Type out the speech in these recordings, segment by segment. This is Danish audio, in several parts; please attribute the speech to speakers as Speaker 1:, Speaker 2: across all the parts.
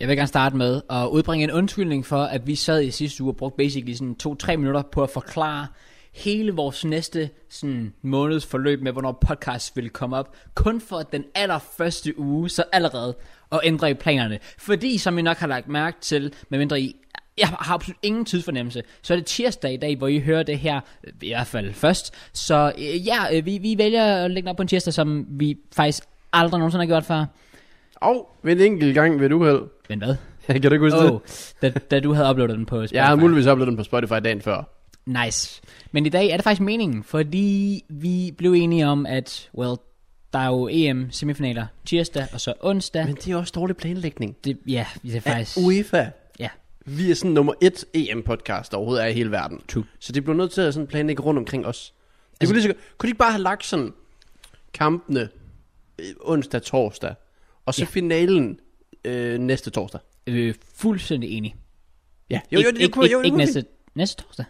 Speaker 1: Jeg vil gerne starte med at udbringe en undskyldning for, at vi sad i sidste uge og brugte basically sådan to-tre minutter på at forklare hele vores næste sådan, måneds forløb med, hvornår podcast ville komme op, kun for den allerførste uge, så allerede, og ændre i planerne. Fordi, som I nok har lagt mærke til, medmindre I jeg har absolut ingen tidsfornemmelse. Så er det tirsdag i dag, hvor I hører det her, øh, i hvert fald først. Så øh, ja, øh, vi, vi vælger at lægge den op på en tirsdag, som vi faktisk aldrig nogensinde har gjort før.
Speaker 2: Og ved en enkelt gang ved et uheld.
Speaker 1: Men hvad?
Speaker 2: kan du ikke huske
Speaker 1: Oh,
Speaker 2: det?
Speaker 1: da, da du havde uploadet den på Spotify.
Speaker 2: Jeg har muligvis oplevet den på Spotify dagen før.
Speaker 1: Nice. Men i dag er det faktisk meningen, fordi vi blev enige om, at well, der er jo EM-semifinaler tirsdag og så onsdag.
Speaker 2: Men E- det er også dårlig planlægning.
Speaker 1: Det, ja, det er faktisk...
Speaker 2: Af UEFA.
Speaker 1: Ja,
Speaker 2: Vi er sådan nummer et EM-podcast der overhovedet er i hele verden.
Speaker 1: True.
Speaker 2: Så de blev nødt til at sådan planlægge rundt omkring os. Det altså, kunne, lige så, godt- kunne de ikke bare have lagt sådan kampene øh, onsdag, torsdag, og så
Speaker 1: Ja.
Speaker 2: ja. finalen øh, næste torsdag?
Speaker 1: øh, fuldstændig enig.
Speaker 2: Ja,
Speaker 1: ikke, ikke, ikke, ikke næste, næste torsdag.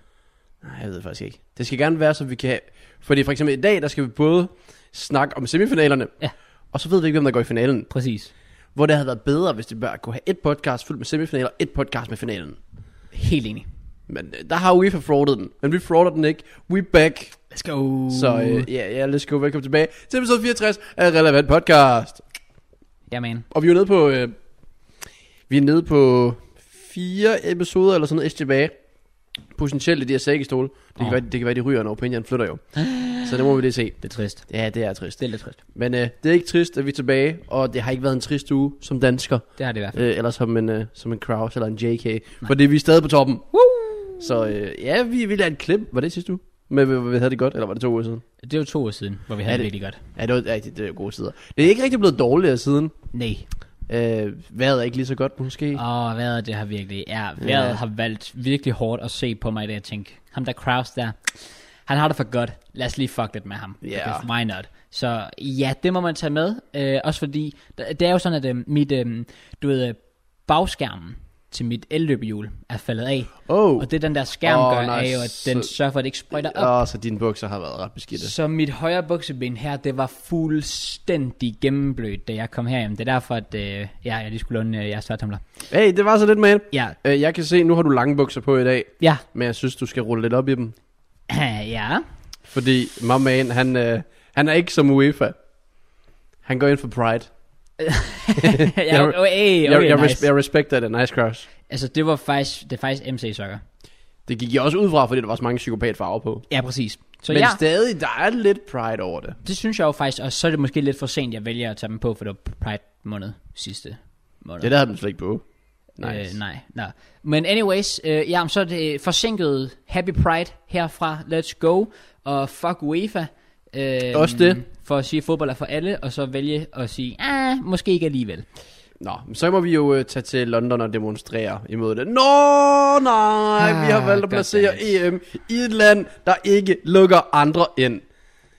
Speaker 2: Nej, jeg ved det faktisk ikke. Det skal gerne være, så vi kan have... Fordi for eksempel i dag, der skal vi både snakke om semifinalerne,
Speaker 1: Ja.
Speaker 2: og så ved vi ikke, hvem der går i finalen.
Speaker 1: Præcis.
Speaker 2: Hvor det havde været bedre, hvis det bare kunne have et podcast fyldt med semifinaler, et podcast med finalen.
Speaker 1: Helt enig.
Speaker 2: Men øh, der har UEFA fraudet den. Men vi frauder den ikke. We back.
Speaker 1: Let's go.
Speaker 2: Så øh, ja, ja, let's go. Velkommen tilbage til episode 64 af Relevant Podcast.
Speaker 1: Ja, man.
Speaker 2: Og vi er jo nede på... Øh, vi er nede på fire episoder eller sådan noget, tilbage. Potentielt i de her sækkestole. Det, kan
Speaker 1: Åh.
Speaker 2: være, det kan være, de ryger, når opinion flytter jo. Så det må vi lige se.
Speaker 1: Det er trist.
Speaker 2: Ja, det er trist.
Speaker 1: Det er lidt trist.
Speaker 2: Men øh, det er ikke trist, at vi er tilbage, og det har ikke været en trist uge som dansker,
Speaker 1: Det har det i hvert fald.
Speaker 2: øh, eller som en, øh, som en Kraus eller en JK, for det er vi stadig på toppen. Woo! Så øh, ja, vi vi lavede et klip, var det sidste uge? Men vi, vi havde det godt, eller var det to uger siden?
Speaker 1: Det er jo to år siden, hvor vi havde
Speaker 2: Er
Speaker 1: det
Speaker 2: det-
Speaker 1: virkelig godt.
Speaker 2: Ja, det var, ja, det, det var gode sider. Det er ikke rigtig blevet dårligere siden.
Speaker 1: Nej.
Speaker 2: Øh, vejret er ikke lige så godt måske.
Speaker 1: Åh, oh, vejret det har virkelig, ja, vejret yeah. har valgt virkelig hårdt at se på mig, da jeg tænkte, ham der Kraus der, han har det for godt, lad os lige fuck lidt med ham.
Speaker 2: Ja.
Speaker 1: Okay, why not? Så ja, det må man tage med, øh, også fordi, d- det er jo sådan, at øh, mit, øh, du ved, øh, bagskærmen til mit elløbehjul er faldet af,
Speaker 2: Åh, oh,
Speaker 1: og det den der skærm
Speaker 2: Åh,
Speaker 1: oh, gør,
Speaker 2: nej,
Speaker 1: er jo, at den
Speaker 2: så-
Speaker 1: sørger for, at det ikke sprøjter op.
Speaker 2: oh, så dine bukser har været ret beskidte.
Speaker 1: Så mit højre bukseben her, det var fuldstændig gennemblødt, da jeg kom herhjem. Det er derfor, at øh, ja, jeg lige skulle låne øh, jeres tørtumler.
Speaker 2: Hey, det var så lidt, man.
Speaker 1: Ja,
Speaker 2: Øh, jeg kan se, nu har du lange bukser på i dag,
Speaker 1: ja,
Speaker 2: men jeg synes, du skal rulle lidt op i dem.
Speaker 1: ja.
Speaker 2: Fordi my man, han, øh, han er ikke som UEFA. Han går ind for Pride.
Speaker 1: ja, okay, okay,
Speaker 2: jeg, jeg, res-
Speaker 1: nice.
Speaker 2: jeg respekter det. Nice crush.
Speaker 1: Altså, det var faktisk, det er faktisk MC-sokker.
Speaker 2: Det gik jeg også ud fra, fordi der var så mange psykopatfarver på.
Speaker 1: Ja, præcis. Så
Speaker 2: Men
Speaker 1: ja,
Speaker 2: stadig, der er lidt pride over det.
Speaker 1: det synes jeg jo faktisk, og så er det måske lidt for sent, jeg vælger at tage dem på, for det var Pride måned sidste måned.
Speaker 2: Det der havde den slet ikke på. Nice.
Speaker 1: Øh, nej, nej. Men anyways, øh, ja, så er det forsinket Happy Pride herfra. Let's go. Og fuck UEFA. Øh,
Speaker 2: Også det.
Speaker 1: For at sige, at fodbold er for alle, og så vælge at sige, ah, måske ikke alligevel.
Speaker 2: Nå, men så må vi jo øh, tage til London og demonstrere imod det. Nå, nej,
Speaker 1: Ah,
Speaker 2: vi har valgt at
Speaker 1: godt,
Speaker 2: placere
Speaker 1: Dennis.
Speaker 2: EM i et land, der ikke lukker andre ind.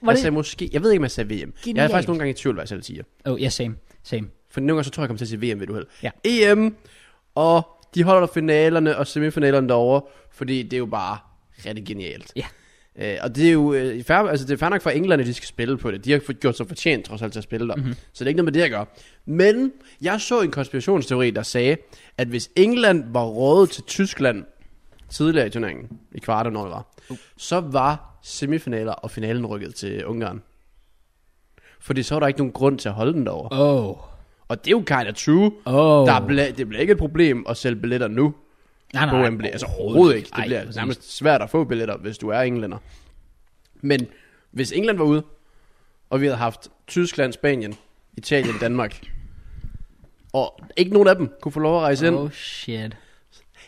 Speaker 1: Var
Speaker 2: jeg
Speaker 1: det-
Speaker 2: sagde måske, jeg ved ikke, om jeg sagde VM. Genialt. Jeg er
Speaker 1: Genialt.
Speaker 2: faktisk nogle gange i tvivl, hvad jeg selv siger.
Speaker 1: Oh, ja, same, same.
Speaker 2: For nogle gange så tror jeg, jeg kommer til at sige VM ved du held.
Speaker 1: Ja.
Speaker 2: EM, og de holder finalerne og semifinalerne derovre, fordi det er jo bare rigtig genialt.
Speaker 1: Ja.
Speaker 2: Øh, og det er jo øh, fair, altså det er fair nok for England, at de skal spille på det. De har fået- gjort sig fortjent trods alt til at spille
Speaker 1: Mhm.
Speaker 2: der. Mm-hmm. Så det er ikke noget med det at gøre. Men jeg så en konspirationsteori, der sagde, at hvis England var rådet til Tyskland tidligere i turneringen, i kvart når det var, uh. så var semifinaler og finalen rykket til Ungarn. Fordi så var der ikke nogen grund til at holde den derovre.
Speaker 1: Oh.
Speaker 2: Og det er jo kind of true.
Speaker 1: Oh.
Speaker 2: Der er bla- det bliver ikke et problem at sælge billetter nu
Speaker 1: nej,
Speaker 2: på Wembley. Altså overhovedet ikke. Det
Speaker 1: Ej,
Speaker 2: bliver
Speaker 1: præcis.
Speaker 2: nærmest svært at få billetter, hvis du er englænder. Men hvis England var ude, og vi havde haft Tyskland, Spanien, Italien, Danmark, og ikke nogen af dem kunne få lov at rejse oh. ind.
Speaker 1: Oh shit.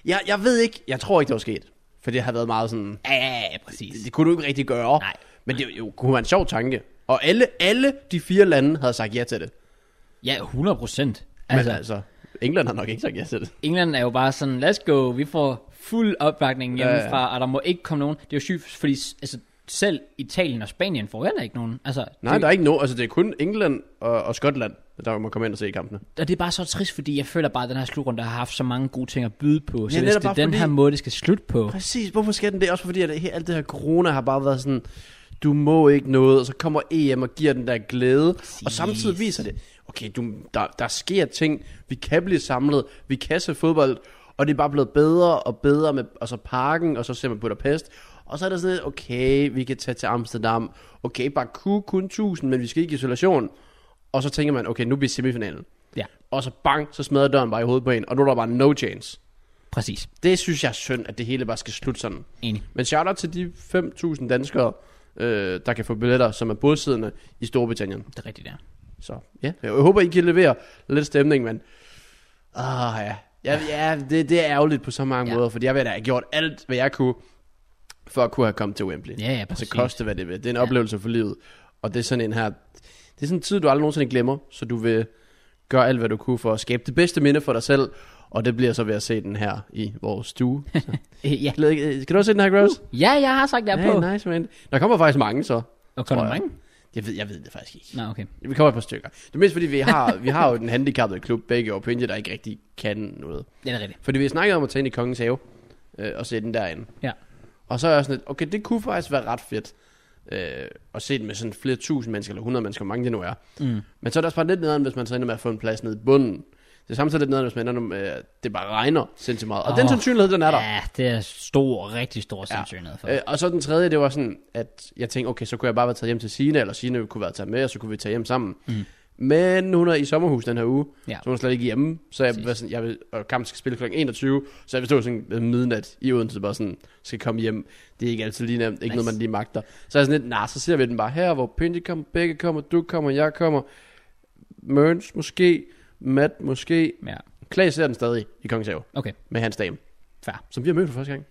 Speaker 2: Jeg, jeg ved ikke, jeg tror ikke, det var sket. For det har været meget sådan,
Speaker 1: Ja, ja, ja, præcis.
Speaker 2: det, det kunne du ikke rigtig gøre.
Speaker 1: Nej.
Speaker 2: Men det jo, kunne være en sjov tanke. Og alle, alle de fire lande havde sagt ja til det.
Speaker 1: Ja, 100 procent.
Speaker 2: Men
Speaker 1: Altså,
Speaker 2: altså, altså England har nok ikke sagt ja til det.
Speaker 1: England er jo bare sådan, let's go, vi får fuld opbakning
Speaker 2: Ja, ja.
Speaker 1: hjemmefra, og der må ikke komme nogen. Det er jo sygt, fordi s- altså, selv Italien og Spanien får heller ikke nogen. Altså,
Speaker 2: Nej,
Speaker 1: det,
Speaker 2: der er ikke nogen. Altså, det er kun England og, og Skotland, der må komme ind og se kampene.
Speaker 1: Og det er bare så trist, fordi jeg føler bare, at den her slutrunde har haft så mange gode ting at byde på. Så
Speaker 2: Ja,
Speaker 1: ja, hvis
Speaker 2: netop
Speaker 1: det er
Speaker 2: bare
Speaker 1: den
Speaker 2: fordi-
Speaker 1: her måde, det skal slutte på.
Speaker 2: Præcis. Hvorfor skal den det? Også fordi, at det, her- alt det her corona har bare været E sådan, du må ikke noget, og så kommer EM og giver den der glæde. Præcis. Og samtidig viser det, okay, du, der, der sker ting, vi kan blive samlet, vi kan se fodbold, og det er bare blevet bedre og bedre med og så parken, og så ser man Budapest. Og så er der sådan lidt, okay, vi kan tage til Amsterdam. Okay, Baku kun 1000, men vi skal ikke i isolation. Og så tænker man, okay, nu bliver semifinalen.
Speaker 1: Ja,
Speaker 2: Og så bang, så smadrer døren bare i hovedet på en, og nu er der bare no chance.
Speaker 1: præcis.
Speaker 2: Det synes jeg er synd, at det hele bare skal slutte sådan.
Speaker 1: Enig.
Speaker 2: Men shout out til de 5.000 danskere, øh, der kan få billetter, som er bosiddende i Storbritannien.
Speaker 1: Det er rigtigt, der.
Speaker 2: Så ja, jeg håber, I kan levere lidt stemning, men... Ah ja, ja, ja det, det er ærgerligt på så mange
Speaker 1: Ja.
Speaker 2: ja. måder, fordi jeg vil da have gjort alt, hvad jeg kunne, for at kunne have kommet til Wembley.
Speaker 1: Ja, ja, præcis.
Speaker 2: altså koste, hvad det vil. Det er en ja. oplevelse for livet. Og det er sådan en her... Det er sådan en tid, du aldrig nogensinde glemmer, så du vil gøre alt, hvad du kunne for at skabe det bedste minde for dig selv, og det bliver så ved at se den her i vores stue. Så.
Speaker 1: Øh, ja.
Speaker 2: Glæder ikke- Skal du også se den her, Gross?
Speaker 1: ja, jeg har sagt det her på.
Speaker 2: Hey, nice, man. Der kommer faktisk mange, så.
Speaker 1: Og kommer
Speaker 2: tror
Speaker 1: der
Speaker 2: jeg.
Speaker 1: mange?
Speaker 2: Jeg ved, jeg ved det faktisk ikke.
Speaker 1: Nå, okay.
Speaker 2: Vi kommer et par stykker. Det er mest fordi, vi har, vi har jo den handicappede klub begge år, Pinje, der ikke rigtig kan noget.
Speaker 1: Det er rigtigt.
Speaker 2: Fordi vi snakkede om at tage ind i Kongens Have øh, og se den derinde.
Speaker 1: Ja.
Speaker 2: Og så er jeg sådan lidt, okay, det kunne faktisk være ret fedt øh, at se den med sådan flere tusind mennesker, eller 100 mennesker, hvor mange det nu er.
Speaker 1: Mm.
Speaker 2: Men så er det også bare lidt nederen, hvis man så ender med at få en plads nede i bunden. Det er samtidig lidt nederen, hvis man ender med, at det bare regner sindssygt meget. Og oh, den
Speaker 1: Åh,
Speaker 2: sandsynlighed, den er der.
Speaker 1: Ja, det er stor, rigtig stor sandsynlighed for.
Speaker 2: Øh, og så den tredje, det var sådan, at jeg tænkte, okay, så kunne jeg bare være taget hjem til Sine, eller Sine kunne være taget med, og så kunne vi tage hjem sammen.
Speaker 1: Mm.
Speaker 2: Men hun er i sommerhus den her uge,
Speaker 1: Ja.
Speaker 2: så hun er slet ikke hjemme. Så jeg,
Speaker 1: Præcis.
Speaker 2: var sådan, jeg vil, og kampen skal spille kl. 21, så jeg vil stå sådan ved midnat i Odense, bare sådan, skal komme hjem. Det er ikke altid lige nemt,
Speaker 1: Nice.
Speaker 2: ikke noget, man lige magter. Så er jeg sådan lidt, nej, nah, så ser vi den bare her, hvor Pindy kommer, begge kommer, du kommer, jeg kommer. Mørns måske, Matt måske.
Speaker 1: Ja,
Speaker 2: Klaas ser den stadig i Kongens Have
Speaker 1: okay.
Speaker 2: med hans dame,
Speaker 1: Fair.
Speaker 2: som vi har mødt for første gang.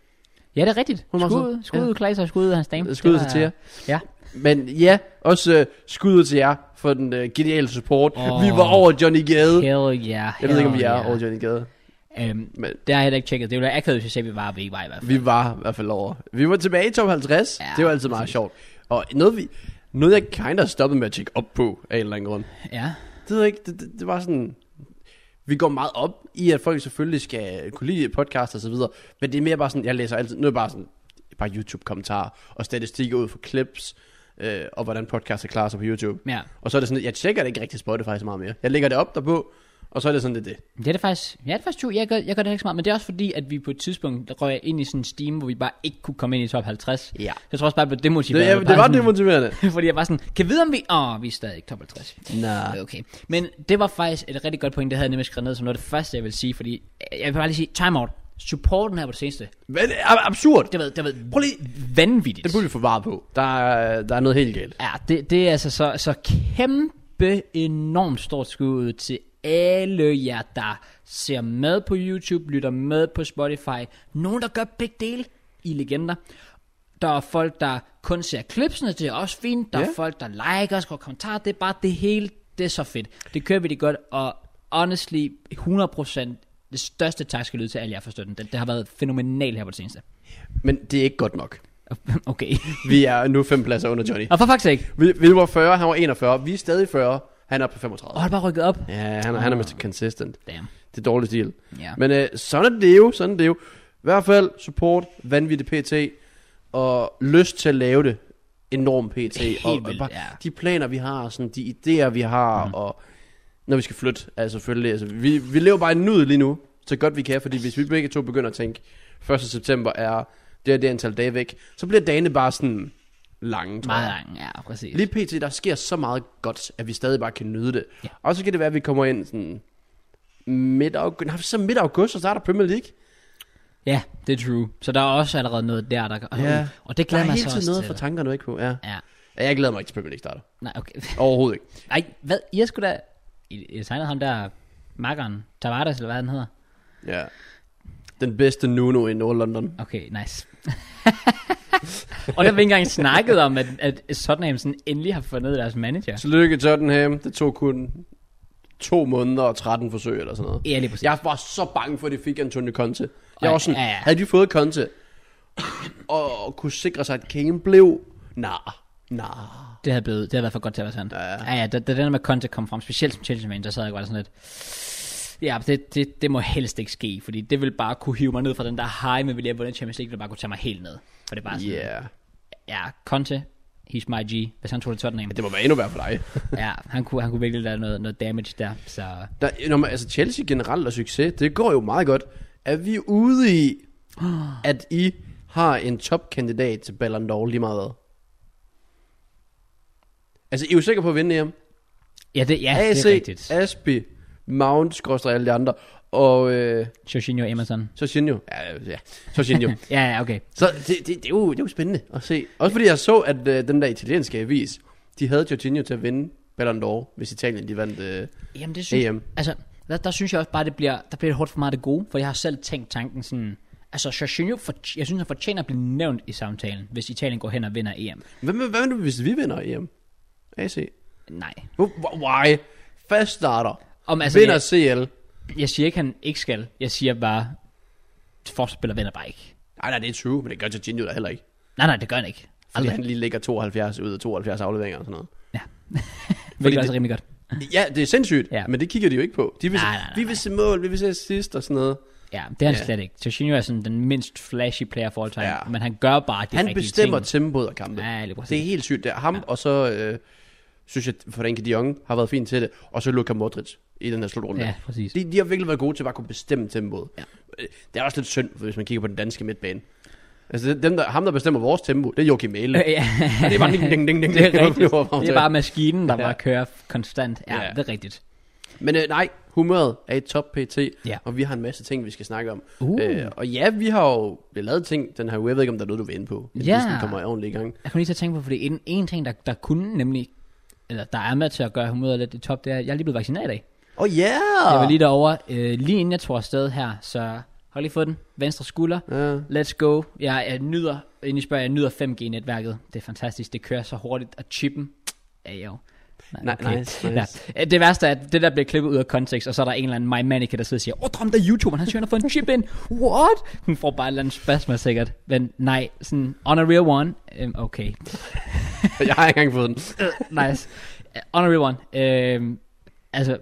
Speaker 1: Ja, det er rigtigt.
Speaker 2: Hun var
Speaker 1: Skud,
Speaker 2: sød.
Speaker 1: ud- skud ud, Klaas, og skud ud, hans dame.
Speaker 2: Skud
Speaker 1: Det
Speaker 2: ud
Speaker 1: var-
Speaker 2: Øh, til jer.
Speaker 1: Ja,
Speaker 2: Men ja, også øh, skuddet til jer for den øh, geniale support.
Speaker 1: Åh.
Speaker 2: Oh. Vi var over Johnny Gade.
Speaker 1: hell yeah.
Speaker 2: Jeg ved ikke, om
Speaker 1: hell
Speaker 2: vi er
Speaker 1: yeah.
Speaker 2: over Johnny Gade.
Speaker 1: Øhm,
Speaker 2: Men
Speaker 1: det har jeg heller ikke tjekket. Det ville være akavet, hvis jeg sagde, at vi var, og vi ikke var i hvert fald.
Speaker 2: vi var i hvert fald over. Vi var tilbage i top 50.
Speaker 1: Ja,
Speaker 2: Ja, det var altid meget sjovt. Og noget, vi, noget jeg kind of stoppede med at tjekke op på af en eller anden grund.
Speaker 1: Ja,
Speaker 2: Det ved jeg ikke, det, det, det var sådan... Vi går meget op i, at folk selvfølgelig skal kunne lide podcast og så videre. Men det er mere bare sådan, jeg læser altid... Nu er det bare sådan, bare YouTube-kommentarer og statistikker ud for clips. Øh, og hvordan podcaster klarer sig på YouTube.
Speaker 1: ja.
Speaker 2: Og så er det sådan, jeg tjekker det ikke rigtig Spotify så meget mere. Jeg lægger det op derpå, og så er det sådan, det er det.
Speaker 1: Det er det faktisk, ja, det er faktisk true. Jeg gør, jeg gør det ikke så meget, men det er også fordi, at vi på et tidspunkt røg ind i sådan en steam, hvor vi bare ikke kunne komme ind i top 50.
Speaker 2: Ja.
Speaker 1: Jeg tror også bare, at jeg blev demotiveret.
Speaker 2: Det, jeg,
Speaker 1: Jeg
Speaker 2: det
Speaker 1: bare
Speaker 2: var
Speaker 1: sådan-
Speaker 2: demotiverende.
Speaker 1: Fordi jeg var sådan, kan vide om vi... Åh, oh, vi er stadig ikke top 50.
Speaker 2: Nej.
Speaker 1: Okay. Men det var faktisk et rigtig godt point, det havde jeg nemlig skrevet ned som noget af det første, jeg vil sige, fordi jeg vil bare lige sige, time out. Supporten her på det seneste,
Speaker 2: Men det er absurd.
Speaker 1: det var, det var
Speaker 2: Prøv lige,
Speaker 1: vanvittigt.
Speaker 2: det burde vi få var på. Der er, der er noget helt galt.
Speaker 1: Ja, det, det er altså så, så kæmpe enormt stort skud til alle jer, der ser med på YouTube, lytter med på Spotify. Nogen, der gør begge dele i legender. Der er folk, der kun ser klipsene, det er også fint. Der er
Speaker 2: Ja.
Speaker 1: folk, der liker og skriver kommentarer. Det er bare det hele, det er så fedt. Det kører vi det godt, og honestly, 100% det største tak skal lyde til alle jer for støtten. Det, det har været fænomenalt her på det seneste.
Speaker 2: Men det er ikke godt nok.
Speaker 1: Okay.
Speaker 2: Vi er nu fem pladser under Johnny.
Speaker 1: Og for faktisk ikke.
Speaker 2: Vi, vi var 40, han var 41. Vi er stadig 40. Han er på 35.
Speaker 1: Og har det bare rykket op.
Speaker 2: Ja, han er, han er mest consistent.
Speaker 1: Damn.
Speaker 2: Det er dårlig stil.
Speaker 1: Ja.
Speaker 2: Men øh, sådan er det jo, sådan er det jo. I hvert fald support, vanvittig PT, og lyst til at lave det, enorm PT.
Speaker 1: Helt
Speaker 2: og, og
Speaker 1: vildt,
Speaker 2: bare
Speaker 1: ja. Mhm.
Speaker 2: de planer, vi har, sådan, de idéer, vi har, mm. og når vi skal flytte, altså selvfølgelig. Altså, vi, vi lever bare i nuet lige nu, så godt vi kan, fordi hvis vi begge to begynder at tænke, 1. september er det og det antal dage væk, så bliver dagene bare sådan lange, tror
Speaker 1: Meget
Speaker 2: jeg.
Speaker 1: lang, ja, præcis.
Speaker 2: Lige pt. der sker så meget godt, at vi stadig bare kan nyde det.
Speaker 1: Ja.
Speaker 2: Ja. Og så kan det være, at vi kommer ind sådan midt august, nej, så midt august, og så er der Premier League.
Speaker 1: Ja, det er true. Så der er også allerede noget der, der... Og,
Speaker 2: Ja.
Speaker 1: og det
Speaker 2: Der
Speaker 1: glæder
Speaker 2: er
Speaker 1: mig så
Speaker 2: hele tiden
Speaker 1: også
Speaker 2: noget
Speaker 1: til.
Speaker 2: for tankerne væk på, ja.
Speaker 1: ja.
Speaker 2: ja. Jeg glæder mig ikke til Premier League starter.
Speaker 1: Nej, okay.
Speaker 2: Overhovedet ikke.
Speaker 1: Ej, hvad? I har sgu da... I, I tegnede ham der... Makkeren. Tavares, eller hvad han hedder.
Speaker 2: Ja. Den bedste Nuno i Nordlondon.
Speaker 1: Okay, nice. og der har vi ikke engang snakket om, at, at Tottenham sådan endelig har fundet deres manager.
Speaker 2: Tillykke Tottenham. Det tog kun to måneder og 13 forsøg eller sådan noget.
Speaker 1: Ja, lige præcis.
Speaker 2: Jeg var så bange for, at de fik Antonio Conte. Jeg
Speaker 1: Ej,
Speaker 2: var sådan,
Speaker 1: ja, ja.
Speaker 2: havde de fået Conte og, og kunne sikre sig, at Kane blev... Nej, nej.
Speaker 1: Det havde, blevet, det havde været for godt til at være sandt. Ja, ja. ja da, da den der med Conte kom frem, specielt som Chelsea-man, der sad jeg bare sådan lidt... Ja, det, det, det må helst ikke ske, fordi det ville bare kunne hive mig ned fra den der high med, ville jeg have vundet Champions League, det ville bare kunne tage mig helt ned. For det er bare sådan,
Speaker 2: Yeah.
Speaker 1: ja, Conte, he's my G, hvis han tog til Tottenham.
Speaker 2: Ja, det må være endnu værre for dig.
Speaker 1: ja, han kunne, han kunne virkelig lave noget, noget damage der, så...
Speaker 2: Der, når man, altså Chelsea generelt og succes, det går jo meget godt. Er vi ude i, at I har en topkandidat til Ballon d'Or lige meget hvad? Altså, I er jo sikre på at vinde EM?
Speaker 1: Ja, det, ja,
Speaker 2: AC,
Speaker 1: det er rigtigt.
Speaker 2: Aspi, Mount, Skråstrej, alle de andre, og øh,
Speaker 1: Jorginho Emerson.
Speaker 2: Jorginho. Ja, ja, Jorginho.
Speaker 1: Ja, ja, okay.
Speaker 2: så det, det, det, er jo, det er jo spændende at se. Også fordi jeg så, at øh, den der italienske avis, de havde Jorginho til at vinde Ballon d'Or, hvis Italien de vandt øh,
Speaker 1: Jamen, det synes
Speaker 2: EM.
Speaker 1: Altså, der, der synes jeg også bare, det bliver, der bliver det hårdt for meget det gode, for jeg har selv tænkt tanken sådan, altså Jorginho, for, jeg synes, han fortjener at blive nævnt i samtalen, hvis Italien går hen og vinder E EM.
Speaker 2: Hvad, med- hvad nu, hvis vi vinder EM? AC.
Speaker 1: Nej.
Speaker 2: Hvor- Why? Fast starter.
Speaker 1: Om, altså,
Speaker 2: Altså, vinder
Speaker 1: jeg,
Speaker 2: CL.
Speaker 1: jeg, siger ikke, han ikke skal. Jeg siger bare, forspiller vinder bare ikke.
Speaker 2: Nej, nej, det er true, men det gør Jorginho da heller ikke.
Speaker 1: Nej, nej, det gør han ikke.
Speaker 2: Fordi
Speaker 1: Aldrig.
Speaker 2: han lige ligger 72 ud af 72 afleveringer og sådan noget.
Speaker 1: Ja. Hvilket er
Speaker 2: det-
Speaker 1: altså rimelig godt.
Speaker 2: Ja, det er sindssygt,
Speaker 1: Ja.
Speaker 2: ja. men det kigger de jo ikke på. De vil,
Speaker 1: Nej, nej, nej,
Speaker 2: vi vil se mål, vi vil se assist og sådan noget.
Speaker 1: Ja, det er han
Speaker 2: Ja.
Speaker 1: slet ikke. Jorginho er sådan den mindst flashy player for all time, ja.
Speaker 2: Ja.
Speaker 1: men han gør bare de
Speaker 2: Han
Speaker 1: rigtige
Speaker 2: bestemmer
Speaker 1: ting.
Speaker 2: tempoet og kampe.
Speaker 1: Ja, lige præcis.
Speaker 2: det er helt sygt. Det er ham, ja. og så øh, synes jeg, Frankie de Jong har været fin til det. Og så Luka Modric i den her slutrunde.
Speaker 1: Ja, præcis.
Speaker 2: De, de har virkelig været gode til bare at kunne bestemme tempoet.
Speaker 1: Ja.
Speaker 2: Øh, Det er også lidt synd, hvis man kigger på den danske midtbane. Altså det- dem, der, ham, der bestemmer vores tempo, det er Joachim Mæle.
Speaker 1: ja,
Speaker 2: Det er bare ding, ding, ding, ding.
Speaker 1: det er
Speaker 2: Det var-
Speaker 1: rigtigt. Det er bare maskinen, der
Speaker 2: Ja.
Speaker 1: bare kører konstant. Ja,
Speaker 2: Ja.
Speaker 1: det er rigtigt.
Speaker 2: Men øh, nej, humøret er i top pt,
Speaker 1: Ja.
Speaker 2: og vi har en masse ting, vi skal snakke om.
Speaker 1: Uh.
Speaker 2: Øh, og ja, vi har jo lavet ting den her uge. Jeg ved ikke, om der er noget, du vil ind på. inden
Speaker 1: Ja.
Speaker 2: vi sådan kommer ordentligt i gang.
Speaker 1: Jeg kunne lige så tænke på, fordi en, en ting, der, der kunne nemlig, eller der er med til at gøre humøret lidt i top, det er, at jeg er lige blevet vaccineret i dag.
Speaker 2: Åh oh, ja!
Speaker 1: Jeg var
Speaker 2: Yeah!
Speaker 1: lige derovre, øh, lige inden jeg tog afsted her, så har lige fået den. Venstre skulder.
Speaker 2: Ja.
Speaker 1: Let's go. Jeg, jeg nyder, inden I spørger, jeg nyder 5G-netværket. Det er fantastisk, det kører så hurtigt, og chippen, ja jo. Nej,
Speaker 2: Ni- nice, nice.
Speaker 1: Ja. Eh, Det værste er, at det der bliver klippet ud af kontekst, og så er der en eller anden My Manica, der sidder og siger, åh, drøm der YouTuber, han søger at få en chip ind. What? Hun får bare et eller andet spasma sikkert. Men nej, sådan, on a real one, øhm, okay.
Speaker 2: Jeg har ikke engang fået den.
Speaker 1: nice. Uh, On a real one. Øhm, altså,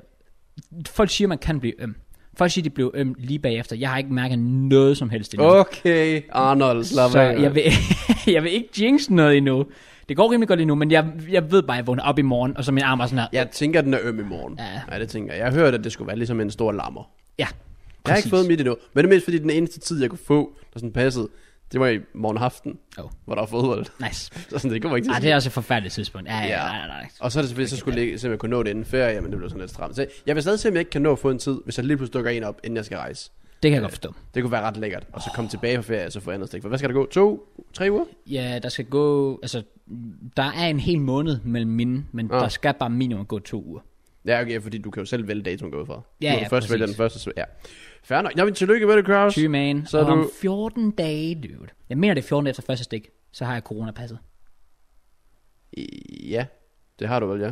Speaker 1: folk siger, man kan blive øm. Folk siger, de blev øm lige bagefter. Jeg har ikke mærket noget som helst endnu.
Speaker 2: Okay, Arnold, slap
Speaker 1: så
Speaker 2: af.
Speaker 1: jeg vil, jeg vil ikke jinx noget endnu. Det går rimelig godt endnu, men jeg, jeg ved bare, at jeg vågner op i morgen, og så min arm er sådan her.
Speaker 2: Jeg tænker, den er øm i morgen.
Speaker 1: Ja.
Speaker 2: Nej, det tænker jeg. Jeg hørte, at det skulle være ligesom en stor lammer.
Speaker 1: ja
Speaker 2: Jeg har ikke fået mit endnu. Men det er mest fordi, den eneste tid, jeg kunne få, der sådan passede, det var i morgen aften,
Speaker 1: Oh.
Speaker 2: hvor der var fodbold.
Speaker 1: Nice.
Speaker 2: Så sådan, det kommer ikke til
Speaker 1: Ej,
Speaker 2: at
Speaker 1: det er også et forfærdeligt tidspunkt. Ja, ja, ja.
Speaker 2: Ja.
Speaker 1: Nej, nej, nej.
Speaker 2: Og så er det selvfølgelig, så skulle jeg se, om jeg kunne nå det inden ferie, men det blev sådan lidt stramt. Så jeg vil stadig se, om jeg ikke kan nå at få en tid, hvis jeg lige pludselig dukker en op, inden jeg skal rejse.
Speaker 1: Det kan jeg godt forstå.
Speaker 2: Det kunne være ret lækkert. Og så komme tilbage fra ferie, og så få andet stik. For hvad skal der gå? To? Tre uger?
Speaker 1: Ja, der skal gå... Altså, der er en hel måned mellem mine, men
Speaker 2: Ah.
Speaker 1: der skal bare minimum gå to uger.
Speaker 2: Ja, okay, fordi du kan jo selv vælge datoen gå ud fra.
Speaker 1: Ja,
Speaker 2: du kan
Speaker 1: ja,
Speaker 2: først vælge
Speaker 1: præcis.
Speaker 2: den første. så- Ja. Fair nok. Nå, men tillykke med det, Kraus.
Speaker 1: Syge man.
Speaker 2: Så
Speaker 1: Så
Speaker 2: er
Speaker 1: og du... om
Speaker 2: du-
Speaker 1: 14 dage, dude. Jeg mener, det er 14 dage efter første stik, så har jeg coronapasset.
Speaker 2: Ja, det har du vel, ja.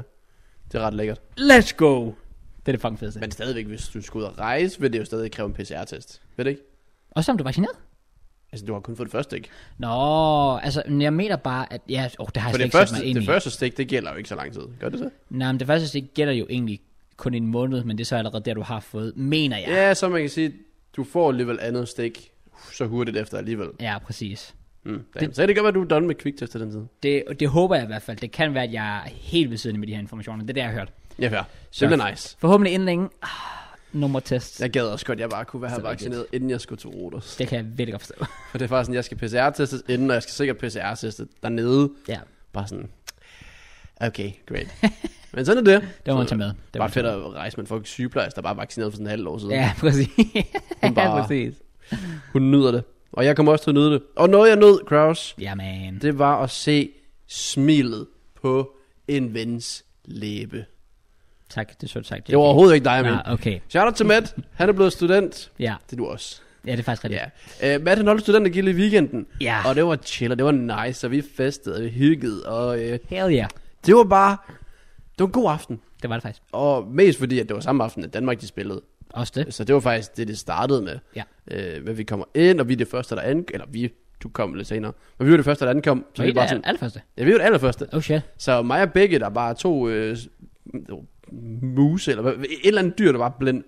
Speaker 2: Det er ret lækkert.
Speaker 1: Let's go! Det er det fucking fedeste. Men...
Speaker 2: Men stadigvæk, hvis du skulle ud og rejse, vil det jo stadig kræve en PCR-test. Ved det ikke?
Speaker 1: Og så om du er vaccineret?
Speaker 2: Altså, du har kun fået det første, ikke?
Speaker 1: Nå, altså, men jeg mener bare, at... Ja, oh, det har jeg
Speaker 2: For
Speaker 1: slet
Speaker 2: det
Speaker 1: ikke første, sat
Speaker 2: første,
Speaker 1: mig ind
Speaker 2: det
Speaker 1: i. Første...
Speaker 2: første stik, det gælder jo ikke så lang tid. Gør det så?
Speaker 1: Nej, men det første stik gælder jo egentlig kun en måned, men det er så allerede der, du har fået, mener jeg.
Speaker 2: Ja, så man kan sige, du får alligevel andet stik så hurtigt efter alligevel.
Speaker 1: Ja, præcis.
Speaker 2: Mm, det, så det kan være, du er done med quicktest til den tid.
Speaker 1: Det, det håber jeg i hvert fald. Det kan være, at jeg er helt ved siden af med de her informationer. Det er det, jeg har hørt.
Speaker 2: Ja, fair.
Speaker 1: Så-
Speaker 2: Så det bliver nice.
Speaker 1: Forhåbentlig inden længe. Ah, nummer test.
Speaker 2: Jeg gad også godt, at jeg bare kunne være her
Speaker 1: Så er det
Speaker 2: vaccineret, inden jeg skulle til Rodos.
Speaker 1: Det kan jeg virkelig godt forstå.
Speaker 2: For det er faktisk sådan, jeg skal PCR-testes inden, og jeg skal sikkert PCR-testes dernede.
Speaker 1: ja,
Speaker 2: Bare sådan, okay, great. Men sådan er det.
Speaker 1: det må man
Speaker 2: Så
Speaker 1: tage med.
Speaker 2: Det
Speaker 1: Det
Speaker 2: er
Speaker 1: må
Speaker 2: bare
Speaker 1: man
Speaker 2: fedt at rejse med en fucking sygeplejerske, der bare er vaccineret for sådan en halv år
Speaker 1: tage
Speaker 2: siden.
Speaker 1: med. Ja, præcis. ja,
Speaker 2: Hun bare-
Speaker 1: præcis.
Speaker 2: Hun nyder det. Og jeg kommer også til at nyde det. Og noget jeg nød, Kraus,
Speaker 1: Ja, man.
Speaker 2: det var at se smilet på en vens læbe.
Speaker 1: Tak, det er sødt sagt.
Speaker 2: Det var overhovedet ikke dig, Emil.
Speaker 1: Nej, okay.
Speaker 2: Shout out til Matt. Han er blevet student.
Speaker 1: Ja.
Speaker 2: Det er du også.
Speaker 1: ja, det er faktisk rigtigt.
Speaker 2: Ja. Uh, Matt han holdt studentergilde i weekenden.
Speaker 1: Ja.
Speaker 2: Og det var chill, og det var nice, og vi festede, og vi hyggede, og uh,
Speaker 1: Hell ja. Yeah.
Speaker 2: det var bare... Det var en god aften.
Speaker 1: Det var det faktisk.
Speaker 2: Og mest fordi, at det var samme aften, at Danmark de spillede.
Speaker 1: Også det.
Speaker 2: Så det var faktisk det, det startede med.
Speaker 1: Ja.
Speaker 2: Øh, men vi kommer ind, og vi er det første, der ankom. Eller vi, du kom lidt senere. Men vi var det første, der ankom. Så
Speaker 1: Så
Speaker 2: vi
Speaker 1: det
Speaker 2: var
Speaker 1: er
Speaker 2: bare sådan,
Speaker 1: allerførste.
Speaker 2: ja, vi var det allerførste.
Speaker 1: Oh shit.
Speaker 2: Så mig og Begge, der bare er to øh, s- muse, eller hvad- et eller andet dyr, der bare blind.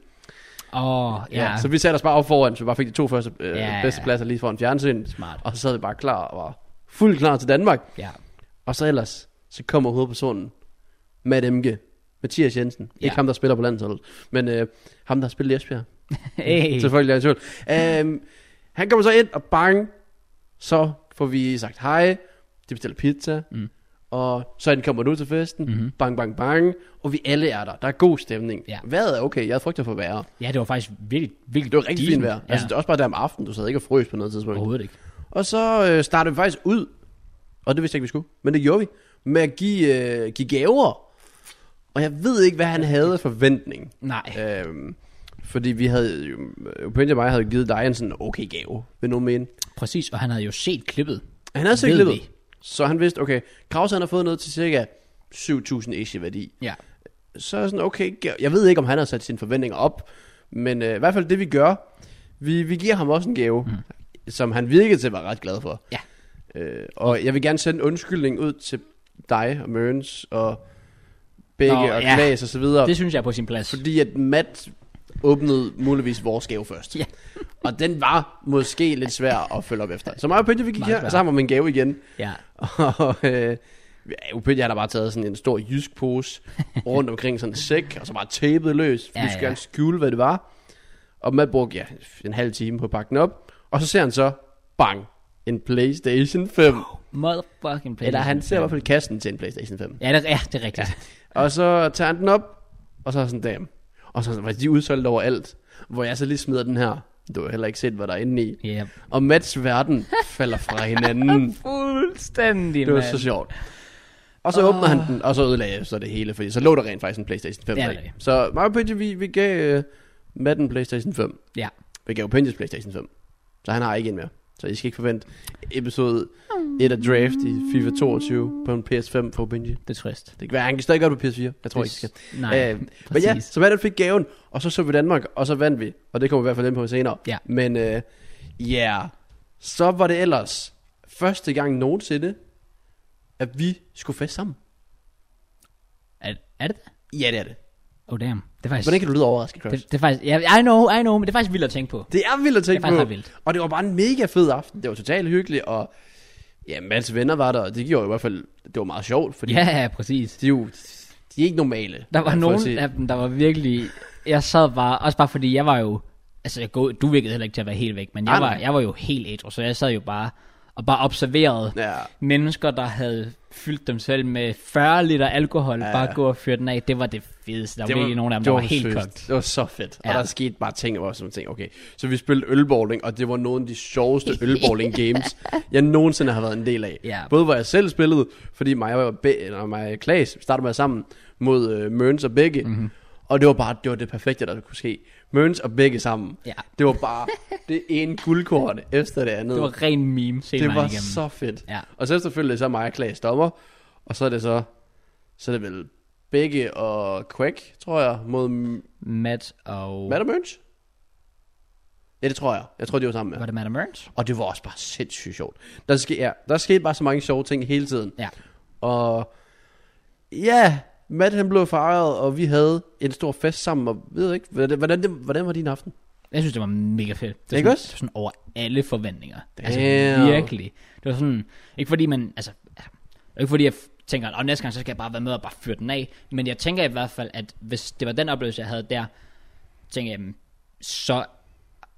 Speaker 1: Åh, ja.
Speaker 2: Så vi satte os bare op foran, så vi bare fik de to første, øh,
Speaker 1: Ja, ja,
Speaker 2: bedste
Speaker 1: ja.
Speaker 2: pladser lige foran fjernsynet.
Speaker 1: Smart.
Speaker 2: Og så sad vi bare klar og var fuldt klar til Danmark.
Speaker 1: Ja.
Speaker 2: Og så ellers, så kommer hovedpersonen med et MG. Mathias Jensen. Ja.
Speaker 1: Ja.
Speaker 2: Ikke ham, der spiller på landsholdet. Men øh, ham, der har spillet i Esbjerg.
Speaker 1: Hey.
Speaker 2: Selvfølgelig er jeg i tvivl. Øhm, han kommer så ind, og bang, så får vi sagt hej, de bestiller pizza,
Speaker 1: Mm.
Speaker 2: og så kommer du til festen,
Speaker 1: Mhm.
Speaker 2: mm-hmm. bang, bang, bang, og vi alle er der. Der er god stemning.
Speaker 1: Ja.
Speaker 2: Hvad er okay? Jeg havde frygtet for værre.
Speaker 1: Ja, det var faktisk virkelig, virkelig
Speaker 2: Det var rigtig fint vejr. Ja. Altså,
Speaker 1: Altså,
Speaker 2: det var også bare der om aftenen, du sad ikke og frøs på noget tidspunkt.
Speaker 1: Overhovedet ikke.
Speaker 2: Og så øh, startede vi faktisk ud, og det vidste jeg ikke, vi skulle, men det gjorde vi, med at give, øh, give gaver. Og jeg ved ikke, hvad han havde af forventning.
Speaker 1: Nej.
Speaker 2: Øhm, fordi vi havde jo, Pønge og mig havde givet dig en sådan okay gave, vil nogen mene.
Speaker 1: Præcis, og han havde jo set klippet.
Speaker 2: Han havde set
Speaker 1: Ved
Speaker 2: klippet,
Speaker 1: vi.
Speaker 2: så han vidste, okay, Kraus han har fået noget til cirka 7.000 ish i værdi.
Speaker 1: Ja.
Speaker 2: Så er jeg sådan, okay, gav- jeg ved ikke, om han har sat sine forventninger op, men øh, i hvert fald det, vi gør, vi, vi giver ham også en gave, mm. som han virkede til at være ret glad for.
Speaker 1: Ja.
Speaker 2: Øh, og jeg vil gerne sende en undskyldning ud til dig og Mørens og Begge
Speaker 1: Nå,
Speaker 2: og
Speaker 1: ja.
Speaker 2: Klaas og så videre.
Speaker 1: Det synes jeg er på sin plads.
Speaker 2: Fordi at Matt åbnede muligvis vores gave først.
Speaker 1: Ja.
Speaker 2: og den var måske lidt svær at følge op efter. Så mig og Pynte, vi gik
Speaker 1: Meget
Speaker 2: her,
Speaker 1: svær.
Speaker 2: og så har man min gave igen.
Speaker 1: Ja.
Speaker 2: Og øh, ja, Pynte, jeg har da bare taget sådan en stor jysk pose rundt omkring sådan en sæk, og så bare tapet løs, fordi
Speaker 1: Ja,
Speaker 2: ja, ja.
Speaker 1: ja.
Speaker 2: gerne skjule, hvad det var. Og Matt brugte ja, en halv time på at pakke den op, og så ser han så, bang, en Playstation 5.
Speaker 1: Motherfucking plads.
Speaker 2: Eller han ser i hvert fald kassen til en Playstation 5.
Speaker 1: Ja, det, ja, det er rigtigt.
Speaker 2: Og så tager han den op, og så er sådan, damn. Og så er sådan, "Var de udsolgt overalt. Hvor jeg så lige smider den her. Du har heller ikke set, hvad der er inde i.
Speaker 1: Ja. Yeah.
Speaker 2: Og Mats verden falder fra hinanden.
Speaker 1: Fuldstændig,
Speaker 2: det var
Speaker 1: mand.
Speaker 2: så sjovt. Og så
Speaker 1: Åh.
Speaker 2: åbner han den, og så ødelagde jeg så det hele, fordi så lå der rent faktisk en Playstation 5.
Speaker 1: Ja,
Speaker 2: deri.
Speaker 1: det er det.
Speaker 2: så mig og Pidgey, vi, vi gav uh, Matt en Playstation 5.
Speaker 1: Ja.
Speaker 2: Vi gav Pidgey's Playstation 5. Så han har ikke en mere. Så I skal ikke forvente episode 1 af Draft i FIFA 22 på en PS5 for Pidgey.
Speaker 1: Det er trist.
Speaker 2: Det kan være, han kan stadig gøre det på PS4. Jeg tror ikke, det skal.
Speaker 1: Nej,
Speaker 2: Øh, Men ja, så Matt fik gaven, og så så vi Danmark, og så vandt vi. Og det kommer vi i hvert fald ind på senere.
Speaker 1: Ja.
Speaker 2: Men ja, øh, yeah. så var det ellers første gang nogensinde, at vi skulle fest sammen.
Speaker 1: Er, er det det?
Speaker 2: Ja, det er det.
Speaker 1: Oh damn. Det er faktisk...
Speaker 2: Hvordan kan du lyde overrasket, Crush?
Speaker 1: det,
Speaker 2: Det,
Speaker 1: det er faktisk... Ja, I know, I know, men det er faktisk vildt at tænke på.
Speaker 2: det er vildt at
Speaker 1: Det er
Speaker 2: tænke
Speaker 1: faktisk
Speaker 2: på.
Speaker 1: ret vildt.
Speaker 2: Og det var bare en mega fed aften. Det var totalt hyggeligt, og ja, Mads venner var der, og det gjorde i hvert fald, det var meget sjovt, fordi
Speaker 1: Ja, ja, præcis.
Speaker 2: de, er jo, de er ikke normale.
Speaker 1: Der var
Speaker 2: for at
Speaker 1: nogen
Speaker 2: sige.
Speaker 1: af dem, der var virkelig... Jeg sad bare... Også bare fordi, jeg var jo... Altså, jeg gå, du virkede heller ikke til at være helt væk, men jeg,
Speaker 2: Nej,
Speaker 1: var,
Speaker 2: nej.
Speaker 1: jeg var jo helt ædru, så jeg sad jo bare og bare observerede
Speaker 2: Ja.
Speaker 1: mennesker, der havde fyldt dem selv med 40 liter alkohol, ja,
Speaker 2: Ja,
Speaker 1: ja.
Speaker 2: ja.
Speaker 1: bare gå og fyre den af. Det var det fedeste. Der var, virkelig nogen af dem, der
Speaker 2: det
Speaker 1: var, helt
Speaker 2: sødt.
Speaker 1: kogt.
Speaker 2: Det var så fedt. Ja.
Speaker 1: Ja.
Speaker 2: Og der skete bare ting, hvor jeg sådan tænkte, okay. Så vi spillede ølbowling, og det var nogle af de sjoveste ølbowling games, jeg nogensinde har været en del af.
Speaker 1: Ja.
Speaker 2: Både hvor jeg selv spillede, fordi mig og, Be- eller mig og Klaas startede med sammen mod øh, Mørns og Begge.
Speaker 1: Mhm.
Speaker 2: Mm-hmm. Og det var bare det, var det perfekte, der kunne ske. Mørns og Begge sammen.
Speaker 1: Ja.
Speaker 2: Det var bare det ene guldkorn efter det andet.
Speaker 1: Det var ren meme, se
Speaker 2: det
Speaker 1: mig
Speaker 2: var
Speaker 1: igennem.
Speaker 2: så fedt.
Speaker 1: Ja.
Speaker 2: Og så selvfølgelig så er mig og Klaas dommer, og så er det så, så er det vel Begge og Quack, tror jeg, mod
Speaker 1: Matt og...
Speaker 2: Madam Mørns? Ja, det tror jeg. Jeg tror, de var sammen
Speaker 1: Var
Speaker 2: med.
Speaker 1: det Madame Ernst?
Speaker 2: Og det var også bare sindssygt sjovt. Der skete, ja, der skete bare så mange sjove ting hele tiden.
Speaker 1: Ja.
Speaker 2: Og ja, Matt han blev fejret, og vi havde en stor fest sammen, og jeg ved ikke, hvordan, hvordan, det, hvordan var din aften?
Speaker 1: Jeg synes, det var mega fedt. Det var
Speaker 2: Ikke
Speaker 1: sådan,
Speaker 2: også?
Speaker 1: det var sådan over alle forventninger. Altså
Speaker 2: Damn.
Speaker 1: virkelig. Det var sådan, ikke fordi man, altså, altså, ikke fordi jeg f- tænker, at næste gang, så skal jeg bare være med og bare fyre den af. Men jeg tænker i hvert fald, at hvis det var den oplevelse, jeg havde der, tænker jeg, "Jamen, så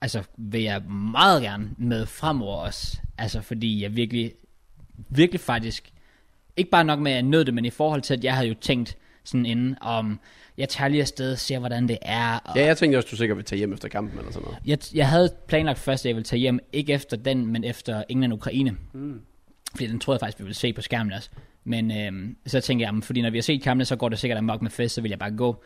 Speaker 1: altså, vil jeg meget gerne med fremover også. Altså, fordi jeg virkelig, virkelig faktisk, ikke bare nok med, at jeg nød det, men i forhold til, at jeg havde jo tænkt sådan inden, om jeg tager lige afsted, ser hvordan det er, og
Speaker 2: Ja, jeg tænkte også, du sikkert ville tage hjem efter kampen eller sådan noget.
Speaker 1: jeg, jeg havde planlagt først, at jeg ville tage hjem, ikke efter den, men efter England-Ukraine. Mm. Fordi den troede jeg faktisk, vi ville se på skærmen også. Men øhm, så tænkte jeg, jamen, fordi når vi har set kampene, så går det sikkert amok med fest, så vil jeg bare gå.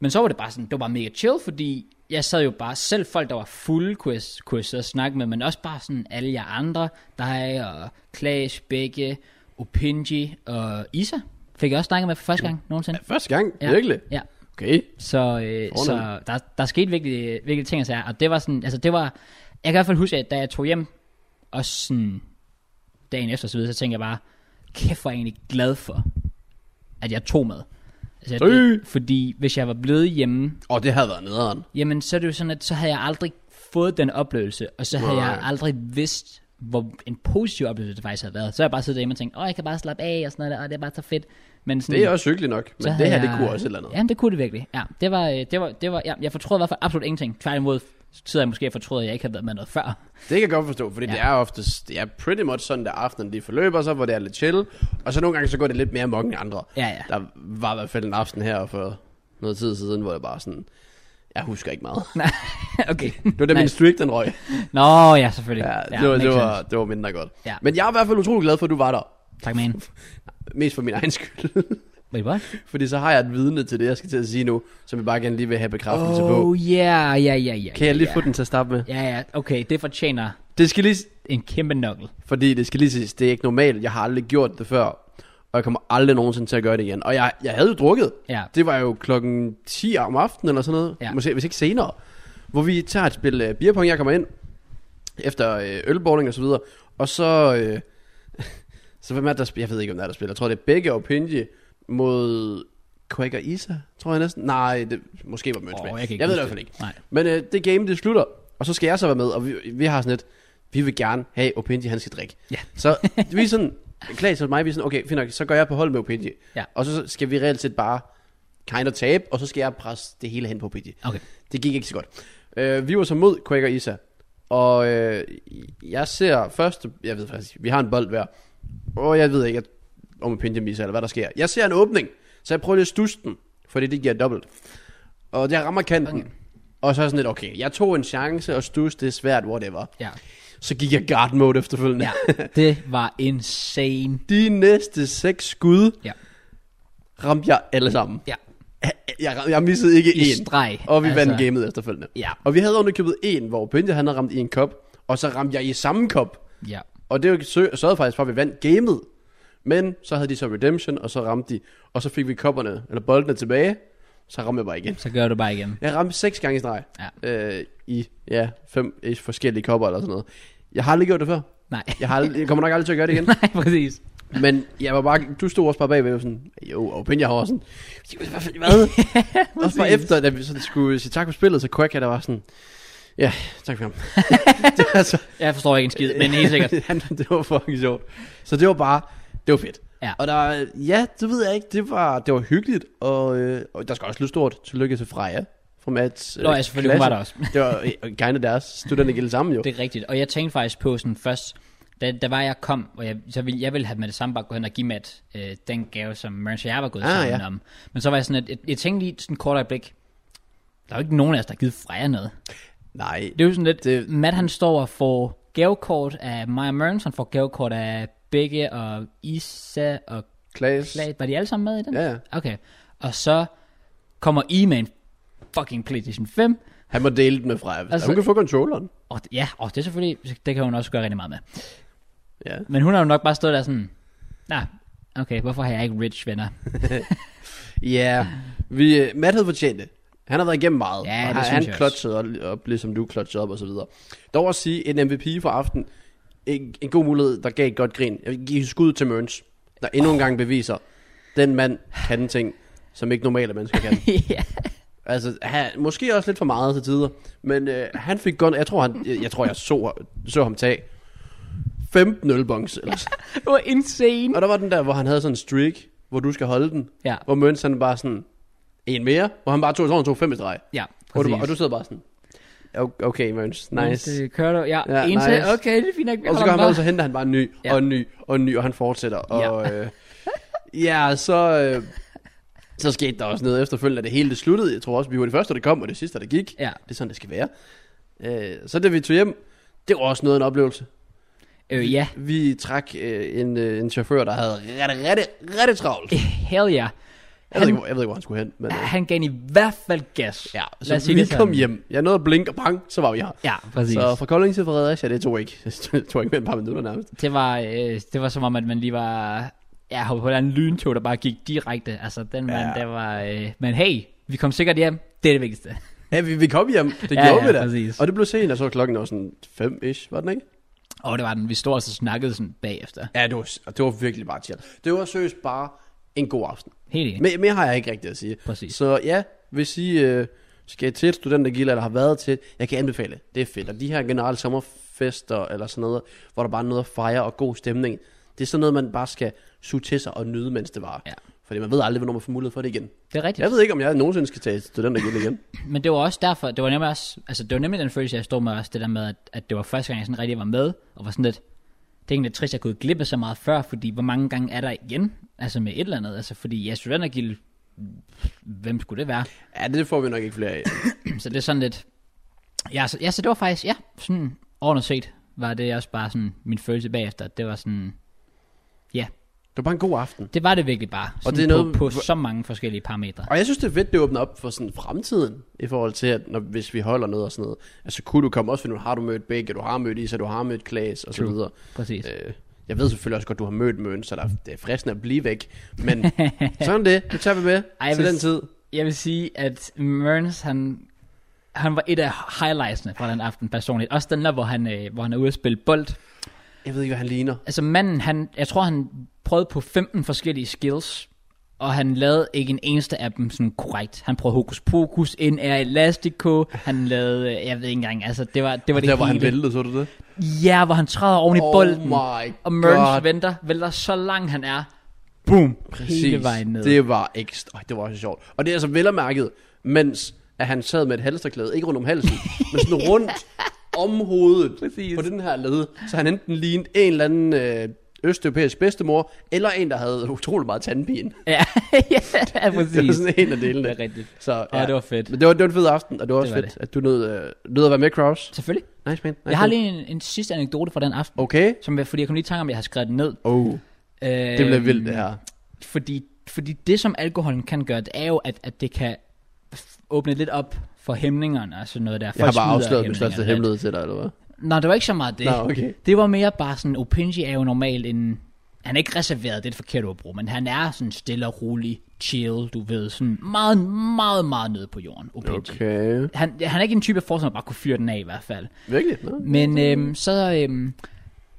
Speaker 1: Men så var det bare sådan, det var bare mega chill, fordi jeg sad jo bare, selv folk, der var fulde, kunne jeg, kunne jeg sidde og snakke med, men også bare sådan alle jer andre, dig og Klaas, Begge, Opinji og Isa, fik jeg også snakket med for første gang nogensinde.
Speaker 2: Første gang?
Speaker 1: Ja.
Speaker 2: Ja. Virkelig?
Speaker 1: Ja,
Speaker 2: Okay.
Speaker 1: så, øh,
Speaker 2: Fornemt.
Speaker 1: så der, der skete virkelig, virkelig ting og sager, og det var sådan, altså det var, jeg kan i hvert fald huske, at da jeg tog hjem, og sådan dagen efter og så videre, så tænkte jeg bare, kæft hvor er jeg egentlig glad for, at jeg tog med. Altså, jeg-
Speaker 2: Øh.
Speaker 1: fordi hvis jeg var blevet hjemme,
Speaker 2: Og det havde været nederen.
Speaker 1: jamen så er det jo sådan, at så havde jeg aldrig fået den oplevelse, og så havde
Speaker 2: Nej.
Speaker 1: jeg aldrig vidst, hvor en positiv oplevelse det faktisk havde været. Så har jeg bare siddet derhjemme og tænkt, åh, jeg kan bare slappe af, og sådan noget, der, og det er bare så fedt. Men sådan,
Speaker 2: Det er også hyggeligt nok, men
Speaker 1: så
Speaker 2: det
Speaker 1: havde
Speaker 2: her, det
Speaker 1: jeg-
Speaker 2: kunne også et eller andet.
Speaker 1: Jamen, det kunne det virkelig. Ja, det var, øh, det var, det var ja, jeg fortrød i hvert fald absolut ingenting. Tværtimod sidder jeg måske og fortryder, at jeg ikke havde været med noget før.
Speaker 2: Det kan jeg godt forstå, fordi
Speaker 1: Ja.
Speaker 2: ja. det er oftest, det er pretty much sådan, der aftenen lige forløber sig, hvor det er lidt chill, og så nogle gange så går det lidt mere amok end andre.
Speaker 1: Ja, ja.
Speaker 2: Der var i hvert fald en aften her for noget tid siden, hvor jeg bare sådan, jeg husker ikke meget.
Speaker 1: okay.
Speaker 2: Det var da min streak, den røg.
Speaker 1: Nå, ja, selvfølgelig.
Speaker 2: Ja, det, var, det,
Speaker 1: makes
Speaker 2: var,
Speaker 1: sense.
Speaker 2: det var mindre godt.
Speaker 1: Ja.
Speaker 2: Men jeg er i hvert fald utrolig glad for, at du var der.
Speaker 1: Tak, man.
Speaker 2: Mest for min egen skyld.
Speaker 1: Wait, what?
Speaker 2: fordi så har jeg et vidne til det, jeg skal til at sige nu, som jeg bare gerne lige vil have bekræftelse på.
Speaker 1: Oh, yeah, ja, ja, ja.
Speaker 2: Kan jeg lige
Speaker 1: ja.
Speaker 2: få den til at starte med?
Speaker 1: Ja, ja, okay, det fortjener
Speaker 2: Det skal lige,
Speaker 1: en kæmpe nokkel.
Speaker 2: Fordi det skal lige siges, det er ikke normalt. Jeg har aldrig gjort det før. Og jeg kommer aldrig nogensinde til at gøre det igen. Og jeg, jeg havde jo drukket.
Speaker 1: Ja.
Speaker 2: Det var jo klokken 10 om aftenen eller sådan noget.
Speaker 1: Ja.
Speaker 2: Måske, hvis ikke senere. Hvor vi tager et spil øh, beerpong. Jeg kommer ind efter øh, ølbowling og så videre. Og så... Øh, så hvem er det, der spiller? Jeg ved ikke, hvem der er, der spiller. Jeg tror, det er Begge og Pinji mod Quaker Isa, tror jeg næsten. Nej, det, måske var Møns
Speaker 1: Åh,
Speaker 2: med.
Speaker 1: jeg kan ikke
Speaker 2: jeg ved det i
Speaker 1: huske
Speaker 2: hvert fald ikke.
Speaker 1: Nej.
Speaker 2: Men øh, det game, det slutter, og så skal jeg så være med, og vi, vi har sådan et, vi vil gerne have Opinji, han skal drikke.
Speaker 1: Ja.
Speaker 2: Så vi er sådan, Klaas og mig, vi er sådan, okay, fint nok, så går jeg på hold med Opinji.
Speaker 1: Ja.
Speaker 2: Og så skal vi reelt set bare kind of tabe, og så skal jeg presse det hele hen på Opinji.
Speaker 1: Okay.
Speaker 2: Det gik ikke så godt. Øh, vi var så mod Quaker Isa, og øh, jeg ser først, jeg ved faktisk, vi har en bold hver, og jeg ved ikke, at- om Opinji misser, eller hvad der sker. Jeg ser en åbning, så jeg prøver lige at stusse den, fordi det giver dobbelt. Og jeg rammer kanten. Og så er jeg sådan lidt, okay, jeg tog en chance og stus, det er svært, whatever.
Speaker 1: Ja.
Speaker 2: Så gik jeg guard mode efterfølgende.
Speaker 1: ja, det var insane.
Speaker 2: De næste seks skud
Speaker 1: Ja.
Speaker 2: ramte jeg alle sammen.
Speaker 1: Ja,
Speaker 2: Jeg, ram- jeg missede ikke
Speaker 1: i
Speaker 2: én.
Speaker 1: streg.
Speaker 2: Og vi altså... vandt gamet efterfølgende.
Speaker 1: Ja.
Speaker 2: Og vi havde underkøbet en, hvor Pynte han havde ramt i en kop, og så ramte jeg i samme kop.
Speaker 1: Ja,
Speaker 2: Og det jo sø- sørgede faktisk for, at vi vandt gamet. Men så havde de så redemption, og så ramte de. Og så fik vi kopperne, eller boldene tilbage. Så ramte jeg bare igen.
Speaker 1: så gør du bare igen.
Speaker 2: Jeg ramte seks gange i streg.
Speaker 1: Ja.
Speaker 2: Øh, I, ja, fem i forskellige kopper eller sådan noget. Jeg har aldrig gjort det før.
Speaker 1: Nej,
Speaker 2: Jeg, har aldrig, jeg kommer nok aldrig til at gøre det igen.
Speaker 1: nej, præcis.
Speaker 2: Men jeg var bare, du stod også bare bagved og sådan, jo, og Benja har også sådan, "Jeg ved i hvert fald hvad? også bare efter, da vi sådan skulle sige tak for spillet, så Quack, der var sådan, ja, tak for ham. det, var så,
Speaker 1: Jeg forstår ikke en skid, men helt sikkert.
Speaker 2: han, det var fucking sjovt. Så det var bare, det var fedt.
Speaker 1: Ja.
Speaker 2: Og der, ja, det ved jeg ikke, det var, det var hyggeligt, og, øh, og der skal også lyde stort tillykke til Freja fra Mads øh,
Speaker 1: Nå, ja, selvfølgelig, hun var
Speaker 2: klasse.
Speaker 1: der også.
Speaker 2: Det var øh, gerne deres studerende sammen jo.
Speaker 1: Det er rigtigt. Og jeg tænkte faktisk på sådan først, da, da var jeg kom, og jeg, så ville, jeg ville have med det samme bare gå hen og give Matt øh, den gave, som Merns og jeg var gået
Speaker 2: Ah,
Speaker 1: ah, sammen
Speaker 2: ja.
Speaker 1: ja. om. Men så var jeg sådan, at jeg, jeg tænkte lige sådan et kort øjeblik, der er jo ikke nogen af os, der har givet Freja noget.
Speaker 2: Nej,
Speaker 1: Det er jo sådan lidt,
Speaker 2: Det-
Speaker 1: det... Matt han står og får gavekort af Maja Merns, han får gavekort af Begge og Isa og
Speaker 2: Klaas.
Speaker 1: Glad. Var de alle sammen med i den?
Speaker 2: Ja, ja.
Speaker 1: Okay. Og så kommer I med en fucking Playstation 5,
Speaker 2: Han må dele den med Freja. Altså,
Speaker 1: Altså-
Speaker 2: hun kan få controlleren.
Speaker 1: Og d- ja, og det er selvfølgelig, det kan hun også gøre rigtig meget med.
Speaker 2: Ja.
Speaker 1: Men hun har jo nok bare stået der sådan, nej, nah, okay, hvorfor har jeg ikke rich venner?
Speaker 2: Ja, vi, øh, Matt havde fortjent det. Han har været igennem meget.
Speaker 1: Ja,
Speaker 2: og
Speaker 1: det
Speaker 2: han,
Speaker 1: synes
Speaker 2: han
Speaker 1: jeg
Speaker 2: klodsede og, og blev som du klodsede op og så videre. Dog at sige, en MVP for aften, en, en god mulighed, der gav et godt grin. Jeg vil give skud til Mørns, der endnu en gang beviser, den mand kan ting, som ikke normale mennesker kan.
Speaker 1: ja.
Speaker 2: Altså, han, måske også lidt for meget til tider, men øh, han fik godt, jeg tror, han, jeg, jeg, tror, jeg så, så ham tage 15 ølbongs, eller sådan.
Speaker 1: Det var insane.
Speaker 2: Og der var den der, hvor han havde sådan en streak, hvor du skal holde den,
Speaker 1: Ja,
Speaker 2: hvor Møns han bare sådan, en mere, hvor han bare tog, så han tog fem i streg.
Speaker 1: ja,
Speaker 2: Og du,
Speaker 1: præcis.
Speaker 2: og du sidder bare sådan, "O- okay Møns, nice.
Speaker 1: Det kører du, ja,
Speaker 2: Ja,
Speaker 1: ja en nice.
Speaker 2: nice.
Speaker 1: til, okay, det er fint nok, vi
Speaker 2: Og så
Speaker 1: holder
Speaker 2: går
Speaker 1: den
Speaker 2: han med, og
Speaker 1: bare.
Speaker 2: så henter han bare en ny,
Speaker 1: Ja.
Speaker 2: og en ny, og en ny, og han fortsætter. Og ja, øh, ja så, øh, så skete der også noget efterfølgende, at det hele det sluttede. Jeg tror også, vi var det første, der kom, og det sidste, der gik.
Speaker 1: Ja,
Speaker 2: Det er sådan, det skal være. Øh, så da vi tog hjem, det var også noget af en oplevelse.
Speaker 1: øh, ja,
Speaker 2: Vi trak øh, en, øh, en chauffør, der havde rette, rette, rette travlt.
Speaker 1: hell ja.
Speaker 2: Jeg ved,
Speaker 1: Han,
Speaker 2: ikke, hvor, jeg ved ikke, hvor han skulle hen. Men, øh,
Speaker 1: han gav en i hvert fald gas.
Speaker 2: ja,
Speaker 1: Lad os
Speaker 2: så
Speaker 1: sige
Speaker 2: vi
Speaker 1: det
Speaker 2: kom
Speaker 1: sådan.
Speaker 2: hjem. Jeg nåede at blinke, og bang, så var vi her.
Speaker 1: Ja, præcis.
Speaker 2: Så fra Kolding til Fredericia, det tog ikke, det tog ikke mere end et par minutter nærmest.
Speaker 1: Det var, øh, det var som om, at man lige var ja, hoppet på en lyntog, der bare gik direkte. Altså, den mand,
Speaker 2: Ja.
Speaker 1: ja. der var... Øh, men hey, vi kom sikkert hjem. Det er det vigtigste.
Speaker 2: Ja, vi, vi kom hjem. Det
Speaker 1: Ja,
Speaker 2: gjorde
Speaker 1: ja,
Speaker 2: vi da.
Speaker 1: præcis.
Speaker 2: Og det blev sent, og så var klokken også sådan fem-ish, var den ikke?
Speaker 1: Og det var den. Vi stod og så snakkede sådan bagefter.
Speaker 2: Ja, det var, det var virkelig bare chill. Det var seriøst bare en god aften.
Speaker 1: Helt enig.
Speaker 2: Mere, mere har jeg ikke rigtigt at sige.
Speaker 1: Præcis.
Speaker 2: Så ja, hvis I øh, skal til et studentergilde, eller har været til, jeg kan anbefale, det er fedt. Og de her generelle sommerferie fester eller sådan noget, hvor der bare er noget at fejre og god stemning. Det er sådan noget, man bare skal suge til sig og nyde, mens det varer.
Speaker 1: Ja.
Speaker 2: Fordi man ved aldrig, hvornår man får mulighed for det igen.
Speaker 1: Det er rigtigt.
Speaker 2: Jeg ved ikke, om jeg nogensinde skal tage studenter igen igen.
Speaker 1: Men det var også derfor, det var nemlig også, altså det var nemlig den følelse, jeg stod med også, det der med, at, at det var første gang, jeg sådan rigtig var med, og var sådan lidt, det er egentlig lidt trist, jeg kunne glippe så meget før, fordi hvor mange gange er der igen, altså med et eller andet, altså fordi jeg studentergild, hvem skulle det være?
Speaker 2: Ja, det får vi nok ikke flere af.
Speaker 1: Så det er sådan lidt, ja så, ja, så det var faktisk, ja, sådan ordentligt set, var det også bare sådan min følelse bagefter, det var sådan, ja,
Speaker 2: Det var bare en god aften.
Speaker 1: det var det virkelig bare, sådan
Speaker 2: det er noget-
Speaker 1: på, på så mange forskellige parametre.
Speaker 2: Og jeg synes, det er fedt, det åbner op for sådan fremtiden, i forhold til, at når, hvis vi holder noget og sådan noget. Altså, kunne du komme også, for nu har du mødt Bække, du har mødt Isa, du har mødt Klaas, og så
Speaker 1: True.
Speaker 2: videre.
Speaker 1: Præcis.
Speaker 2: Øh, jeg ved selvfølgelig også godt, du har mødt Møn, så der, det er fristende at blive væk. Men sådan er det, det tager vi med
Speaker 1: Ej,
Speaker 2: Ej, til
Speaker 1: hvis-
Speaker 2: den tid.
Speaker 1: Jeg vil sige, at Merns, han, han var et af highlightsene fra den aften personligt. Også den der, hvor han, øh, hvor han er ude at spille bold.
Speaker 2: Jeg ved ikke, hvad han ligner.
Speaker 1: Altså manden, han, jeg tror, han prøvede på 15 forskellige skills, og han lavede ikke en eneste af dem sådan korrekt. Han prøvede hokus pokus, NR Elastico, han lavede, øh, jeg ved ikke engang, altså det var det, var det
Speaker 2: der, hvor han
Speaker 1: hele.
Speaker 2: væltede, så du det?
Speaker 1: Ja, hvor han træder oven i
Speaker 2: Oh
Speaker 1: bolden.
Speaker 2: my
Speaker 1: og Merns
Speaker 2: God.
Speaker 1: venter, vælter så langt han er. Boom. Hele
Speaker 2: Præcis.
Speaker 1: vejen ned.
Speaker 2: Det var ekstra. Øj, det var også sjovt. Og det er altså vel og mærket, mens at han sad med et halsterklæde, ikke rundt om halsen, men sådan rundt om hovedet
Speaker 1: Præcis.
Speaker 2: på den her led. Så han enten lignede en eller anden øh, østeuropæisk bedstemor, eller en, der havde utrolig meget tandpine.
Speaker 1: Ja, ja, præcis.
Speaker 2: Det var sådan en af delene.
Speaker 1: Det er rigtigt.
Speaker 2: Så,
Speaker 1: Ja. Og det var fedt.
Speaker 2: Men det var, det var en fed aften, og det var også
Speaker 1: Det var
Speaker 2: fedt, at du nød, øh, nød at være med, Kraus.
Speaker 1: Selvfølgelig.
Speaker 2: Nice, man. Nice
Speaker 1: Jeg har
Speaker 2: man.
Speaker 1: lige en, en sidste anekdote fra den aften,
Speaker 2: Okay.
Speaker 1: som, jeg- fordi jeg kom lige i tanke om, at jeg har skrevet den ned.
Speaker 2: Oh,
Speaker 1: Øh,
Speaker 2: det bliver vildt, det her.
Speaker 1: Fordi, fordi det, som alkoholen kan gøre, det er jo, at, at det kan f- åbne lidt op for hæmningerne og sådan noget der.
Speaker 2: Jeg har bare
Speaker 1: smider
Speaker 2: afsløret min
Speaker 1: hæmningerne
Speaker 2: største
Speaker 1: lidt.
Speaker 2: hemmelighed til dig, eller hvad?
Speaker 1: Nå, det var ikke så meget det.
Speaker 2: Nå, okay.
Speaker 1: Det var mere bare sådan, Opinji er jo normalt en... Han er ikke reserveret, det er et forkert ord at bruge, men han er sådan stille og rolig, chill, du ved, sådan meget, meget, meget nede på jorden, Opinji.
Speaker 2: Okay.
Speaker 1: Han, han er ikke en type af forsker, der bare kunne fyre den af i hvert fald.
Speaker 2: Virkelig? Nå.
Speaker 1: Men øhm, så, øhm,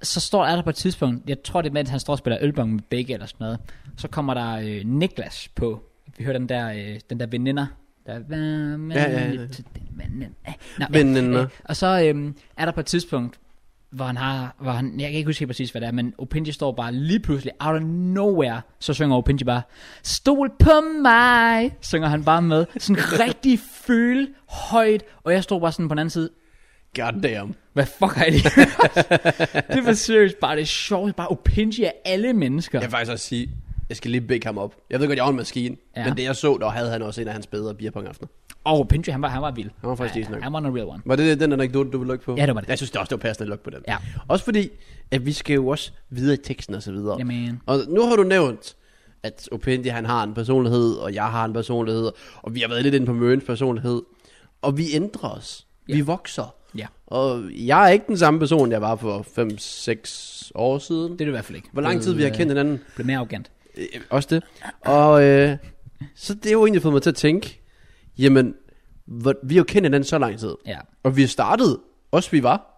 Speaker 1: så står er der på et tidspunkt, jeg tror det er mens han står og spiller ølbong med begge eller sådan noget, så kommer der øh, Niklas på. Vi hører den der, øh, den der veninder. Der,
Speaker 2: Ja, ja, ja.
Speaker 1: Nå,
Speaker 2: Veninder.
Speaker 1: øh, og så øhm, er der på et tidspunkt, hvor han har, hvor han, jeg kan ikke huske helt præcis, hvad det er, men Opinji står bare lige pludselig, out of nowhere, så synger Opinji bare, stol på mig, synger han bare med, sådan rigtig føl højt, og jeg stod bare sådan på den anden side,
Speaker 2: God damn.
Speaker 1: hvad fuck har jeg lige hørt? Det var seriøst bare det sjoveste. Bare Opinji af alle mennesker.
Speaker 2: Jeg vil faktisk også sige, jeg skal lige bække ham op. Jeg ved godt, jeg er en maskine,
Speaker 1: Ja.
Speaker 2: ja. men det jeg så, der havde han også en af hans bedre beerpong-aftener.
Speaker 1: Og Opinji, han var, han var vild.
Speaker 2: Han var faktisk decent nok.
Speaker 1: Han var en real one.
Speaker 2: Var det den anekdote, du ville lukke på?
Speaker 1: Ja, det var det.
Speaker 2: Jeg synes det også, det var passende at lukke på den.
Speaker 1: Ja.
Speaker 2: Også fordi, at vi skal jo også videre i teksten og så videre.
Speaker 1: Jamen.
Speaker 2: Og nu har du nævnt, at Opendi, han har en personlighed, og jeg har en personlighed, og vi har været lidt inde på Møns personlighed. Og vi ændrer os.
Speaker 1: Ja.
Speaker 2: Vi vokser.
Speaker 1: Ja,
Speaker 2: Og jeg er ikke den samme person, jeg var for 5-6 år siden.
Speaker 1: det er det i hvert fald ikke.
Speaker 2: Hvor lang tid vi har kendt hinanden.
Speaker 1: Øh, Blev mere arrogant.
Speaker 2: Øh, også det. Og øh, så det har jo egentlig fået mig til at tænke, jamen, hvor, vi har jo kendt hinanden så lang tid.
Speaker 1: Ja,
Speaker 2: Og vi har startet, også vi var.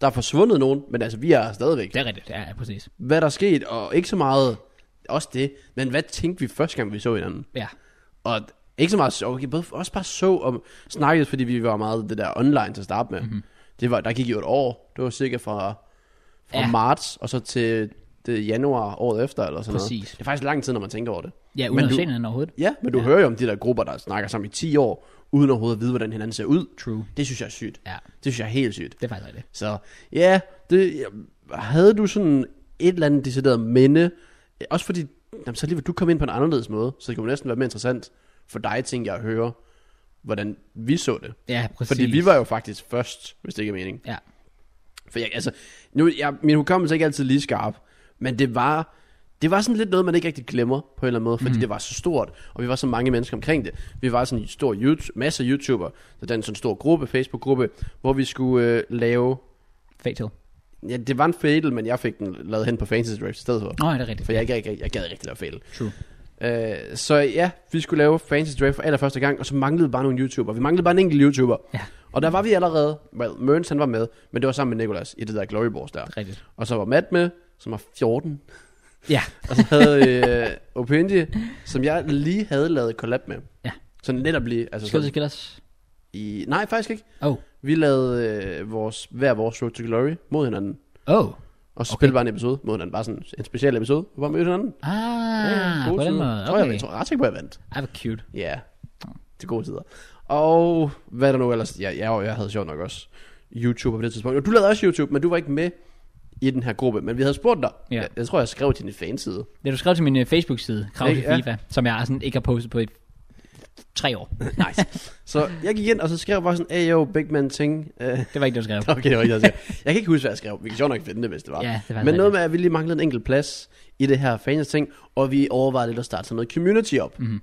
Speaker 2: Der er forsvundet nogen, men altså, vi er her stadigvæk.
Speaker 1: det er rigtigt. Ja, ja præcis.
Speaker 2: Hvad der er sket, og ikke så meget, også det. Men hvad tænkte vi første gang, vi så hinanden?
Speaker 1: Ja,
Speaker 2: Og ikke så meget så, okay, både, også bare så og snakkede, fordi vi var meget det der online til at starte med.
Speaker 1: Mhm.
Speaker 2: Mm-hmm. Det var, der gik jo et år. Det var cirka fra, fra
Speaker 1: Ja.
Speaker 2: ja. marts, og så til det januar året efter, eller sådan
Speaker 1: Præcis.
Speaker 2: noget. Det er faktisk lang tid, når man tænker over det.
Speaker 1: ja
Speaker 2: Men
Speaker 1: uden at
Speaker 2: du-
Speaker 1: se hinanden overhovedet.
Speaker 2: Ja, men du ja. hører jo om de der grupper, der snakker sammen i 10 år, uden overhovedet at vide, hvordan hinanden ser ud.
Speaker 1: True.
Speaker 2: Det synes jeg er sygt.
Speaker 1: Ja,
Speaker 2: Det synes jeg er helt sygt.
Speaker 1: det er faktisk rigtigt.
Speaker 2: Så ja, det, havde du sådan et eller andet decideret minde, også fordi, jamen, så lige vil du komme ind på en anderledes måde, så det kunne næsten være mere interessant for dig, tænker jeg, at høre, hvordan vi så det.
Speaker 1: Ja, præcis.
Speaker 2: Fordi vi var jo faktisk først, hvis det ikke er mening.
Speaker 1: Ja,
Speaker 2: For jeg, altså, nu, jeg, min hukommelse er ikke altid lige skarp, men det var, det var sådan lidt noget, man ikke rigtig glemmer på en eller anden måde,
Speaker 1: Mhm.
Speaker 2: fordi mm. det var så stort, og vi var så mange mennesker omkring det. Vi var sådan en stor YouTube, masse YouTuber, så den sådan en stor gruppe, Facebook-gruppe, hvor vi skulle øh, lave
Speaker 1: fatal.
Speaker 2: Ja, det var en fatal, men jeg fik den lavet hen på Fantasy Draft i stedet for.
Speaker 1: Nå, ja, det er rigtigt.
Speaker 2: For jeg, jeg, jeg, jeg gad ikke rigtig lave fatal.
Speaker 1: True.
Speaker 2: Øh, så ja, vi skulle lave Fantasy Draft for allerførste gang, og så manglede vi bare nogle YouTuber. Vi manglede bare en enkelt YouTuber.
Speaker 1: Ja.
Speaker 2: Og der var vi allerede, well, Mørns han var med, men det var sammen med Nicolas i det der Glory Wars der.
Speaker 1: Det er rigtigt.
Speaker 2: Og så var Matt med, som var 14.
Speaker 1: Ja,
Speaker 2: Og så havde øh, Opinji, som jeg lige havde lavet collab med.
Speaker 1: Ja.
Speaker 2: Sådan lidt at blive... Altså,
Speaker 1: skal du
Speaker 2: sådan,
Speaker 1: skille os?
Speaker 2: i, nej, faktisk ikke.
Speaker 1: Oh,
Speaker 2: Vi lavede øh, vores, hver vores Road to Glory mod hinanden.
Speaker 1: Oh.
Speaker 2: Og så
Speaker 1: Okay.
Speaker 2: okay. spillede bare en episode mod hinanden. Bare sådan en speciel episode, hvor man mødte hinanden.
Speaker 1: Ah,
Speaker 2: gode
Speaker 1: på den
Speaker 2: tider.
Speaker 1: måde.
Speaker 2: Tror jeg,
Speaker 1: Okay.
Speaker 2: jeg tror ret sikker på, jeg vandt.
Speaker 1: Ej, hvor cute.
Speaker 2: Ja, yeah. det er gode tider. Og hvad er der nu ellers? Ja, jeg, jeg havde sjovt nok også YouTube på det tidspunkt. Og du lavede også YouTube, men du var ikke med i den her gruppe. Men vi havde spurgt dig.
Speaker 1: Ja.
Speaker 2: Jeg, jeg tror, jeg skrev til din fanside.
Speaker 1: Det du skrev til min øh, Facebook-side, Krav til
Speaker 2: Ikke? Ja.
Speaker 1: FIFA, som jeg sådan ikke har postet på i tre år.
Speaker 2: Nice. så jeg gik ind, og så skrev jeg bare sådan, hey yo, big man ting. Øh,
Speaker 1: Det var ikke det, du skrev.
Speaker 2: Okay, det var ikke det, jeg skrev. Jeg kan ikke huske, hvad jeg skrev. Vi kan sjovt nok finde det, hvis det var.
Speaker 1: Ja, det var
Speaker 2: Men
Speaker 1: det.
Speaker 2: noget med, at vi lige manglede en enkelt plads i det her fans ting, og vi overvejede lidt at starte sådan noget community op.
Speaker 1: Mhm.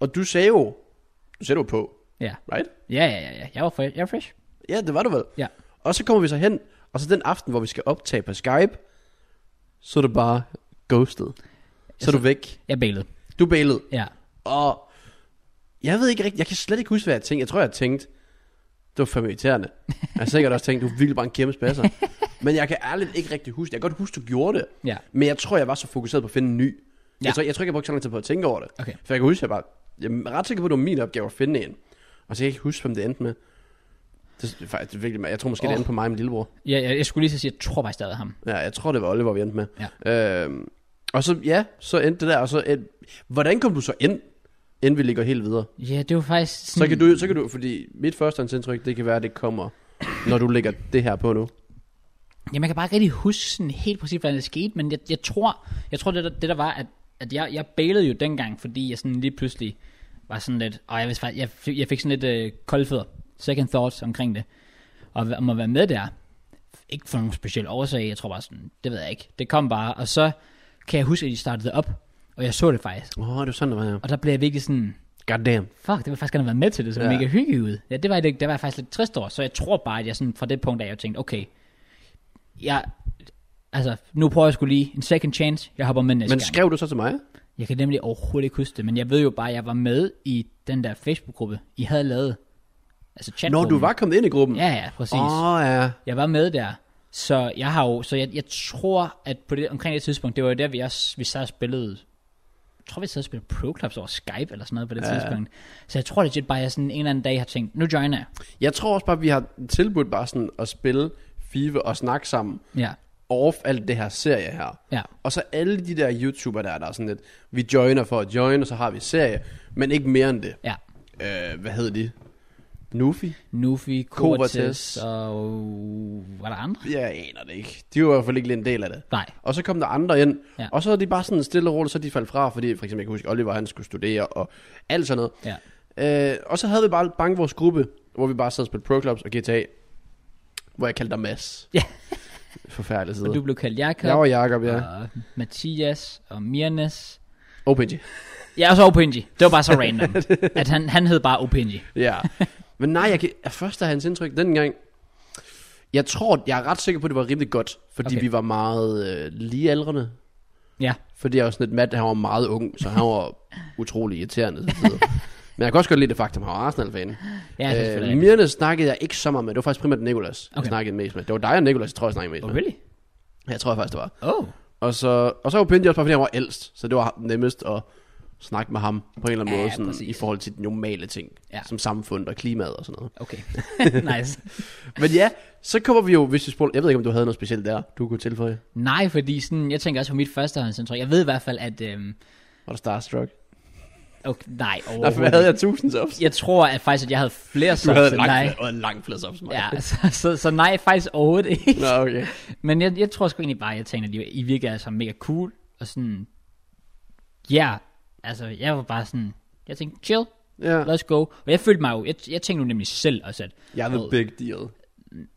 Speaker 2: Og du sagde jo, du sagde jo på,
Speaker 1: Ja.
Speaker 2: right?
Speaker 1: Ja, ja, ja, ja. Jeg var fresh. Jeg var fresh.
Speaker 2: Ja, det var du vel.
Speaker 1: Ja.
Speaker 2: Og så kommer vi så hen, og så den aften, hvor vi skal optage på Skype, så er du bare ghostet. Så
Speaker 1: Altså-
Speaker 2: er du væk.
Speaker 1: Jeg bailede.
Speaker 2: Du bailede.
Speaker 1: Ja.
Speaker 2: Og jeg ved ikke rigtigt, jeg kan slet ikke huske, hvad jeg tænkte. Jeg tror, jeg tænkte, det var fandme irriterende. Jeg har sikkert også tænkt, du er virkelig bare en kæmpe spasser. Men jeg kan ærligt ikke rigtig huske det. Jeg kan godt huske, du gjorde det.
Speaker 1: Ja.
Speaker 2: Men jeg tror, jeg var så fokuseret på at finde en ny. Ja.
Speaker 1: Ja.
Speaker 2: Jeg, tror, jeg tror ikke, jeg brugte så lang tid på at tænke over det.
Speaker 1: Okay.
Speaker 2: For jeg kan huske, jeg var jeg er ret sikker på, at det var min opgave at finde en. Og så kan jeg ikke huske, hvem det endte med. Det, det er faktisk det er virkelig, jeg tror måske, oh.
Speaker 1: Åh.
Speaker 2: det endte på mig og min lillebror.
Speaker 1: Ja, jeg, jeg skulle lige så sige, at jeg tror faktisk, det var ham.
Speaker 2: Ja, jeg tror, det var Oliver, vi endte med. Ja. Øhm, og så, ja, så endte det der. Og så endte, hvordan kom du så ind, inden vi ligger helt videre?
Speaker 1: Ja, det var faktisk sådan...
Speaker 2: Så kan, du, så kan du, fordi mit førstehåndsindtryk, det kan være, at det kommer, når du lægger det her på nu.
Speaker 1: Jamen, jeg kan bare ikke rigtig huske sådan helt præcis, hvordan det skete, men jeg, jeg tror, jeg tror det, der, det der var, at, at jeg, jeg bailede jo dengang, fordi jeg sådan lige pludselig var sådan lidt, og jeg, vidste, faktisk- jeg, fik- jeg fik sådan lidt øh, kolde fødder, second thoughts omkring det, og hva- om at være med der, ikke for nogen speciel årsag, jeg tror bare sådan, det ved jeg ikke, det kom bare, og så kan jeg huske, at de startede op, og jeg så det faktisk,
Speaker 2: Åh, oh, det var sådan, det var her.
Speaker 1: og der blev jeg virkelig sådan,
Speaker 2: God damn.
Speaker 1: fuck, det var faktisk gerne være med til det, så ja.
Speaker 2: Ja.
Speaker 1: mega hyggeligt ud. Ja, det var, jeg det, det var jeg faktisk lidt trist over, så jeg tror bare, at jeg sådan fra det punkt af, jeg tænkte, okay, jeg, altså, nu prøver jeg skulle lige en second chance, jeg hopper med næste
Speaker 2: Men
Speaker 1: gang.
Speaker 2: skrev du så til mig?
Speaker 1: Jeg kan nemlig overhovedet ikke huske det, men jeg ved jo bare, at jeg var med i den der Facebook-gruppe, I havde lavet, altså chat
Speaker 2: Når du var kommet ind i gruppen?
Speaker 1: Ja, ja, præcis.
Speaker 2: Åh, oh, ja.
Speaker 1: Jeg var med der, så jeg har jo, så jeg, jeg tror, at på det, omkring det tidspunkt, det var jo der, vi, også, vi sad og spillede, jeg tror, vi sad og spillede Pro Clubs over Skype eller sådan noget på det ja. tidspunkt. Så jeg tror legit bare, at jeg sådan en eller anden dag har tænkt, nu joiner jeg.
Speaker 2: Jeg tror også bare, at vi har tilbudt bare sådan at spille FIFA og snakke sammen
Speaker 1: Ja,
Speaker 2: off alt det her serie her.
Speaker 1: ja,
Speaker 2: Og så alle de der YouTuber der, der er sådan lidt, vi joiner for at join, og så har vi serie, men ikke mere end det.
Speaker 1: ja.
Speaker 2: Øh, hvad hedder de? Nufi?
Speaker 1: Nufi,
Speaker 2: Kovates.
Speaker 1: Kovates og... Var der andre?
Speaker 2: Jeg aner det ikke. De var i hvert fald ikke en del af det.
Speaker 1: Nej.
Speaker 2: Og så kom der andre ind,
Speaker 1: Ja.
Speaker 2: ja. og så er de bare sådan stille og roligt, så er de faldt fra, fordi for eksempel, jeg kan huske, Oliver han skulle studere og alt sådan noget.
Speaker 1: Ja.
Speaker 2: Øh, og så havde vi bare banket vores gruppe, hvor vi bare sad og spillede Pro Clubs og GTA, hvor jeg kaldte dig Mads.
Speaker 1: Ja.
Speaker 2: Forfærdelig side.
Speaker 1: Og du Ah. blev kaldt Jakob,
Speaker 2: Jeg var Jacob, ja.
Speaker 1: og Mathias og Mirnes.
Speaker 2: OPG.
Speaker 1: Ja, og så Opinji. Det var bare så random, at han, han hed bare Opinji.
Speaker 2: Ja. Men nej, jeg kan, at først af hans indtryk dengang, jeg tror, jeg er ret sikker på, at det var rimelig godt, fordi
Speaker 1: Okay.
Speaker 2: vi var meget øh, ligealdrende.
Speaker 1: Ja,
Speaker 2: Fordi jeg var sådan lidt mat, han var meget ung, så han var utrolig irriterende. til tider. Men jeg kan også godt lide det faktum, at han var Arsenal-fan.
Speaker 1: ja, det er selvfølgelig
Speaker 2: Øh,
Speaker 1: rigtigt.
Speaker 2: Mirne snakkede jeg ikke så meget med. Det var faktisk primært Nikolas, okay. jeg
Speaker 1: Okay.
Speaker 2: snakkede mest med. Det var dig og Nikolas, jeg tror, jeg snakkede mest
Speaker 1: Oh,
Speaker 2: med.
Speaker 1: really?
Speaker 2: Jeg tror jeg faktisk, det var.
Speaker 1: Oh,
Speaker 2: Og så, og så var Pindy også bare, fordi han var ældst. Så det var nemmest at snakke med ham på en eller anden
Speaker 1: Ja,
Speaker 2: måde, sådan,
Speaker 1: præcis.
Speaker 2: i forhold til de normale ting,
Speaker 1: Ja.
Speaker 2: ja. som samfund og klimaet og sådan noget.
Speaker 1: okay. nice.
Speaker 2: Men ja, så kommer vi jo, hvis vi spoler, jeg ved ikke, om du havde noget specielt der, du kunne tilføje.
Speaker 1: Nej, fordi sådan, jeg tænker også på mit førstehåndsindtryk. Jeg ved i hvert fald, at... Øhm,
Speaker 2: Var du starstruck?
Speaker 1: okay, nej,
Speaker 2: Derfor
Speaker 1: overhovedet.
Speaker 2: havde
Speaker 1: jeg...
Speaker 2: jeg tusind subs.
Speaker 1: jeg tror at faktisk, at jeg havde flere
Speaker 2: Du
Speaker 1: subs
Speaker 2: havde
Speaker 1: end
Speaker 2: langt,
Speaker 1: dig.
Speaker 2: flere, og langt flere subs end mig.
Speaker 1: Ja, så, så, så, nej, faktisk overhovedet ikke.
Speaker 2: Nå, okay.
Speaker 1: Men jeg, jeg tror sgu egentlig bare, at jeg tænkte, at I- I virker altså mega cool. Og sådan... Ja, altså, jeg var bare sådan... Jeg tænkte, chill,
Speaker 2: Ja.
Speaker 1: let's go. Og jeg følte mig jo... Jeg, jeg tænkte nu nemlig selv også, at...
Speaker 2: Jeg er the big deal.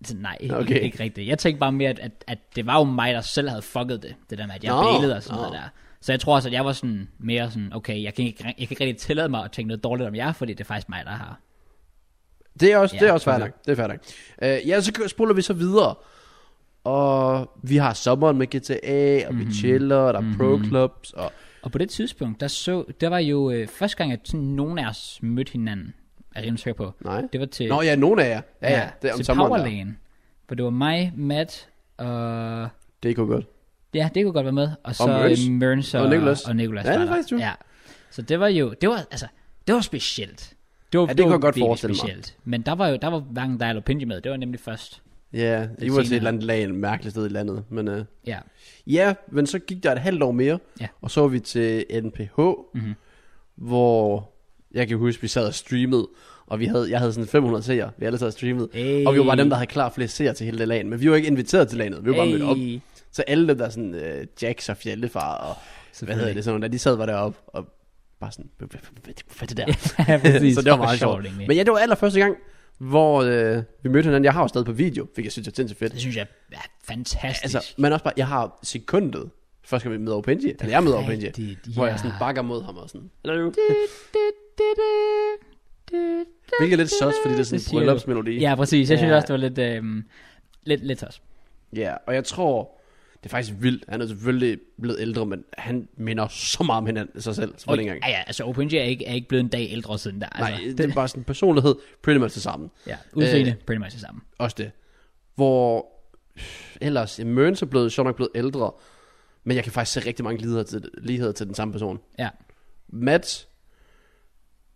Speaker 1: Så nej, ikke, okay.
Speaker 2: Okay.
Speaker 1: ikke rigtigt. Jeg tænkte bare mere, at, at, at det var jo mig, der selv havde fucket det. Det der med, at jeg
Speaker 2: Nå,
Speaker 1: bailede og sådan
Speaker 2: nå.
Speaker 1: noget der. Så jeg tror også, at jeg var sådan mere sådan, okay, jeg kan ikke, jeg kan ikke rigtig tillade mig at tænke noget dårligt om jer, fordi det er faktisk mig, der har.
Speaker 2: Det er også,
Speaker 1: Ja,
Speaker 2: ja, det er også fair
Speaker 1: okay.
Speaker 2: nok. Det er fair nok. Øh, ja, så spoler vi så videre. Og vi har sommeren med GTA, og mm-hmm. vi chiller, og der er pro clubs, og
Speaker 1: Og på det tidspunkt, der, så, der var jo øh, første gang, at sådan nogen af os mødte hinanden, er jeg rimelig sikker på.
Speaker 2: nej.
Speaker 1: Det var til,
Speaker 2: Nå ja, nogen af jer. Ja, ja, det er om
Speaker 1: Øh, til
Speaker 2: sommeren der.
Speaker 1: Powerlane. Hvor det var mig, Matt og...
Speaker 2: Det kunne godt.
Speaker 1: Ja, det kunne godt være med. Og så
Speaker 2: Mørns.
Speaker 1: øh, Mørns og,
Speaker 2: Og Nicolas.
Speaker 1: Og Nicolas
Speaker 2: Ja, det er
Speaker 1: var der.
Speaker 2: faktisk true.
Speaker 1: Ja. Så det var jo, det var, altså, det var specielt. Det var,
Speaker 2: Ja, det kunne jeg godt
Speaker 1: virkelig
Speaker 2: forestille mig.
Speaker 1: specielt. mig. Men der var jo der var hverken dig eller Pindy med. Det var nemlig først.
Speaker 2: Ja, yeah, det var til et eller andet lag, en mærkelig sted i landet. Men, øh,
Speaker 1: Ja.
Speaker 2: ja, men så gik der et halvt år mere,
Speaker 1: Ja. Mhm.
Speaker 2: og så var vi til NPH, mm-hmm. hvor jeg kan huske, vi sad og streamede, og vi havde, jeg havde sådan 500 seere, vi alle sad og streamede,
Speaker 1: Hey.
Speaker 2: og vi var bare dem, der havde klar flest seere til hele det lagen, men vi var ikke inviteret til landet, vi var bare mødt op. Så alle dem, der sådan, øh, Jax og Fjellefar og hvad hedder det, sådan nogle der, de sad bare deroppe og bare sådan, hvad er det der?
Speaker 1: ja, præcis.
Speaker 2: så det var meget
Speaker 1: Fuck,
Speaker 2: sjovt.
Speaker 1: egentlig.
Speaker 2: Men ja, det var allerførste gang, hvor øh, vi mødte hinanden. Jeg har jo stadig på video, hvilket jeg synes er sindssygt fedt.
Speaker 1: Det synes jeg er fantastisk.
Speaker 2: Altså, men også bare, jeg har sekundet, første gang vi møder Openji, eller jeg møder Openji,
Speaker 1: Rigtigt,
Speaker 2: hvor
Speaker 1: ja.
Speaker 2: jeg sådan bakker mod ham og sådan. Hvilket er lidt søs, fordi det er sådan
Speaker 1: Det
Speaker 2: en
Speaker 1: siger du.
Speaker 2: bryllupsmelodi.
Speaker 1: Ja, præcis. Jeg synes
Speaker 2: Ja.
Speaker 1: også, det var lidt, øhm, lidt, lidt tos.
Speaker 2: Ja, og jeg tror, det er faktisk vildt. Han er selvfølgelig blevet ældre, men han minder så meget om hinanden, sig selv, som
Speaker 1: Og,
Speaker 2: okay. dengang.
Speaker 1: ja, ja, altså OpenJ er ikke, er ikke blevet en dag ældre siden der. Altså,
Speaker 2: Nej, det er bare sådan personlighed, pretty much det samme.
Speaker 1: ja, udseende, øh, pretty much det samme.
Speaker 2: Også det. Hvor ellers, ja, Mørens er blevet, sjovt nok blevet ældre, men jeg kan faktisk se rigtig mange ligheder til, ligheder til den samme person.
Speaker 1: Ja,
Speaker 2: Matt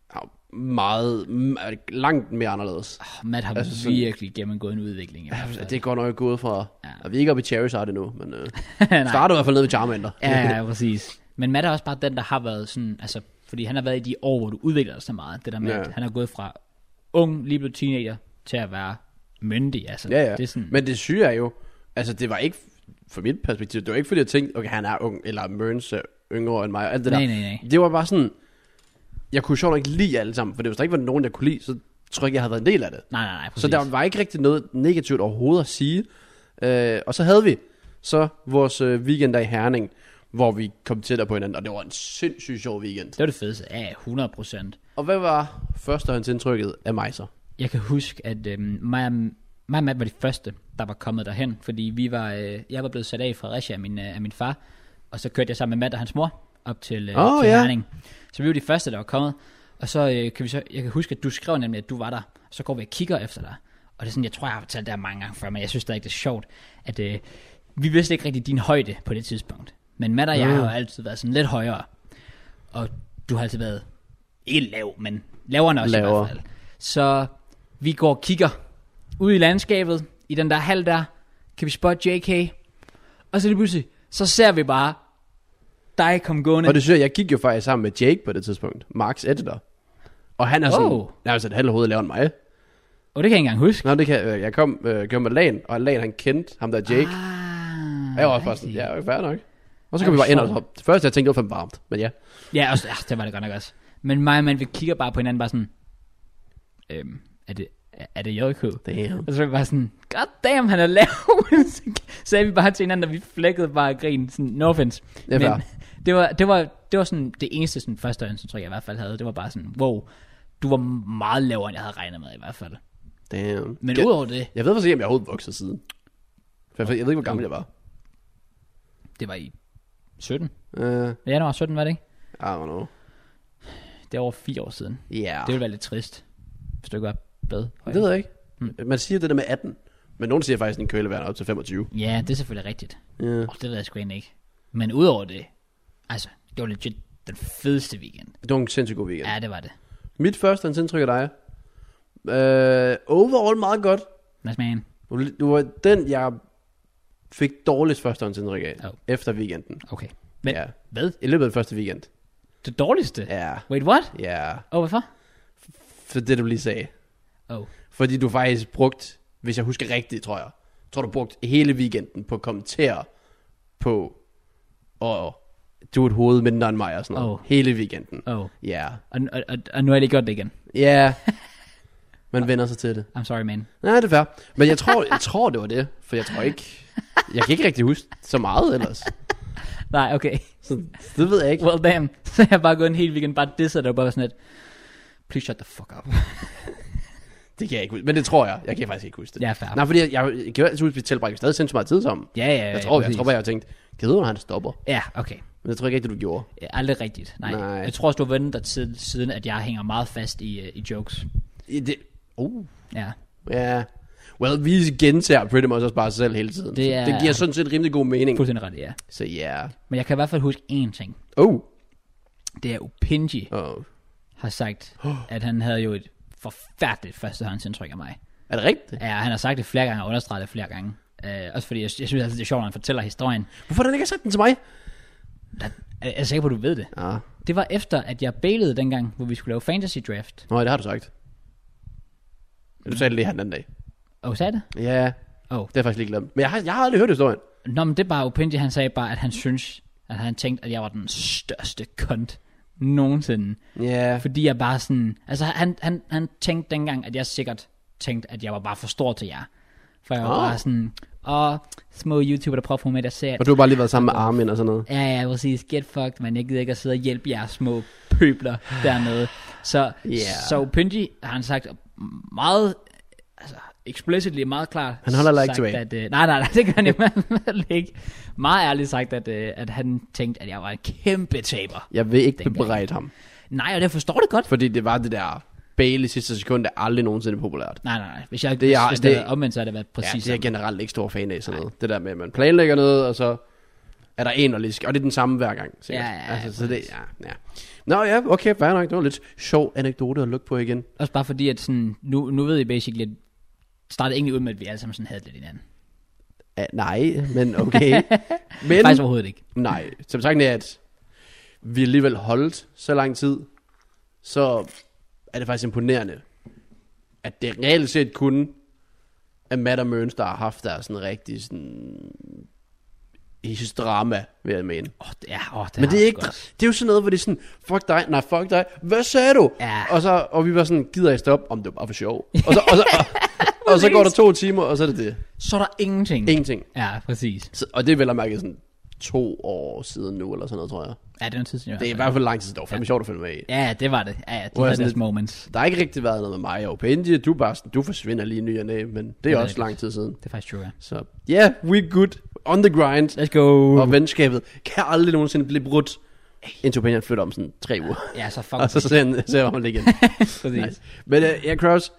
Speaker 2: er jo meget, m- langt mere anderledes.
Speaker 1: oh, Matt har
Speaker 2: Altså
Speaker 1: altså,
Speaker 2: sådan-
Speaker 1: virkelig gennemgået en udvikling. Ja,
Speaker 2: Altså, Det går nok gået fra,
Speaker 1: Ja.
Speaker 2: og vi er ikke oppe i Charizard endnu, men øh,
Speaker 1: Nej.
Speaker 2: starter i hvert fald nede ved Charmander.
Speaker 1: ja, ja, præcis. Men Matt er også bare den, der har været sådan, altså, fordi han har været i de år, hvor du udvikler dig så meget. Det der med,
Speaker 2: Ja.
Speaker 1: ja. at han er gået fra ung, lige blevet teenager, til at være myndig. Altså,
Speaker 2: ja, ja.
Speaker 1: Det er sådan,
Speaker 2: Men det syge er jo, altså det var ikke, fra mit perspektiv, det var ikke fordi jeg tænkte, okay, han er ung, eller Mørens er yngre end mig, og alt det
Speaker 1: nej,
Speaker 2: der.
Speaker 1: nej, nej.
Speaker 2: Det var bare sådan, jeg kunne sjovt nok ikke lide alle sammen, for hvis der ikke var nogen, jeg kunne lide, så tror jeg ikke, jeg havde været en del af det.
Speaker 1: Nej, nej, nej, præcis.
Speaker 2: Så der var ikke rigtig noget negativt overhovedet at sige. Øh, og så havde vi så vores øh, weekend der i Herning, hvor vi kom tættere på hinanden, og det var en sindssygt sjov weekend.
Speaker 1: Det var det fedeste. Ja, 100 procent.
Speaker 2: Og hvad var førstehåndsindtrykket af mig så?
Speaker 1: Jeg kan huske, at øh, mig, og- mig og Matt var de første, der var kommet derhen, fordi vi var, øh, jeg var blevet sat af i Fredericia af min, øh, af min far, og så kørte jeg sammen med Matt og hans mor op til, øh,
Speaker 2: Åh,
Speaker 1: til
Speaker 2: ja.
Speaker 1: Herning. Så vi var de første, der var kommet, og så øh, kan vi så, jeg kan huske, at du skrev nemlig, at du var der, så går vi og kigger efter dig. Og det er sådan, jeg tror, jeg har fortalt det her mange gange før, men jeg synes stadig, det er sjovt, at øh, vi vidste ikke rigtig din højde på det tidspunkt. Men Matt og jeg
Speaker 2: Mm.
Speaker 1: har jo altid været sådan lidt højere, og du har altid været, ikke lav, men lavere end os i
Speaker 2: Lavere.
Speaker 1: hvert fald. Så vi går og kigger ud i landskabet, i den der hal der, kan vi spotte JK, og så lige pludselig, så ser vi bare dig komme gående.
Speaker 2: Og det synes jeg, jeg gik jo faktisk sammen med Jake på det tidspunkt, Marks editor. Og han er sådan,
Speaker 1: Oh.
Speaker 2: oh. nærmest et halvt hoved lavere end mig.
Speaker 1: Og det kan jeg ikke engang huske.
Speaker 2: Nå, det kan, øh, jeg kom, øh, kom med Lan, og Lan han kendte ham der Jake. Ah,
Speaker 1: Ah,
Speaker 2: og jeg var også bare sådan,
Speaker 1: rigtigt.
Speaker 2: ja, fair nok. Og så
Speaker 1: Ej,
Speaker 2: kom vi bare
Speaker 1: hvor
Speaker 2: ind, og
Speaker 1: sjovt.
Speaker 2: så- det første jeg tænkte, det var for varmt, men ja.
Speaker 1: Ja, også, ja, det var det godt nok også. Men mig og man, vi kigger bare på hinanden, bare sådan, øhm, er det, er det JK?
Speaker 2: Damn.
Speaker 1: Og så var vi bare sådan, god damn, han er lav. så sagde vi bare til hinanden, og vi flækkede bare og grin, sådan, no offense.
Speaker 2: Det er fair.
Speaker 1: det var, det var, det var sådan det eneste sådan, første øjensindtryk, jeg i hvert fald havde. Det var bare sådan, wow, du var meget lavere, end jeg havde regnet med i hvert fald.
Speaker 2: Damn.
Speaker 1: Men
Speaker 2: jeg,
Speaker 1: udover det,
Speaker 2: jeg ved faktisk ikke, om jeg overhovedet voksede siden. For jeg, jeg ved ikke, hvor gammel jeg var.
Speaker 1: det var i 17.
Speaker 2: Uh,
Speaker 1: Januar 17 var det ikke?
Speaker 2: I don't know.
Speaker 1: Det er over fire år siden.
Speaker 2: Ja.
Speaker 1: Det ville være lidt trist, hvis du ikke var blevet. høj.
Speaker 2: Ah. Det ved jeg ikke.
Speaker 1: Hmm.
Speaker 2: Man siger det der med 18, men nogen siger faktisk, at en køleværn er op til 25.
Speaker 1: Ja, det er selvfølgelig rigtigt.
Speaker 2: Ja.
Speaker 1: Og det ved jeg sgu egentlig ikke. Men udover det, altså, det var legit den fedeste weekend.
Speaker 2: Det var en sindssygt god weekend.
Speaker 1: Ja, det var det.
Speaker 2: Mit første hans indtryk af dig. Øh, overall meget godt.
Speaker 1: Nice man.
Speaker 2: Du, du var den, jeg fik dårligst førstehåndsindtryk af,
Speaker 1: Oh.
Speaker 2: efter weekenden.
Speaker 1: Okay. Men
Speaker 2: Ja.
Speaker 1: hvad?
Speaker 2: I løbet af den første weekend.
Speaker 1: Det dårligste?
Speaker 2: Ja,
Speaker 1: Wait, what?
Speaker 2: ja.
Speaker 1: Åh, oh, hvorfor?
Speaker 2: For det, du lige sagde.
Speaker 1: Oh.
Speaker 2: Fordi du faktisk brugt, hvis jeg husker rigtigt, tror jeg, tror du brugt hele weekenden på at kommentere på, og du er et hoved mindre end mig og sådan noget.
Speaker 1: Oh.
Speaker 2: Hele weekenden.
Speaker 1: Oh.
Speaker 2: Ja.
Speaker 1: Og, og, og, og nu har jeg lige gjort det igen.
Speaker 2: Ja. Man vender sig til det.
Speaker 1: I'm sorry, man.
Speaker 2: Nej, det er fair. Men jeg tror, jeg tror, det var det. For jeg tror ikke... Jeg kan ikke rigtig huske så meget ellers.
Speaker 1: Nej, okay.
Speaker 2: Så det ved jeg ikke.
Speaker 1: Well, damn. Så jeg har bare gået en hel weekend, bare disset dig, og bare sådan lidt, please shut the fuck up.
Speaker 2: Det kan jeg ikke huske. Men det tror jeg. Jeg kan faktisk ikke huske det.
Speaker 1: Det er fair.
Speaker 2: Nej, fordi jeg, jeg, jeg kan jo altid huske, at vi tilbrækker stadig sindssygt meget tid sammen.
Speaker 1: Ja, ja, ja.
Speaker 2: Jeg tror, jeg,
Speaker 1: præcis.
Speaker 2: tror, bare, jeg har tænkt, kan du, når han stopper?
Speaker 1: Ja, okay.
Speaker 2: Men det tror jeg ikke rigtigt, du gjorde.
Speaker 1: Ja, Aldrig rigtigt. Nej.
Speaker 2: Nej.
Speaker 1: Jeg tror også, du har vendt dig til, siden, at jeg hænger meget fast i, øh, i jokes.
Speaker 2: I Det, oh,
Speaker 1: Ja.
Speaker 2: ja. Well, vi gentager pretty much også bare os selv hele tiden.
Speaker 1: Det
Speaker 2: Det,
Speaker 1: er-
Speaker 2: det giver sådan set rimelig god mening.
Speaker 1: Fuldstændig ret, ja.
Speaker 2: Så ja.
Speaker 1: Men jeg kan i hvert fald huske én ting.
Speaker 2: Yeah. Oh.
Speaker 1: Det er Opinji.
Speaker 2: oh.
Speaker 1: har sagt, at han havde jo et forfærdeligt førstehåndsindtryk af mig.
Speaker 2: Er det rigtigt?
Speaker 1: Ja, han har sagt det flere gange og understreget det flere gange. Øh, også fordi jeg, jeg synes altid, det er sjovt, når han fortæller historien.
Speaker 2: Hvorfor har den ikke har sagt den til mig? Ah.
Speaker 1: Der, er jeg sikker på, at du ved det?
Speaker 2: Ja.
Speaker 1: Det var efter, at jeg bailede dengang, hvor vi skulle lave fantasy draft.
Speaker 2: Nå, ja, det har du sagt. Du sagde det lige her den anden dag.
Speaker 1: Og sagde det?
Speaker 2: Ja,
Speaker 1: Oh.
Speaker 2: det har jeg faktisk lige glemt. Men jeg har, jeg har aldrig hørt historien.
Speaker 1: Nå, men det er bare Opinji, han sagde bare, at han synes, at han tænkte, at jeg var den største kont nogensinde.
Speaker 2: Ja.
Speaker 1: Fordi jeg bare sådan... Altså, han, han, han tænkte dengang, at jeg sikkert tænkte, at jeg var bare for stor til jer. For jeg var
Speaker 2: Åh.
Speaker 1: bare sådan... Åh, små YouTuber, der prøver at få mig til at se, at
Speaker 2: Og du har bare lige været sammen med Armin og sådan noget.
Speaker 1: Ja, ja, præcis. Get fucked, man. Jeg gider ikke at sidde og hjælpe jer små pøbler dernede. Så,
Speaker 2: Yeah.
Speaker 1: yeah. så Pynji har han sagt meget, altså explicitly meget klart.
Speaker 2: Han holder heller ikke
Speaker 1: sagt,
Speaker 2: tilbage.
Speaker 1: At, øh, nej, nej, nej, det gør han ikke. ikke. Meget ærligt sagt, at, øh, at han tænkte, at jeg var en kæmpe taber.
Speaker 2: Jeg vil ikke
Speaker 1: Dengang.
Speaker 2: bebrejde ham.
Speaker 1: Nej, og jeg forstår det godt.
Speaker 2: Fordi det var det der Bale i sidste sekund, der aldrig nogensinde er populært.
Speaker 1: Nej, nej, nej. Hvis jeg
Speaker 2: Det
Speaker 1: det
Speaker 2: er-
Speaker 1: er, hvis det,
Speaker 2: det-
Speaker 1: det, omvendt, så havde det været
Speaker 2: Ja,
Speaker 1: præcis
Speaker 2: det er
Speaker 1: ja,
Speaker 2: jeg generelt ikke stor fan af sådan noget. Det der med, at man planlægger noget, og så er der en, og lige skal, og det er den samme hver gang. sikkert.
Speaker 1: Ja, ja, ja,
Speaker 2: altså, så det, ja, ja. Nå ja, okay, fair nok. Det var lidt sjov anekdote at lukke på igen.
Speaker 1: Også bare fordi, at sådan, nu, nu ved I basically, at startede egentlig ud med, at vi alle sammen sådan havde lidt hinanden.
Speaker 2: Ja, nej, men okay. men,
Speaker 1: Faktisk overhovedet ikke.
Speaker 2: nej, som sagt er, at vi alligevel holdt så lang tid, så er det faktisk imponerende, at det reelt set kun er Matt og Møns, der har haft deres sådan rigtig sådan drama, vil jeg mene.
Speaker 1: Åh, det er, åh, det
Speaker 2: Men det
Speaker 1: har
Speaker 2: er,
Speaker 1: jeg
Speaker 2: ikke,
Speaker 1: godt.
Speaker 2: det er jo sådan noget, hvor det er sådan, fuck dig, nej, fuck dig, hvad sagde du?
Speaker 1: Ja.
Speaker 2: Og, så, og vi var sådan, gider I stoppe? Om det var bare for sjov. Og så, og, så, og, og så går der to timer, og så er det det.
Speaker 1: så er der ingenting.
Speaker 2: Ingenting.
Speaker 1: ja, præcis.
Speaker 2: Så, og det er vel at mærke sådan to år siden nu, eller sådan noget, tror jeg.
Speaker 1: Ja, det var tid, siden,
Speaker 2: Det er i hvert fald lang tid, siden. det var fandme sjovt at følge med i.
Speaker 1: Ja, det var det. Ja, ja, de
Speaker 2: Hvor jeg
Speaker 1: havde
Speaker 2: sådan
Speaker 1: deres
Speaker 2: lidt-
Speaker 1: moments.
Speaker 2: Der har ikke rigtig været noget med mig og Opinje, du er bare sådan, du forsvinder lige i ny og næ, men det er
Speaker 1: er
Speaker 2: også
Speaker 1: rigtigt.
Speaker 2: lang tid siden.
Speaker 1: Det er faktisk true, ja.
Speaker 2: Så ja, yeah, we're good, on the grind,
Speaker 1: Let's go.
Speaker 2: og venskabet kan aldrig nogensinde blive brudt, indtil Opinje flytter om sådan tre uger.
Speaker 1: Ja, så fuck
Speaker 2: Og så
Speaker 1: præcis.
Speaker 2: ser han- ser jeg ham igen.
Speaker 1: præcis.
Speaker 2: nice. Men uh, ja, Kraus,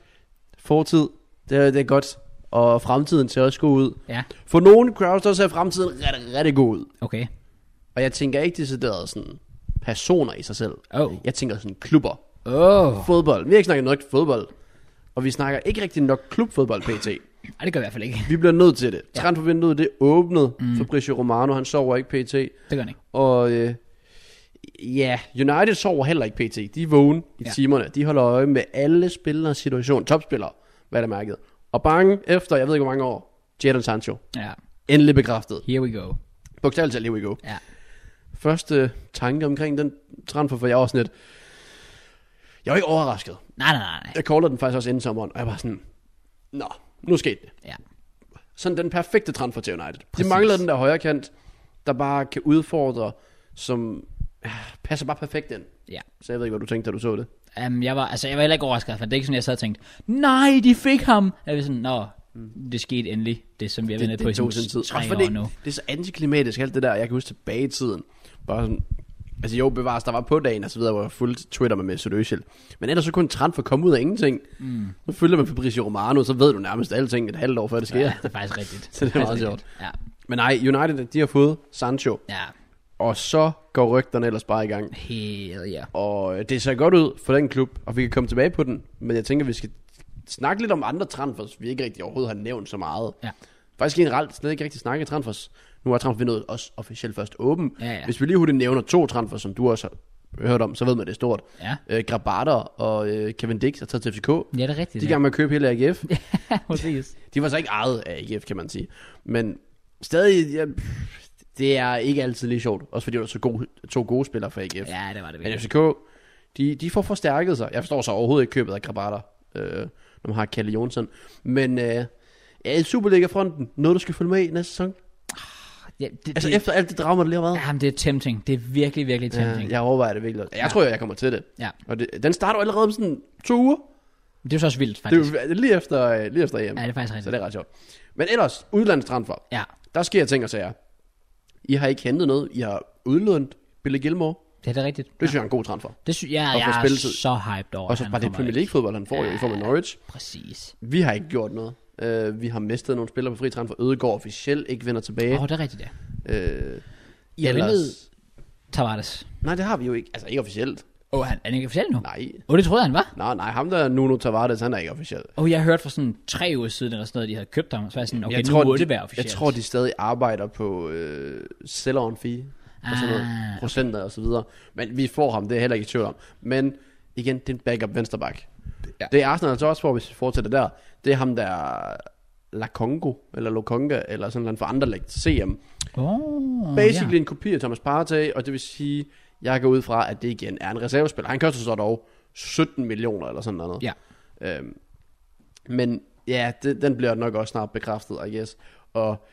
Speaker 2: fortid, det, er- det er godt. Og fremtiden ser også god ud.
Speaker 1: Ja,
Speaker 2: For nogen, Kraus, der ser fremtiden rigtig, rigtig god ud.
Speaker 1: okay.
Speaker 2: Og jeg tænker ikke decideret sådan personer i sig selv.
Speaker 1: Oh.
Speaker 2: Jeg tænker sådan klubber.
Speaker 1: Åh. Oh.
Speaker 2: Fodbold. Vi har ikke snakket nok fodbold. Og vi snakker ikke rigtig nok klubfodbold, PT.
Speaker 1: Ej, det gør jeg i hvert fald ikke.
Speaker 2: Vi bliver nødt til det. Transfervinduet, det åbnede. Mm. Fabricio Romano, han sover ikke PT.
Speaker 1: Det gør jeg ikke.
Speaker 2: Og øh, ja, United sover heller ikke pt. De er vågne i ja.
Speaker 1: Ja.
Speaker 2: timerne. De holder øje med alle spillers situation. Topspillere, hvad der mærket. Og bange efter, jeg ved ikke hvor mange år, Jadon Sancho.
Speaker 1: Ja,
Speaker 2: Endelig bekræftet.
Speaker 1: here we go.
Speaker 2: Bogstaveligt talt, here we go.
Speaker 1: Ja.
Speaker 2: Første tanke omkring den transfer, for jeg var sådan lidt... Jeg var ikke overrasket.
Speaker 1: Nej, nej, nej, nej.
Speaker 2: Jeg caller den faktisk også inden sommeren, og jeg var sådan... Nå, nu skete det.
Speaker 1: Ja,
Speaker 2: sådan den perfekte transfer til United. Præcis.
Speaker 1: Præcis.
Speaker 2: De mangler den der højre kant, der bare kan udfordre, som øh, passer bare perfekt ind.
Speaker 1: ja.
Speaker 2: Så jeg ved ikke, hvad du tænkte, da du så det.
Speaker 1: Um, jeg var, altså, jeg var heller ikke overrasket, for det er ikke sådan, jeg sad og tænkte, nej, de fik ham. Jeg var sådan, nå, det skete endelig. Det, som vi har ventet på i
Speaker 2: Mm. tog sin
Speaker 1: sådan tre
Speaker 2: Også
Speaker 1: år
Speaker 2: fordi
Speaker 1: nu.
Speaker 2: Det er så antiklimatisk, alt det der. Jeg kan huske tilbage i tiden. Bare sådan, altså jo, bevares, der var på dagen og så videre, hvor jeg fulgte Twitter med Mesut Özil. Men ellers så kunne en transfer komme ud af ingenting. Mm. Nu følger man Fabricio Romano, så ved du nærmest alting et halvt år før det sker.
Speaker 1: Ja,
Speaker 2: Ja.
Speaker 1: det er faktisk rigtigt.
Speaker 2: Så det er
Speaker 1: faktisk
Speaker 2: meget
Speaker 1: rigtigt. Ja,
Speaker 2: Men nej, United, de har fået Sancho.
Speaker 1: ja.
Speaker 2: Og så går rygterne ellers bare i gang.
Speaker 1: Hell ja. Yeah.
Speaker 2: Og øh, det ser godt ud for den klub, og vi kan komme tilbage på den. Men jeg tænker, vi skal snakke lidt om andre transfers, vi ikke rigtig overhovedet har nævnt så meget.
Speaker 1: Ja.
Speaker 2: Faktisk generelt slet ikke rigtig snakket transfers. Nu er transfervinduet også officielt først åben.
Speaker 1: Ja, ja.
Speaker 2: Hvis vi lige hurtigt nævner to transfers, som du også har hørt om, så ved man, det er stort.
Speaker 1: Ja.
Speaker 2: Øh, Grabater og øh, Kevin Dix er taget til FCK. De
Speaker 1: Ja, det er rigtigt.
Speaker 2: er i gang med at købe hele AGF.
Speaker 1: ja, præcis.
Speaker 2: De var så ikke ejet af AGF, kan man sige. Men stadig, ja, det er ikke altid lige sjovt. Også fordi der er så gode, to gode spillere for AGF.
Speaker 1: Ja, det var det
Speaker 2: Men
Speaker 1: virkelig.
Speaker 2: FCK, de, de får forstærket sig. Jeg forstår så overhovedet ikke købet af Grabater, øh, når man har Kalle Jonsson. Men øh, ja, i Superliga-fronten, noget du skal følge med i næste sæson.
Speaker 1: Ja, det,
Speaker 2: Altså
Speaker 1: det-
Speaker 2: efter alt det drama, der lige har været.
Speaker 1: Jamen, det er tempting. Det er virkelig, virkelig tempting.
Speaker 2: Ja,
Speaker 1: Ja,
Speaker 2: jeg overvejer det virkelig. Jeg tror, jeg kommer til det.
Speaker 1: ja.
Speaker 2: Og det, den starter jo allerede om sådan to uger.
Speaker 1: Det er jo så også vildt,
Speaker 2: Det
Speaker 1: faktisk. Det
Speaker 2: er jo lige efter, øh, lige efter EM.
Speaker 1: Ja, det er faktisk
Speaker 2: så
Speaker 1: rigtigt.
Speaker 2: det er ret sjovt. Men ellers, udlandstransfer.
Speaker 1: Ja,
Speaker 2: Der sker ting og sager. I har ikke hentet noget. I har udlånt Billy Gilmore.
Speaker 1: det er det rigtigt.
Speaker 2: Det synes jeg er en god transfer.
Speaker 1: Det sy- ja,
Speaker 2: Og få
Speaker 1: jeg er
Speaker 2: spilletid.
Speaker 1: så hyped over,
Speaker 2: Og så
Speaker 1: at han
Speaker 2: bare det
Speaker 1: kommer
Speaker 2: Premier
Speaker 1: ind.
Speaker 2: League-fodbold, han får jo i form af Norwich.
Speaker 1: Præcis.
Speaker 2: Vi har ikke gjort noget. Øh, vi har mistet nogle spillere på fri transfer. Ødegaard officielt ikke vender tilbage.
Speaker 1: Åh, oh, det er rigtigt, ja.
Speaker 2: øh,
Speaker 1: I har ventet- Tavares.
Speaker 2: Nej, det har vi jo ikke. Altså ikke officielt.
Speaker 1: Åh, oh, han er ikke officiel nu? Åh,
Speaker 2: Nej.
Speaker 1: oh, det troede jeg, han var.
Speaker 2: Nej, nej, ham der er Nuno Tavares, han er ikke officiel.
Speaker 1: Åh, oh, jeg hørte for sådan tre uger siden, eller sådan noget, de havde købt ham. Så var jeg sådan, okay,
Speaker 2: jeg
Speaker 1: nu må det være
Speaker 2: de,
Speaker 1: officielt.
Speaker 2: jeg tror, de stadig arbejder på øh, sell on fee og sådan noget,
Speaker 1: Ah,
Speaker 2: procenter og så videre. Men vi får ham, det er jeg heller ikke i tvivl om. Men igen, det er en backup vensterbak.
Speaker 1: Ja.
Speaker 2: Ja. Det er Arsenal altså også for, hvis vi fortsætter der. Det er ham, der er La Congo, eller Lokonga, eller sådan noget for Anderlecht, CM.
Speaker 1: Oh,
Speaker 2: Basically en kopi af Thomas Partey, og det vil sige, jeg går ud fra, at det igen er en reservespiller. Han koster så dog 17 millioner eller sådan noget.
Speaker 1: Ja.
Speaker 2: Øhm, men ja, det, den bliver nok også snart bekræftet, I guess. Og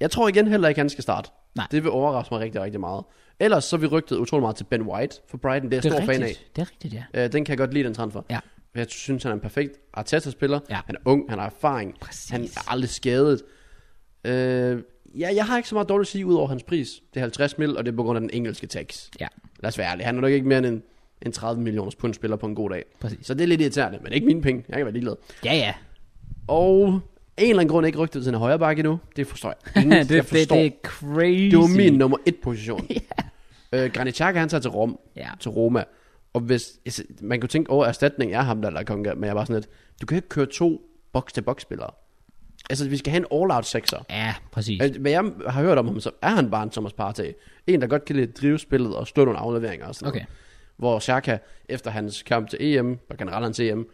Speaker 2: jeg tror igen heller ikke, han skal starte.
Speaker 1: Nej.
Speaker 2: Det vil overraske mig rigtig, rigtig meget. Ellers så er vi rygtet utrolig meget til Ben White for Brighton. Det er jeg
Speaker 1: Det er
Speaker 2: stor fan af.
Speaker 1: rigtigt. Det er rigtigt, ja.
Speaker 2: Øh, den kan jeg godt lide, den transfer.
Speaker 1: Ja.
Speaker 2: Jeg synes, han er en perfekt Arteta-spiller.
Speaker 1: Ja.
Speaker 2: Han er ung, han har erfaring.
Speaker 1: Præcis.
Speaker 2: Han er aldrig skadet. Øh, ja, jeg har ikke så meget dårligt at sige ud over hans pris. Det er 50 mil, og det er på grund af den engelske tax.
Speaker 1: Ja.
Speaker 2: Lad os være ærlige. Han er nok ikke mere end en, en 30 millioners pund spiller på en god dag.
Speaker 1: Præcis.
Speaker 2: Så det er lidt irriterende, men ikke mine penge. Jeg kan være ligeglad.
Speaker 1: Ja, ja.
Speaker 2: Og en eller anden grund er ikke rygtet til en højre bakke endnu. Det forstår jeg.
Speaker 1: det,
Speaker 2: Ingen,
Speaker 1: det,
Speaker 2: jeg
Speaker 1: det,
Speaker 2: forstår.
Speaker 1: det, er crazy.
Speaker 2: det var min nummer et position. yeah. øh, Granit Xhaka, han tager til Rom
Speaker 1: Ja.
Speaker 2: til Roma. Og hvis, altså, man kunne tænke over, at erstatning er ham, der er konga, men jeg var sådan lidt, du kan ikke køre to box-to-box-spillere. Altså, vi skal have en all-out sekser.
Speaker 1: Ja, præcis.
Speaker 2: Altså, Hvad jeg har hørt om ham, så er han bare en Thomas Partey. En, der godt kan lide at drive spillet og stå nogle afleveringer og sådan
Speaker 1: Okay.
Speaker 2: noget. Hvor Xhaka, efter hans kamp til EM, og generelt hans EM,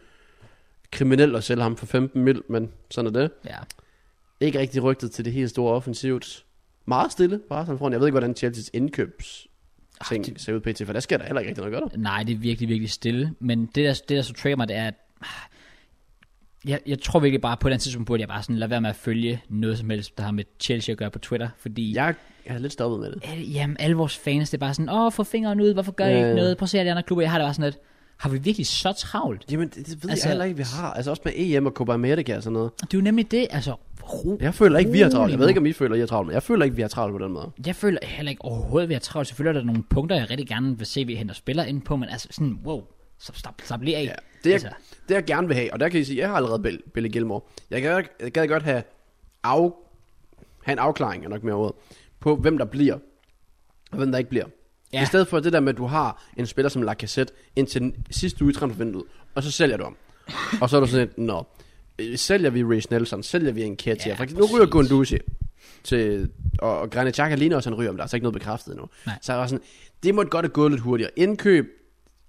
Speaker 2: kriminel at sælge ham for 15 mil, men sådan er det.
Speaker 1: Ja.
Speaker 2: Ikke rigtig rygtet til det helt store offensivt. Meget stille på Arsenal front. Jeg ved ikke, hvordan Chelsea's indkøbs ting ser ud pt, for der sker der heller ikke rigtig noget godt.
Speaker 1: Nej, det er virkelig, virkelig stille. Men det der, det der så trigger mig, det er, at ah, jeg, jeg tror virkelig bare, på et eller andet tidspunkt burde jeg bare sådan lade være med at følge noget som helst, der har med Chelsea at gøre på Twitter. Fordi
Speaker 2: Jeg, jeg er lidt stoppet med det.
Speaker 1: alle, jamen, alle vores fans, det er bare sådan, åh, få fingeren ud, hvorfor gør I
Speaker 2: Ja,
Speaker 1: ikke
Speaker 2: ja.
Speaker 1: noget? Prøv at se alle de andre klubber, jeg har det bare sådan lidt, har vi virkelig så travlt?
Speaker 2: Jamen, det, det ved
Speaker 1: Altså-
Speaker 2: altså, jeg heller ikke, vi har. Altså også med EM og Copa America og sådan noget.
Speaker 1: Det er jo nemlig det, altså, ro.
Speaker 2: Jeg føler ikke, vi har travlt. Jeg ved
Speaker 1: Rolig
Speaker 2: ikke, om I føler, I har travlt, men jeg føler ikke, vi har travlt på den måde.
Speaker 1: Jeg føler heller ikke overhovedet, at vi har travlt. Selvfølgelig er der nogle punkter, jeg rigtig gerne vil se, at vi henter spillere ind på, men altså sådan, wow, så stop, stop lige af.
Speaker 2: Ja, det, jeg,
Speaker 1: altså,
Speaker 2: det jeg gerne vil have, og der kan I sige, jeg har allerede Bill, Billy Gilmore. Jeg gad, jeg gad godt have, af, have en afklaring, er nok mere ordet, på hvem der bliver, og hvem der ikke bliver.
Speaker 1: Ja.
Speaker 2: Ja. I stedet for det der med, at du har en spiller som Lacazette indtil den sidste uge i transfervinduet, og så sælger du ham. og så er du sådan lidt, nå, øh, sælger vi Reece Nelson, sælger vi en Ketia,
Speaker 1: Ja,
Speaker 2: ja, nu ryger
Speaker 1: præcis.
Speaker 2: Gunduzi til, og, og Granit Xhaka ligner også, han ryger, men der er altså ikke noget bekræftet endnu.
Speaker 1: Nej.
Speaker 2: Så jeg var sådan, det måtte godt have gået lidt hurtigere. Indkøb,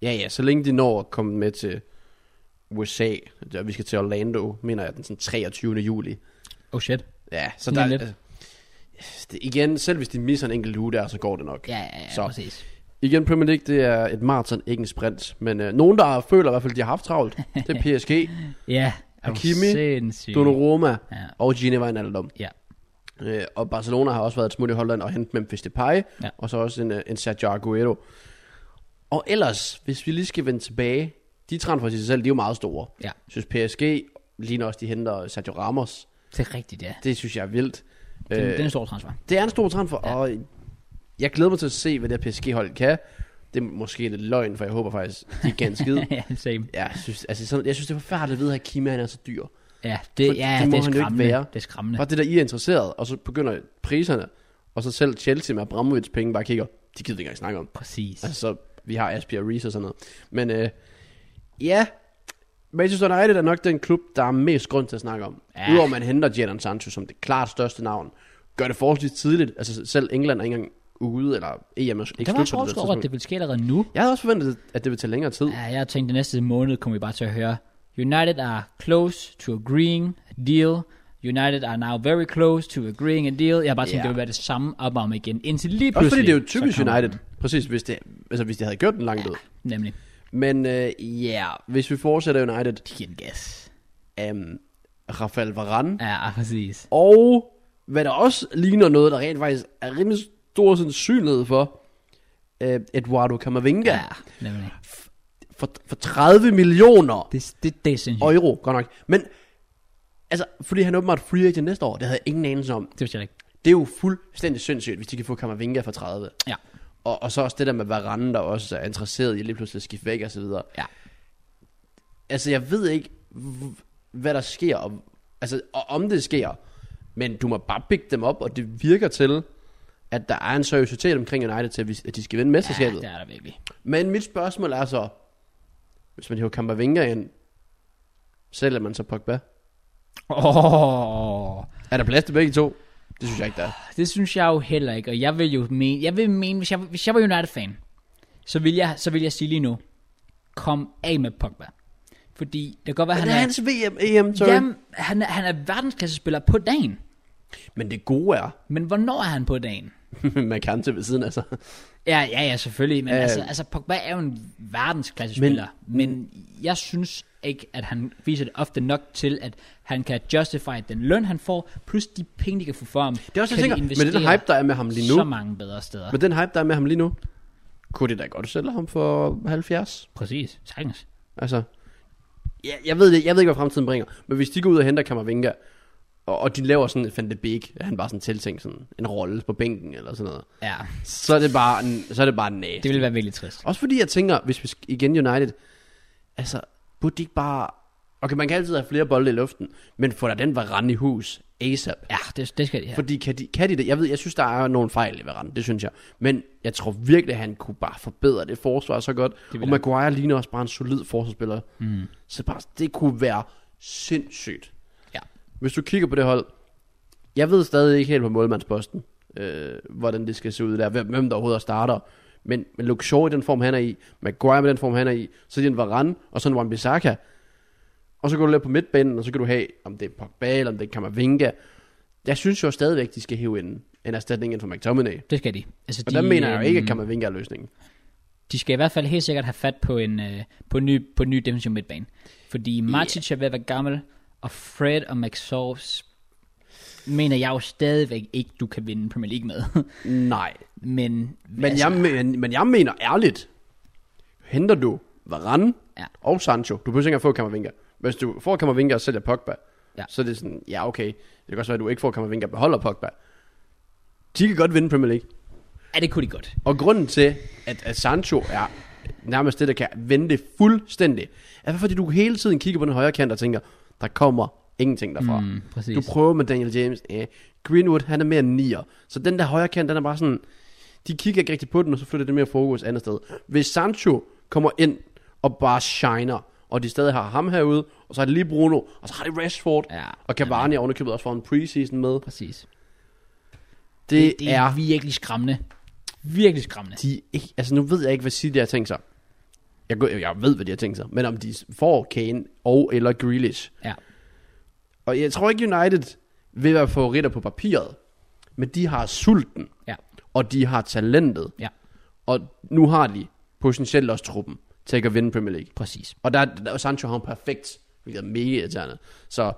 Speaker 2: ja ja, så længe de når at komme med til USA, der, vi skal til Orlando, mener jeg, den sådan 23. juli.
Speaker 1: oh shit.
Speaker 2: Ja, så
Speaker 1: Lige
Speaker 2: der,
Speaker 1: om lidt.
Speaker 2: altså, det, igen, selv hvis de misser en enkelt uge der, så går det nok.
Speaker 1: Ja, ja, ja
Speaker 2: Så.
Speaker 1: præcis.
Speaker 2: Igen, Premier League, det er et maraton, ikke en sprint. Men øh, nogen, der føler i hvert fald, de har haft travlt, det er PSG,
Speaker 1: Ja,
Speaker 2: Hakimi,
Speaker 1: sindssygt.
Speaker 2: Donnarumma
Speaker 1: Ja.
Speaker 2: og Gini Wijnaldum.
Speaker 1: Ja,
Speaker 2: Øh, og Barcelona har også været et smut i Holland og hentet Memphis Depay,
Speaker 1: Ja.
Speaker 2: ja. og så også en, øh, en Sergio Aguero. Og ellers, hvis vi lige skal vende tilbage, de transfer til sig selv, de er jo meget store.
Speaker 1: Ja.
Speaker 2: Jeg synes PSG ligner også, de henter Sergio Ramos.
Speaker 1: det er rigtigt, ja.
Speaker 2: Det synes jeg er vildt.
Speaker 1: Den, øh,
Speaker 2: Øh,
Speaker 1: den er en stor transfer.
Speaker 2: det er en stor transfer,
Speaker 1: Ja.
Speaker 2: ja. og jeg glæder mig til at se, hvad det her PSG-hold kan. Det er måske lidt løgn, for jeg håber faktisk, de kan en skid.
Speaker 1: ja, same.
Speaker 2: Ja, jeg synes, altså sådan, jeg synes, det er forfærdeligt at vide, at Kima han er så dyr.
Speaker 1: Ja, det,
Speaker 2: For
Speaker 1: ja,
Speaker 2: det må
Speaker 1: det er
Speaker 2: han jo ikke
Speaker 1: skræmmende.
Speaker 2: være.
Speaker 1: Det er skræmmende.
Speaker 2: Bare det der, I er interesseret, og så begynder priserne, og så selv Chelsea med Abramovic penge bare kigger, de gider vi ikke engang snakke om.
Speaker 1: Præcis.
Speaker 2: Altså, så vi har Aspia Reese og sådan noget. Men øh, ja, Manchester United er nok den klub, der er mest grund til at snakke om.
Speaker 1: Ja.
Speaker 2: Ja. Udover at man henter Jadon Sancho som det klart største navn, gør det forholdsvis tidligt. Altså selv England er ikke engang ude, eller EM er ikke
Speaker 1: der
Speaker 2: slut
Speaker 1: var
Speaker 2: på
Speaker 1: også overrasket over, at det
Speaker 2: tidspunkt.
Speaker 1: ville ske allerede nu.
Speaker 2: Jeg havde også forventet, at det ville tage længere tid.
Speaker 1: Ja, jeg tænkte, at næste måned kommer vi bare til at høre, United are close to agreeing a deal. United are now very close to agreeing a deal. Jeg har bare tænkt,
Speaker 2: Ja.
Speaker 1: det ville være det samme op om igen, indtil lige pludselig.
Speaker 2: Også fordi det er jo
Speaker 1: så
Speaker 2: typisk
Speaker 1: kommer
Speaker 2: United.
Speaker 1: den.
Speaker 2: Præcis, hvis, det, altså, hvis de havde gjort den langt ud.
Speaker 1: Nemlig,
Speaker 2: Men øh, ja, hvis vi fortsætter United,
Speaker 1: de giver den gas.
Speaker 2: um, Rafael Varane,
Speaker 1: Ja, præcis.
Speaker 2: Og hvad der også ligner noget, der rent faktisk er rimelig stor sandsynlighed for, øh, Eduardo Camavinga
Speaker 1: Ja,
Speaker 2: ja.
Speaker 1: nemlig.
Speaker 2: for, for 30 millioner
Speaker 1: Det, det, det er sindssygt.
Speaker 2: euro, godt nok. Men, altså, fordi han er åbenbart free agent næste år, det havde jeg ingen anelse om.
Speaker 1: Det vidste jeg ikke.
Speaker 2: Det er jo fuldstændig sindssygt, hvis de kan få Camavinga for 30.
Speaker 1: Ja.
Speaker 2: Og, og så også det der med Varane, der også er interesseret i lige pludselig at skifte væk og så videre.
Speaker 1: Ja.
Speaker 2: Altså, jeg ved ikke, hv- hvad der sker, og, altså, og om det sker. Men du må bare pick dem op, og det virker til, at der er en seriøsitet omkring United til, at vi- at de skal vinde
Speaker 1: Ja,
Speaker 2: mesterskabet.
Speaker 1: det er der virkelig.
Speaker 2: Men mit spørgsmål er så, hvis man hiver Kammervinger ind, sælger man så Pogba?
Speaker 1: Oh,
Speaker 2: Er der plads til begge to? Det synes jeg ikke, der er.
Speaker 1: det synes jeg jo heller ikke, og jeg vil jo mene, jeg vil mene hvis, jeg, hvis jeg var United-fan, så vil jeg, så vil jeg sige lige nu, kom af med Pogba. Fordi det kan godt være,
Speaker 2: Men
Speaker 1: han
Speaker 2: det er
Speaker 1: er,
Speaker 2: hans VM, EM, sorry.
Speaker 1: jamen, han, er, han er verdensklassespiller på dagen.
Speaker 2: Men det gode er,
Speaker 1: Men hvornår er han på dagen?
Speaker 2: man kan til ved siden altså.
Speaker 1: Ja, ja, ja, selvfølgelig. Men
Speaker 2: Øh.
Speaker 1: øh, altså, altså, Pogba er jo en verdensklasse spiller. Men, men jeg synes ikke, at han viser det ofte nok til, at han kan justify den løn, han får, plus de penge, de kan få for ham.
Speaker 2: Det er også, jeg
Speaker 1: kan de
Speaker 2: tænker, men den
Speaker 1: investere
Speaker 2: hype, der er med ham lige
Speaker 1: Så
Speaker 2: nu,
Speaker 1: mange bedre steder.
Speaker 2: men den hype, der er med ham lige nu, kunne det da godt sælge ham for 70?
Speaker 1: Præcis, sagtens.
Speaker 2: Altså, jeg, jeg, ved det, jeg ved ikke, hvad fremtiden bringer. Men hvis de går ud og henter Kammervinga, og, og de laver sådan et Van de Beek, at han bare sådan tiltænkt sådan en rolle på bænken eller sådan noget,
Speaker 1: Ja,
Speaker 2: så er det bare, en- så er det bare næst.
Speaker 1: det ville være virkelig trist.
Speaker 2: Også fordi jeg tænker, hvis vi sk- igen United, altså, burde de ikke bare... Okay, man kan altid have flere bolde i luften, men få da den Varane i hus ASAP.
Speaker 1: Ja, det, det skal de have.
Speaker 2: Fordi kan de, kan de det? Jeg ved, jeg synes, der er nogle fejl i Varane, det synes jeg. Men jeg tror virkelig, at han kunne bare forbedre det forsvar så godt.
Speaker 1: ville
Speaker 2: Og
Speaker 1: han.
Speaker 2: Maguire ligner også bare en solid forsvarsspiller. Mm. Så bare, det kunne være sindssygt.
Speaker 1: Ja.
Speaker 2: Hvis du kigger på det hold, jeg ved stadig ikke helt på målmandsposten, øh, hvordan det skal se ud der, hvem, hvem der overhovedet starter. Men, men Luke Shaw i den form, han er i, Maguire med den form, han er i, så er det en Varane, og så en Wan-Bissaka. Og så går du lidt på midtbanen, og så kan du have, om det er Pogba, eller om det er Kamavinga. Jeg synes jo stadigvæk, de skal hive en, en erstatning ind for McTominay.
Speaker 1: Det skal de. Altså,
Speaker 2: Og der mener jeg jo ikke,
Speaker 1: øhm,
Speaker 2: at Kamavinga er løsningen.
Speaker 1: De skal i hvert fald helt sikkert have fat på en, øh, på en ny, på en ny defensiv midtbane. Fordi Matic yeah. er ved at være gammel, og Fred og McSauce mener jeg jo stadigvæk ikke, du kan vinde Premier League med.
Speaker 2: Nej.
Speaker 1: men,
Speaker 2: Men, altså, jeg, men, men jeg mener ærligt, henter du Varane
Speaker 1: Ja.
Speaker 2: ja. og Sancho, du behøver ikke engang få Kamavinga. Hvis du får Kamavinga og sælger Pogba,
Speaker 1: Ja.
Speaker 2: ja. så er det sådan, ja okay, det kan godt være, at du ikke får Kamavinga og beholder Pogba. De kan godt vinde Premier League.
Speaker 1: ja, det kunne de godt.
Speaker 2: Og grunden til, at, at Sancho er nærmest det, der kan vende det fuldstændig, er fordi du hele tiden kigger på den højre kant og tænker, der kommer ingenting derfra.
Speaker 1: Mm, præcis.
Speaker 2: du prøver med Daniel James, eh. Greenwood, han er mere en nier. Så den der højre kant, den er bare sådan, de kigger ikke rigtig på den, og så flytter det mere fokus andet sted. Hvis Sancho kommer ind og bare shiner, og de stadig har ham herude, og så har de lige Bruno, og så har de Rashford,
Speaker 1: Ja,
Speaker 2: og Cavani er ovenikøbet også for en preseason med. Det,
Speaker 1: Præcis.
Speaker 2: det,
Speaker 1: det er virkelig skræmmende. Virkelig skræmmende.
Speaker 2: de ikke, altså nu ved jeg ikke, hvad City har tænkt sig. Jeg, går- jeg ved, hvad de har tænkt sig. Men om de får Kane og eller Grealish.
Speaker 1: Ja.
Speaker 2: Og jeg tror ikke, United vil være favoritter på papiret. Men de har sulten.
Speaker 1: Ja.
Speaker 2: Og de har talentet.
Speaker 1: Ja,
Speaker 2: Og nu har de potentielt også truppen til ikke at vinde Premier League.
Speaker 1: præcis.
Speaker 2: Og der, der og Sancho har en perfekt, hvilket er mega irriterende. Så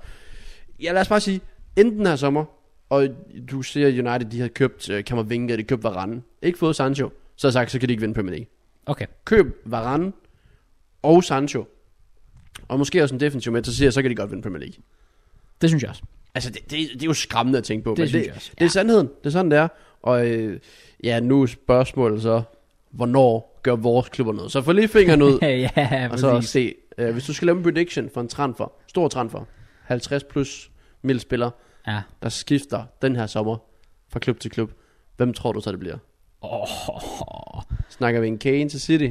Speaker 2: ja, lad os bare sige, enten her sommer, og du ser United, de har købt øh, Kammervinga, de købt Varane, ikke fået Sancho, så har jeg sagt, så kan de ikke vinde Premier League.
Speaker 1: Okay,
Speaker 2: Køb Varane og Sancho, og måske også en defensiv med, så siger jeg, så kan de godt vinde Premier League.
Speaker 1: det synes jeg også.
Speaker 2: Altså, det, det, det er jo skræmmende at tænke på.
Speaker 1: Det
Speaker 2: men
Speaker 1: synes
Speaker 2: det,
Speaker 1: jeg også,
Speaker 2: det
Speaker 1: ja.
Speaker 2: er sandheden. Det er sådan, det er. Og øh, ja, nu er spørgsmålet så, hvornår gør vores klubber noget? Så få lige fingeren ud,
Speaker 1: ja,
Speaker 2: og så
Speaker 1: præcis.
Speaker 2: se, øh, hvis du skal lave en prediction for en transfer, stor transfer, 50 plus mil spiller,
Speaker 1: Ja.
Speaker 2: der skifter den her sommer fra klub til klub, hvem tror du så det bliver?
Speaker 1: Oh,
Speaker 2: Snakker vi en Kane til City?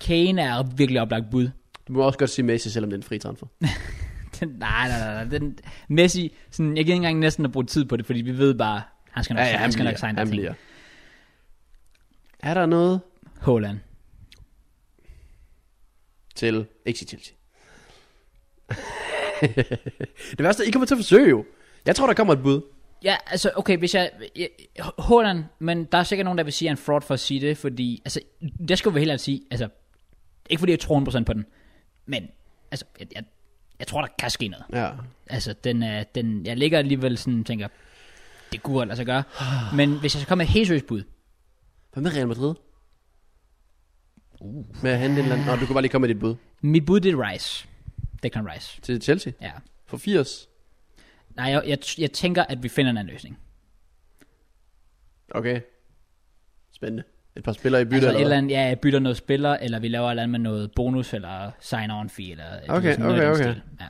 Speaker 1: Kane er virkelig oplagt bud.
Speaker 2: Du må også godt sige Messi, selvom det er en fri transfer.
Speaker 1: Den, nej, nej, nej, nej. Den, Messi, sådan, jeg gider ikke engang næsten at bruge tid på det, fordi vi ved bare, han skal nok, han skal nok signe
Speaker 2: han
Speaker 1: der ting.
Speaker 2: bliver. Er der noget
Speaker 1: Haaland.
Speaker 2: til, ikke til Chelsea? det værste, er, I kommer til at forsøge jo. Jeg tror, der kommer et bud.
Speaker 1: Ja, altså, okay, hvis jeg... jeg Haaland, men der er sikkert nogen, der vil sige, at han er en fraud for at sige det, fordi... Altså, det skal vi helt ærligt sige. Altså, ikke fordi jeg tror 100% på den, men... Altså, jeg, jeg, jeg tror, der kan ske noget.
Speaker 2: Ja.
Speaker 1: Altså, den, er, den, jeg ligger alligevel sådan tænker, det kunne godt lade sig gøre. Men hvis jeg skal komme med et helt seriøst bud,
Speaker 2: Hvad med Real Madrid? Uh. Med at hente en eller anden... Nå, du kan bare lige komme med dit bud.
Speaker 1: mit bud det er Rice. Det kan Rice,
Speaker 2: Til Chelsea?
Speaker 1: ja.
Speaker 2: For 80?
Speaker 1: Nej, jeg, jeg, jeg tænker, at vi finder en anden løsning.
Speaker 2: Okay. Spændende. Et par spillere i bytte
Speaker 1: Altså,
Speaker 2: altså,
Speaker 1: et
Speaker 2: eller
Speaker 1: eller
Speaker 2: hvad?
Speaker 1: andet, ja, jeg bytter noget spiller, eller vi laver et eller andet med noget bonus, eller sign-on fee, eller du ved,
Speaker 2: Okay,
Speaker 1: noget i
Speaker 2: okay,
Speaker 1: den
Speaker 2: okay.
Speaker 1: stil. Ja.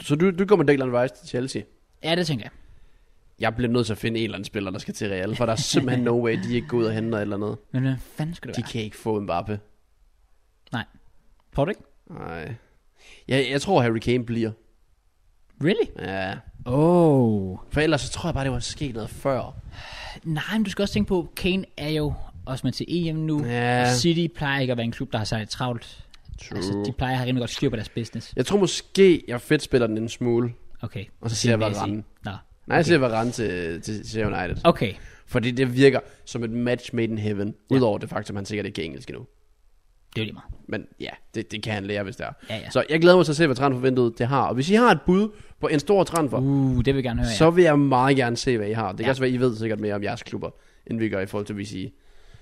Speaker 2: Så du, du går med Declan Rice til Chelsea.
Speaker 1: ja, det tænker jeg.
Speaker 2: jeg bliver nødt til at finde en eller anden spiller, der skal til Real, for der er simpelthen no way, de ikke går ud og henter et eller andet.
Speaker 1: Men hvad fanden skal det
Speaker 2: De
Speaker 1: være?
Speaker 2: kan ikke få Mbappe.
Speaker 1: Tror du ikke?
Speaker 2: Nej. Jeg, jeg tror, Harry Kane bliver.
Speaker 1: Really?
Speaker 2: Ja.
Speaker 1: Oh.
Speaker 2: For ellers så tror jeg bare, det var sket noget før.
Speaker 1: Nej, men du skal også tænke på, Kane er jo også med til EM nu.
Speaker 2: Ja.
Speaker 1: City plejer ikke at være en klub, der har særligt travlt. Altså, de plejer at have rimelig godt styr på deres business.
Speaker 2: Jeg tror måske, jeg fedt spiller den en smule,
Speaker 1: Okay.
Speaker 2: og så siger jeg
Speaker 1: Messi.
Speaker 2: Varane.
Speaker 1: Nå.
Speaker 2: Nej, jeg siger Varane til, til, til United.
Speaker 1: Okay.
Speaker 2: Fordi det virker som et match made in heaven.
Speaker 1: Ja.
Speaker 2: Udover det faktum, at han sikkert ikke er engelsk endnu.
Speaker 1: Det er jo lige meget.
Speaker 2: Men ja, det, det kan han lære, hvis det er.
Speaker 1: Ja, ja.
Speaker 2: Så jeg glæder mig til at se, hvad transfervinduet det har. Og hvis I har et bud på en stor transfer, uh,
Speaker 1: Uh, det vil jeg gerne høre, ja.
Speaker 2: så vil jeg meget gerne se, hvad I har. Det kan
Speaker 1: Ja.
Speaker 2: også være, I ved sikkert mere om jeres klubber, end vi gør i forhold til, hvis I er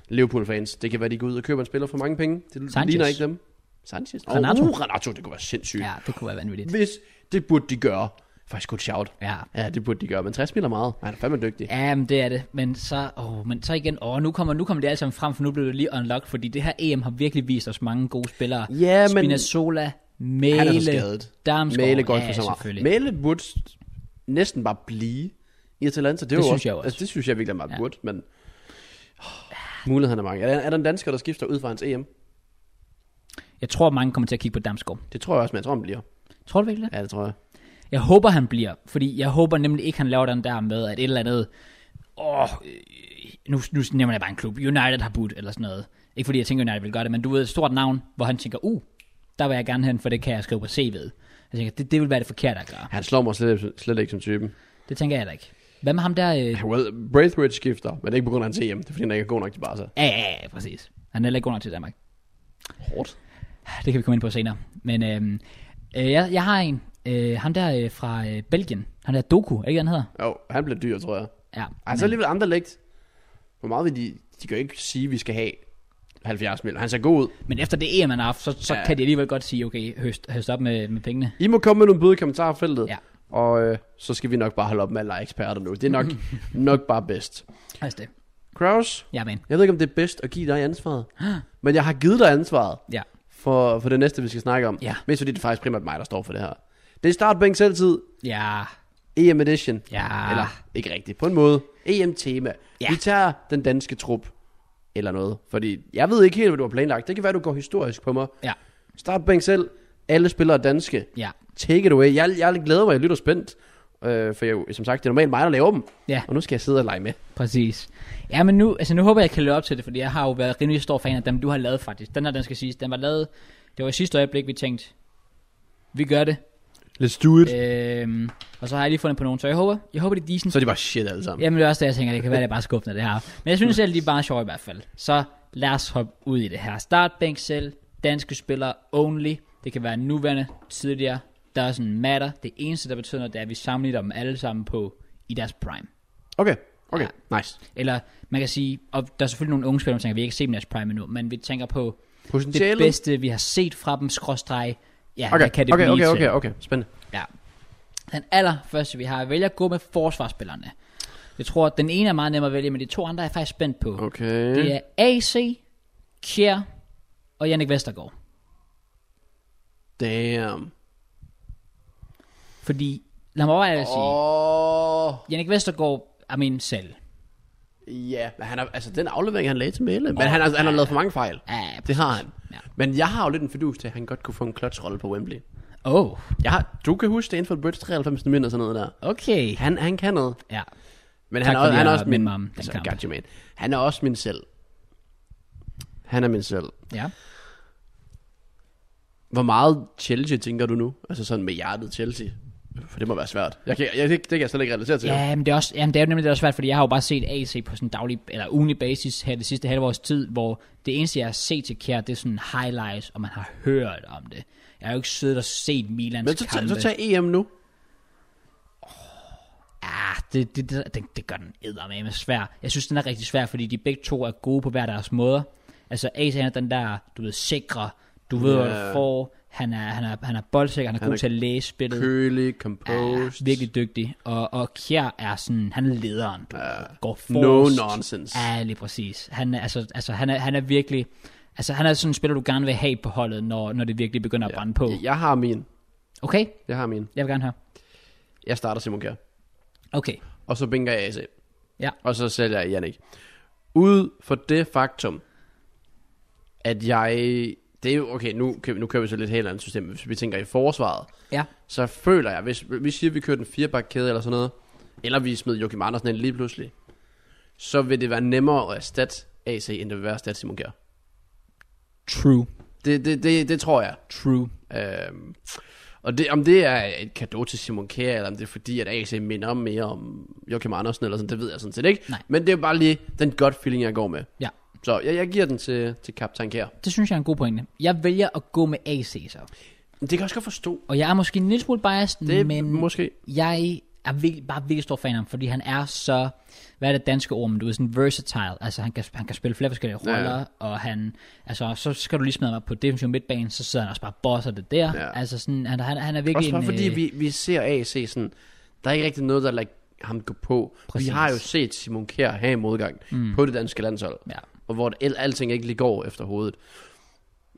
Speaker 2: Liverpool-fans. Det kan være, de går ud og køber en spiller for mange penge. Det
Speaker 1: Sanchez.
Speaker 2: ligner ikke dem. Sanchez? Åh,
Speaker 1: Renato.
Speaker 2: Uh, Renato, det kunne være sindssygt.
Speaker 1: Ja, det kunne være vanvittigt.
Speaker 2: Hvis det burde de gøre. Faktisk godt shout.
Speaker 1: Ja.
Speaker 2: Ja, det burde de gøre. Men 60 spiller meget. Han er fandme dygtig.
Speaker 1: Ja, men det er det. Men så, åh, men så igen, åh, nu kommer, nu kommer det alt sammen frem, for nu blev det lige unlocked, fordi det her EM har virkelig vist os mange gode spillere.
Speaker 2: Ja, men-
Speaker 1: Spinazzola, Mæle,
Speaker 2: Han er så skadet.
Speaker 1: Damsgaard.
Speaker 2: Mæle går ikke
Speaker 1: ja,
Speaker 2: for så meget.
Speaker 1: selvfølgelig.
Speaker 2: Mæle burde s- næsten bare blive i Atalanta. Det, det
Speaker 1: synes
Speaker 2: også,
Speaker 1: jeg jo også.
Speaker 2: Altså, det synes jeg virkelig, at man
Speaker 1: Ja.
Speaker 2: ja. burde, men oh, muligheden er mange. Er der, er der en dansker, der skifter ud fra hans E EM?
Speaker 1: Jeg tror, mange kommer til at kigge på Damsgaard.
Speaker 2: Det tror jeg også, men jeg tror, han bliver.
Speaker 1: Tror du virkelig det?
Speaker 2: Ja, det tror jeg.
Speaker 1: Jeg håber, han bliver, fordi jeg håber nemlig ikke, han laver den der med, at et eller andet, åh, øh, nu, nu nævner jeg bare en klub, United har budt, eller sådan noget. Ikke fordi jeg tænker, United vil gøre det, men du ved, et stort navn, hvor han tænker, uh, der vil jeg gerne hen, for det kan jeg skrive på CV'et. Jeg tænker, det, det vil være det forkerte at gøre.
Speaker 2: Han slår mig slet, slet ikke som typen.
Speaker 1: Det tænker jeg heller ikke. Hvad med ham der? Øh...
Speaker 2: Well, Braithwaite skifter, men det er ikke på grund af hans EM. Det er fordi, han ikke er god nok til Barca.
Speaker 1: Ja, ja, ja, præcis. Han er heller ikke god nok til Danmark.
Speaker 2: Hårdt.
Speaker 1: Det kan vi komme ind på senere. Men øhm, øh, jeg, jeg har en. Øh, ham der øh, fra øh, Belgien. Han der Doku, er det ikke, han hedder?
Speaker 2: Jo, han bliver dyr, tror jeg.
Speaker 1: Ja.
Speaker 2: Ej, så alligevel andre lægt. Hvor meget vil de... De kan jo ikke sige, at vi skal have 70 mil. Han ser god ud.
Speaker 1: Men efter det EM, han har haft, så, så ja.
Speaker 2: Ja.
Speaker 1: kan de alligevel godt sige, okay, høst, høst op med, med pengene.
Speaker 2: I må komme med nogle bud i kommentarfeltet.
Speaker 1: Ja.
Speaker 2: Og øh, så skal vi nok bare holde op med at lege eksperter nu. Det er nok, nok bare bedst.
Speaker 1: Altså det.
Speaker 2: Kraus,
Speaker 1: Ja, men.
Speaker 2: jeg ved ikke, om det er bedst at give dig ansvaret. men jeg har givet dig ansvaret
Speaker 1: Ja.
Speaker 2: for, for det næste, vi skal snakke om.
Speaker 1: Ja.
Speaker 2: Mest fordi det er faktisk primært mig, der står for det her. Det er startbænk selvtid.
Speaker 1: Ja.
Speaker 2: EM Edition.
Speaker 1: Ja.
Speaker 2: Eller ikke rigtigt. På en måde. EM tema.
Speaker 1: Ja.
Speaker 2: Vi tager den danske trup. Eller noget. Fordi jeg ved ikke helt, hvad du har planlagt. Det kan være, du går historisk på mig.
Speaker 1: Ja.
Speaker 2: Startbænk selv. Alle spillere er danske.
Speaker 1: Ja.
Speaker 2: Take it away. Jeg, jeg glæder mig, jeg lytter spændt. Øh, for jeg, som sagt, det er normalt mig, der laver dem.
Speaker 1: Ja.
Speaker 2: Og nu skal jeg sidde og lege med.
Speaker 1: Præcis. Ja, men nu, altså nu håber jeg, jeg kan leve op til det, fordi jeg har jo været rimelig stor fan af dem, du har lavet faktisk. Den her, den skal siges, den var lavet, det var i sidste øjeblik, vi tænkte, vi gør det.
Speaker 2: Let's do it.
Speaker 1: Øhm, og så har jeg lige fundet på nogen, så jeg håber, jeg håber, det er decent.
Speaker 2: Øh, Så er de bare shit alle sammen.
Speaker 1: Jamen det er også det, jeg tænker, det kan være, det er bare skuffende det her. Men jeg synes selv, de er bare sjove i hvert fald. Så lad os hoppe ud i det her. Startbænk selv, danske spillere only. Det kan være nuværende, tidligere, doesn't matter. Det eneste, der betyder noget, det er, at vi sammenligner dem alle sammen på i deres prime.
Speaker 2: Okay, okay, nice.
Speaker 1: Eller man kan sige, og der er selvfølgelig nogle unge spillere, der tænker, vi har ikke set dem i deres prime endnu, men vi tænker på det
Speaker 2: Potentialet.
Speaker 1: bedste, vi har set fra dem, skråstreg. Ja,
Speaker 2: Okay,
Speaker 1: hvad kan det
Speaker 2: okay,
Speaker 1: blive
Speaker 2: okay,
Speaker 1: til?
Speaker 2: okay, okay, spændende.
Speaker 1: Ja. Den allerførste, vi har, jeg vælger at gå med forsvarsspillerne. Jeg tror, at den ene er meget nemmere at vælge, men de to andre er jeg faktisk spændt på. Okay.
Speaker 2: Okay.
Speaker 1: Det er AC, Kjær og Jannik Vestergaard.
Speaker 2: Damn.
Speaker 1: Fordi, lad mig overveje at sige, oh.
Speaker 2: Åh,
Speaker 1: Jannik Vestergaard er min selv.
Speaker 2: ja. Men han er, altså, den aflevering, han lagde til Mæle. Men han, har- han har lavet for mange fejl.
Speaker 1: Ja,
Speaker 2: Det har han.
Speaker 1: Ja.
Speaker 2: Men jeg har jo lidt en fidus til, at han godt kunne få en clutch-rolle på Wembley.
Speaker 1: Oh,
Speaker 2: Jeg har, du kan huske Stanford Bridge 93 min og sådan noget der.
Speaker 1: okay.
Speaker 2: Han, han kan noget.
Speaker 1: Ja,
Speaker 2: Men
Speaker 1: Tak
Speaker 2: han, er,
Speaker 1: fordi
Speaker 2: også- han er
Speaker 1: jeg
Speaker 2: også min,
Speaker 1: minder mig om den
Speaker 2: altså,
Speaker 1: kamp.
Speaker 2: got you, man. Han er også min selv. Han er min selv.
Speaker 1: ja.
Speaker 2: Hvor meget Chelsea tænker du nu? Altså sådan med hjertet Chelsea. For det må være svært. Jeg kan, jeg, det, det kan jeg slet ikke relatere til.
Speaker 1: Ja, men det er, også, jamen, det er jo nemlig det, der er svært, fordi jeg har jo bare set AC på sådan daglig, eller ugenlig basis her det sidste halve års tid, hvor det eneste, jeg har set til Kjær, det er sådan highlights, og man har hørt om det. Jeg har jo ikke siddet og set Milans
Speaker 2: Men så, tag,
Speaker 1: kampe.
Speaker 2: så tag EM nu.
Speaker 1: Ah, det, det, det, det, det gør den eddermame svær. Jeg synes, den er rigtig svær, fordi de begge to er gode på hver deres måder. Altså, Ace han er den der, du ved, sikre, du ved, hvad
Speaker 2: Ja.
Speaker 1: du får. Han er, han er, han er boldsikker, han er
Speaker 2: Han
Speaker 1: god
Speaker 2: er
Speaker 1: til at læse spillet.
Speaker 2: Kølig,
Speaker 1: er
Speaker 2: composed.
Speaker 1: virkelig dygtig. Og, og Kjær er sådan, han er lederen, du ved, går
Speaker 2: No
Speaker 1: forrest.
Speaker 2: nonsense.
Speaker 1: Ja, lige præcis. Han er, altså, altså, han er, han er virkelig... Altså, han er sådan en spiller, du gerne vil have på holdet, når, når det virkelig begynder at brænde på.
Speaker 2: Jeg har min.
Speaker 1: Okay,
Speaker 2: Jeg har min.
Speaker 1: jeg vil gerne høre.
Speaker 2: Jeg starter Simon Kjær.
Speaker 1: Okay,
Speaker 2: og så bænker jeg AS ind.
Speaker 1: Ja.
Speaker 2: Og så sælger jeg Jannik. Ud for det faktum, at jeg... Det er jo, okay, nu, kø- nu kører vi så lidt helt andet system, hvis vi tænker i forsvaret.
Speaker 1: Ja.
Speaker 2: Så føler jeg, hvis vi siger, at vi kører den firebakkæde eller sådan noget, eller vi smed Joachim Andersen ind lige pludselig, så vil det være nemmere at erstatte AC, end det vil være at erstatte Simon Kjær.
Speaker 1: True.
Speaker 2: Det, det, det, det tror jeg.
Speaker 1: True.
Speaker 2: Øhm, og det, om det er et kado til Simon Kjær, eller om det er fordi, at AC minder mere om Joachim Andersen, eller sådan, det ved jeg sådan set ikke.
Speaker 1: Nej.
Speaker 2: Men det er jo bare lige den godt feeling, jeg går med.
Speaker 1: Ja.
Speaker 2: Så jeg, jeg giver den til, til kaptajn Kjær.
Speaker 1: Det synes jeg er en god pointe. Jeg vælger at gå med AC så.
Speaker 2: Men det kan jeg også godt forstå.
Speaker 1: Og jeg er måske en lille smule biased,
Speaker 2: Det er
Speaker 1: men
Speaker 2: måske...
Speaker 1: jeg er virkelig, bare virkelig stor fan af ham, fordi han er så, hvad er det danske ord, men du er sådan versatile, altså han kan, han kan spille flere forskellige
Speaker 2: Ja, ja.
Speaker 1: roller, ja. og han, altså så skal du lige smide ham op på defensiv midtbanen, så sidder han også bare og bosser det der,
Speaker 2: Ja.
Speaker 1: ja. altså sådan, han, han, han er virkelig
Speaker 2: Også bare
Speaker 1: en,
Speaker 2: fordi
Speaker 1: øh,
Speaker 2: vi, vi ser AC sådan, der er ikke rigtig noget, der lader ham gå på. Præcis.
Speaker 1: Præcis.
Speaker 2: Vi har jo set Simon Kjær have en modgang mm. på det danske landshold,
Speaker 1: Ja.
Speaker 2: og hvor det, alting ikke lige går efter hovedet.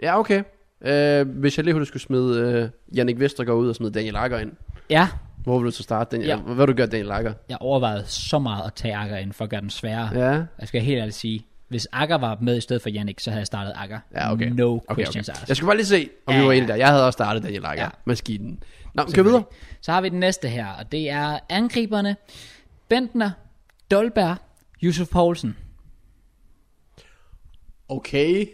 Speaker 2: Ja, okay. Øh, hvis jeg lige hurtigt skulle smide øh, Jannik Vestergaard ud og smide Daniel Akker ind,
Speaker 1: Ja,
Speaker 2: hvor vil du så starte Daniel?
Speaker 1: Ja.
Speaker 2: Ja. Hvad vil du gøre Daniel Akker?
Speaker 1: jeg overvejede så meget at tage Akker ind, for at gøre den sværere. Ja.
Speaker 2: Ja.
Speaker 1: Jeg skal helt ærligt sige, hvis Akker var med i stedet for Jannik, så havde jeg startet Akker.
Speaker 2: Ja, okay.
Speaker 1: No
Speaker 2: Okay,
Speaker 1: questions
Speaker 2: okay.
Speaker 1: asked.
Speaker 2: Jeg skulle bare lige se, om ja,
Speaker 1: Ja,
Speaker 2: vi var
Speaker 1: ja.
Speaker 2: enige der. Jeg havde også startet Daniel Akker.
Speaker 1: Ja.
Speaker 2: Ja. Maskinen. Nå, kan vi videre?
Speaker 1: Så har vi den næste her, og det er angriberne Bentner, Dolberg, Yusuf Poulsen.
Speaker 2: Okay.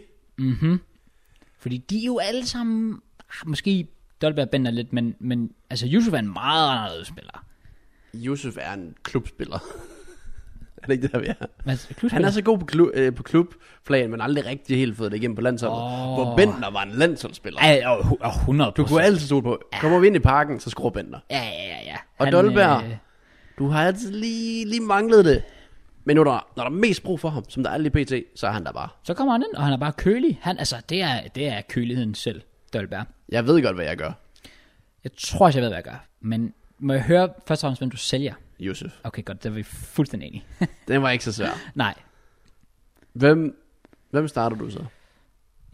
Speaker 1: Fordi de er jo alle sammen, ah, måske Dolberg bender lidt, men, men altså Yusuf er en meget anderledes spiller.
Speaker 2: Josef er en klubspiller. er det ikke det, der vi er?
Speaker 1: Men,
Speaker 2: Han er så god på, klub, øh, på klubflagen, men aldrig rigtig helt fået det igennem på landsholdet.
Speaker 1: Åh.
Speaker 2: Oh. Hvor Bender var en landsholdsspiller.
Speaker 1: Ja, ja, og- og 100
Speaker 2: Du kunne altid stole på, kommer vi ind i parken, så skruer Bender.
Speaker 1: Ja, ja, ja. ja. øh,
Speaker 2: Og Dolberg. Du har altid lige, lige manglet det. Men nu, er der, når der er mest brug for ham, som der er lige pt, så er han der bare.
Speaker 1: så kommer han ind, og han er bare kølig. Han, altså, det er, det er køligheden selv, Dolberg.
Speaker 2: Jeg ved godt, hvad jeg gør,
Speaker 1: Jeg tror også, jeg ved, hvad jeg gør. Men må jeg høre først og fremmest, hvem du sælger?
Speaker 2: Josef.
Speaker 1: Okay, godt, der er vi fuldstændig enige.
Speaker 2: Den var ikke så svær.
Speaker 1: Nej,
Speaker 2: Hvem, hvem starter du så?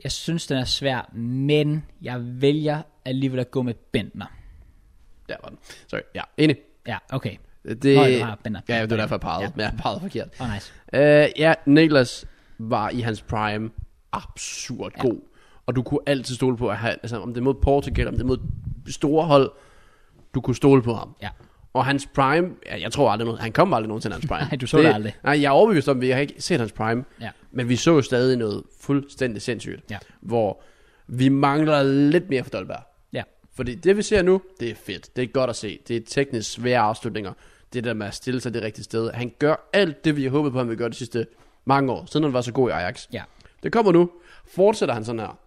Speaker 1: jeg synes, den er svær, men jeg vælger alligevel at gå med Bentner.
Speaker 2: Der var den. Sorry, ja, enig.
Speaker 1: Ja, okay.
Speaker 2: Det,
Speaker 1: Nå, du har Bender.
Speaker 2: Ja, det var derfor, jeg pegede. Ja. Men jeg pegede forkert.
Speaker 1: Åh, oh, nice.
Speaker 2: Øh, ja, Niklas var i hans prime absurd ja. god. Og du kunne altid stole på, at han, altså, om det er mod Portugal, om det er mod store hold, du kunne stole på ham.
Speaker 1: Ja.
Speaker 2: Og hans prime, ja, jeg tror aldrig, noget- han kom aldrig nogensinde hans prime.
Speaker 1: Nej, du så det aldrig.
Speaker 2: Nej, jeg er overbevist om, at jeg har ikke set hans prime.
Speaker 1: Ja.
Speaker 2: Men vi så jo stadig noget fuldstændig sindssygt.
Speaker 1: Ja.
Speaker 2: Hvor vi mangler lidt mere for Dolberg.
Speaker 1: Ja.
Speaker 2: Fordi det vi ser nu, det er fedt. Det er godt at se. Det er teknisk svære afslutninger. Det der med at stille sig det rigtige sted. Han gør alt det, vi har håbet på, han vil gøre de sidste mange år, siden han var så god i Ajax.
Speaker 1: Ja.
Speaker 2: Det kommer nu. Fortsætter han sådan her.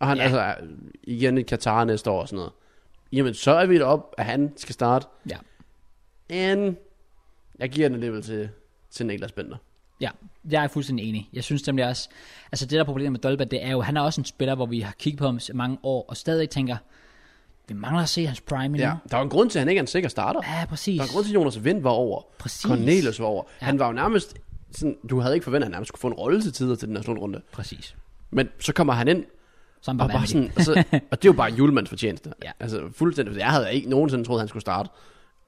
Speaker 2: Og han
Speaker 1: Ja.
Speaker 2: ja. altså er igen i Katar næste år og sådan noget. Jamen, så er vi op, at han skal starte.
Speaker 1: Ja.
Speaker 2: En... Jeg giver den alligevel til, til Niklas Bender.
Speaker 1: Ja, jeg er fuldstændig enig. Jeg synes nemlig også, altså det der problem med Dolberg, det er jo, han er også en spiller, hvor vi har kigget på ham i mange år, og stadig tænker, vi mangler at se hans prime endnu.
Speaker 2: Ja. Der er jo en grund til, at han ikke er en sikker starter.
Speaker 1: ja præcis.
Speaker 2: Der er en grund til, at Jonas Vind var over.
Speaker 1: Præcis.
Speaker 2: Cornelius var over.
Speaker 1: Ja.
Speaker 2: Ja. Han var jo nærmest... Sådan, du havde ikke forventet, at han nærmest skulle få en rolle til tider til den her slutrunde.
Speaker 1: Præcis.
Speaker 2: Men så kommer han ind,
Speaker 1: Så er han
Speaker 2: og,
Speaker 1: bare,
Speaker 2: bare
Speaker 1: vanvittig.
Speaker 2: sådan, og, så, og det er jo bare julemands fortjeneste.
Speaker 1: Ja.
Speaker 2: Altså fuldstændig, for jeg havde ikke nogensinde troet, han skulle starte.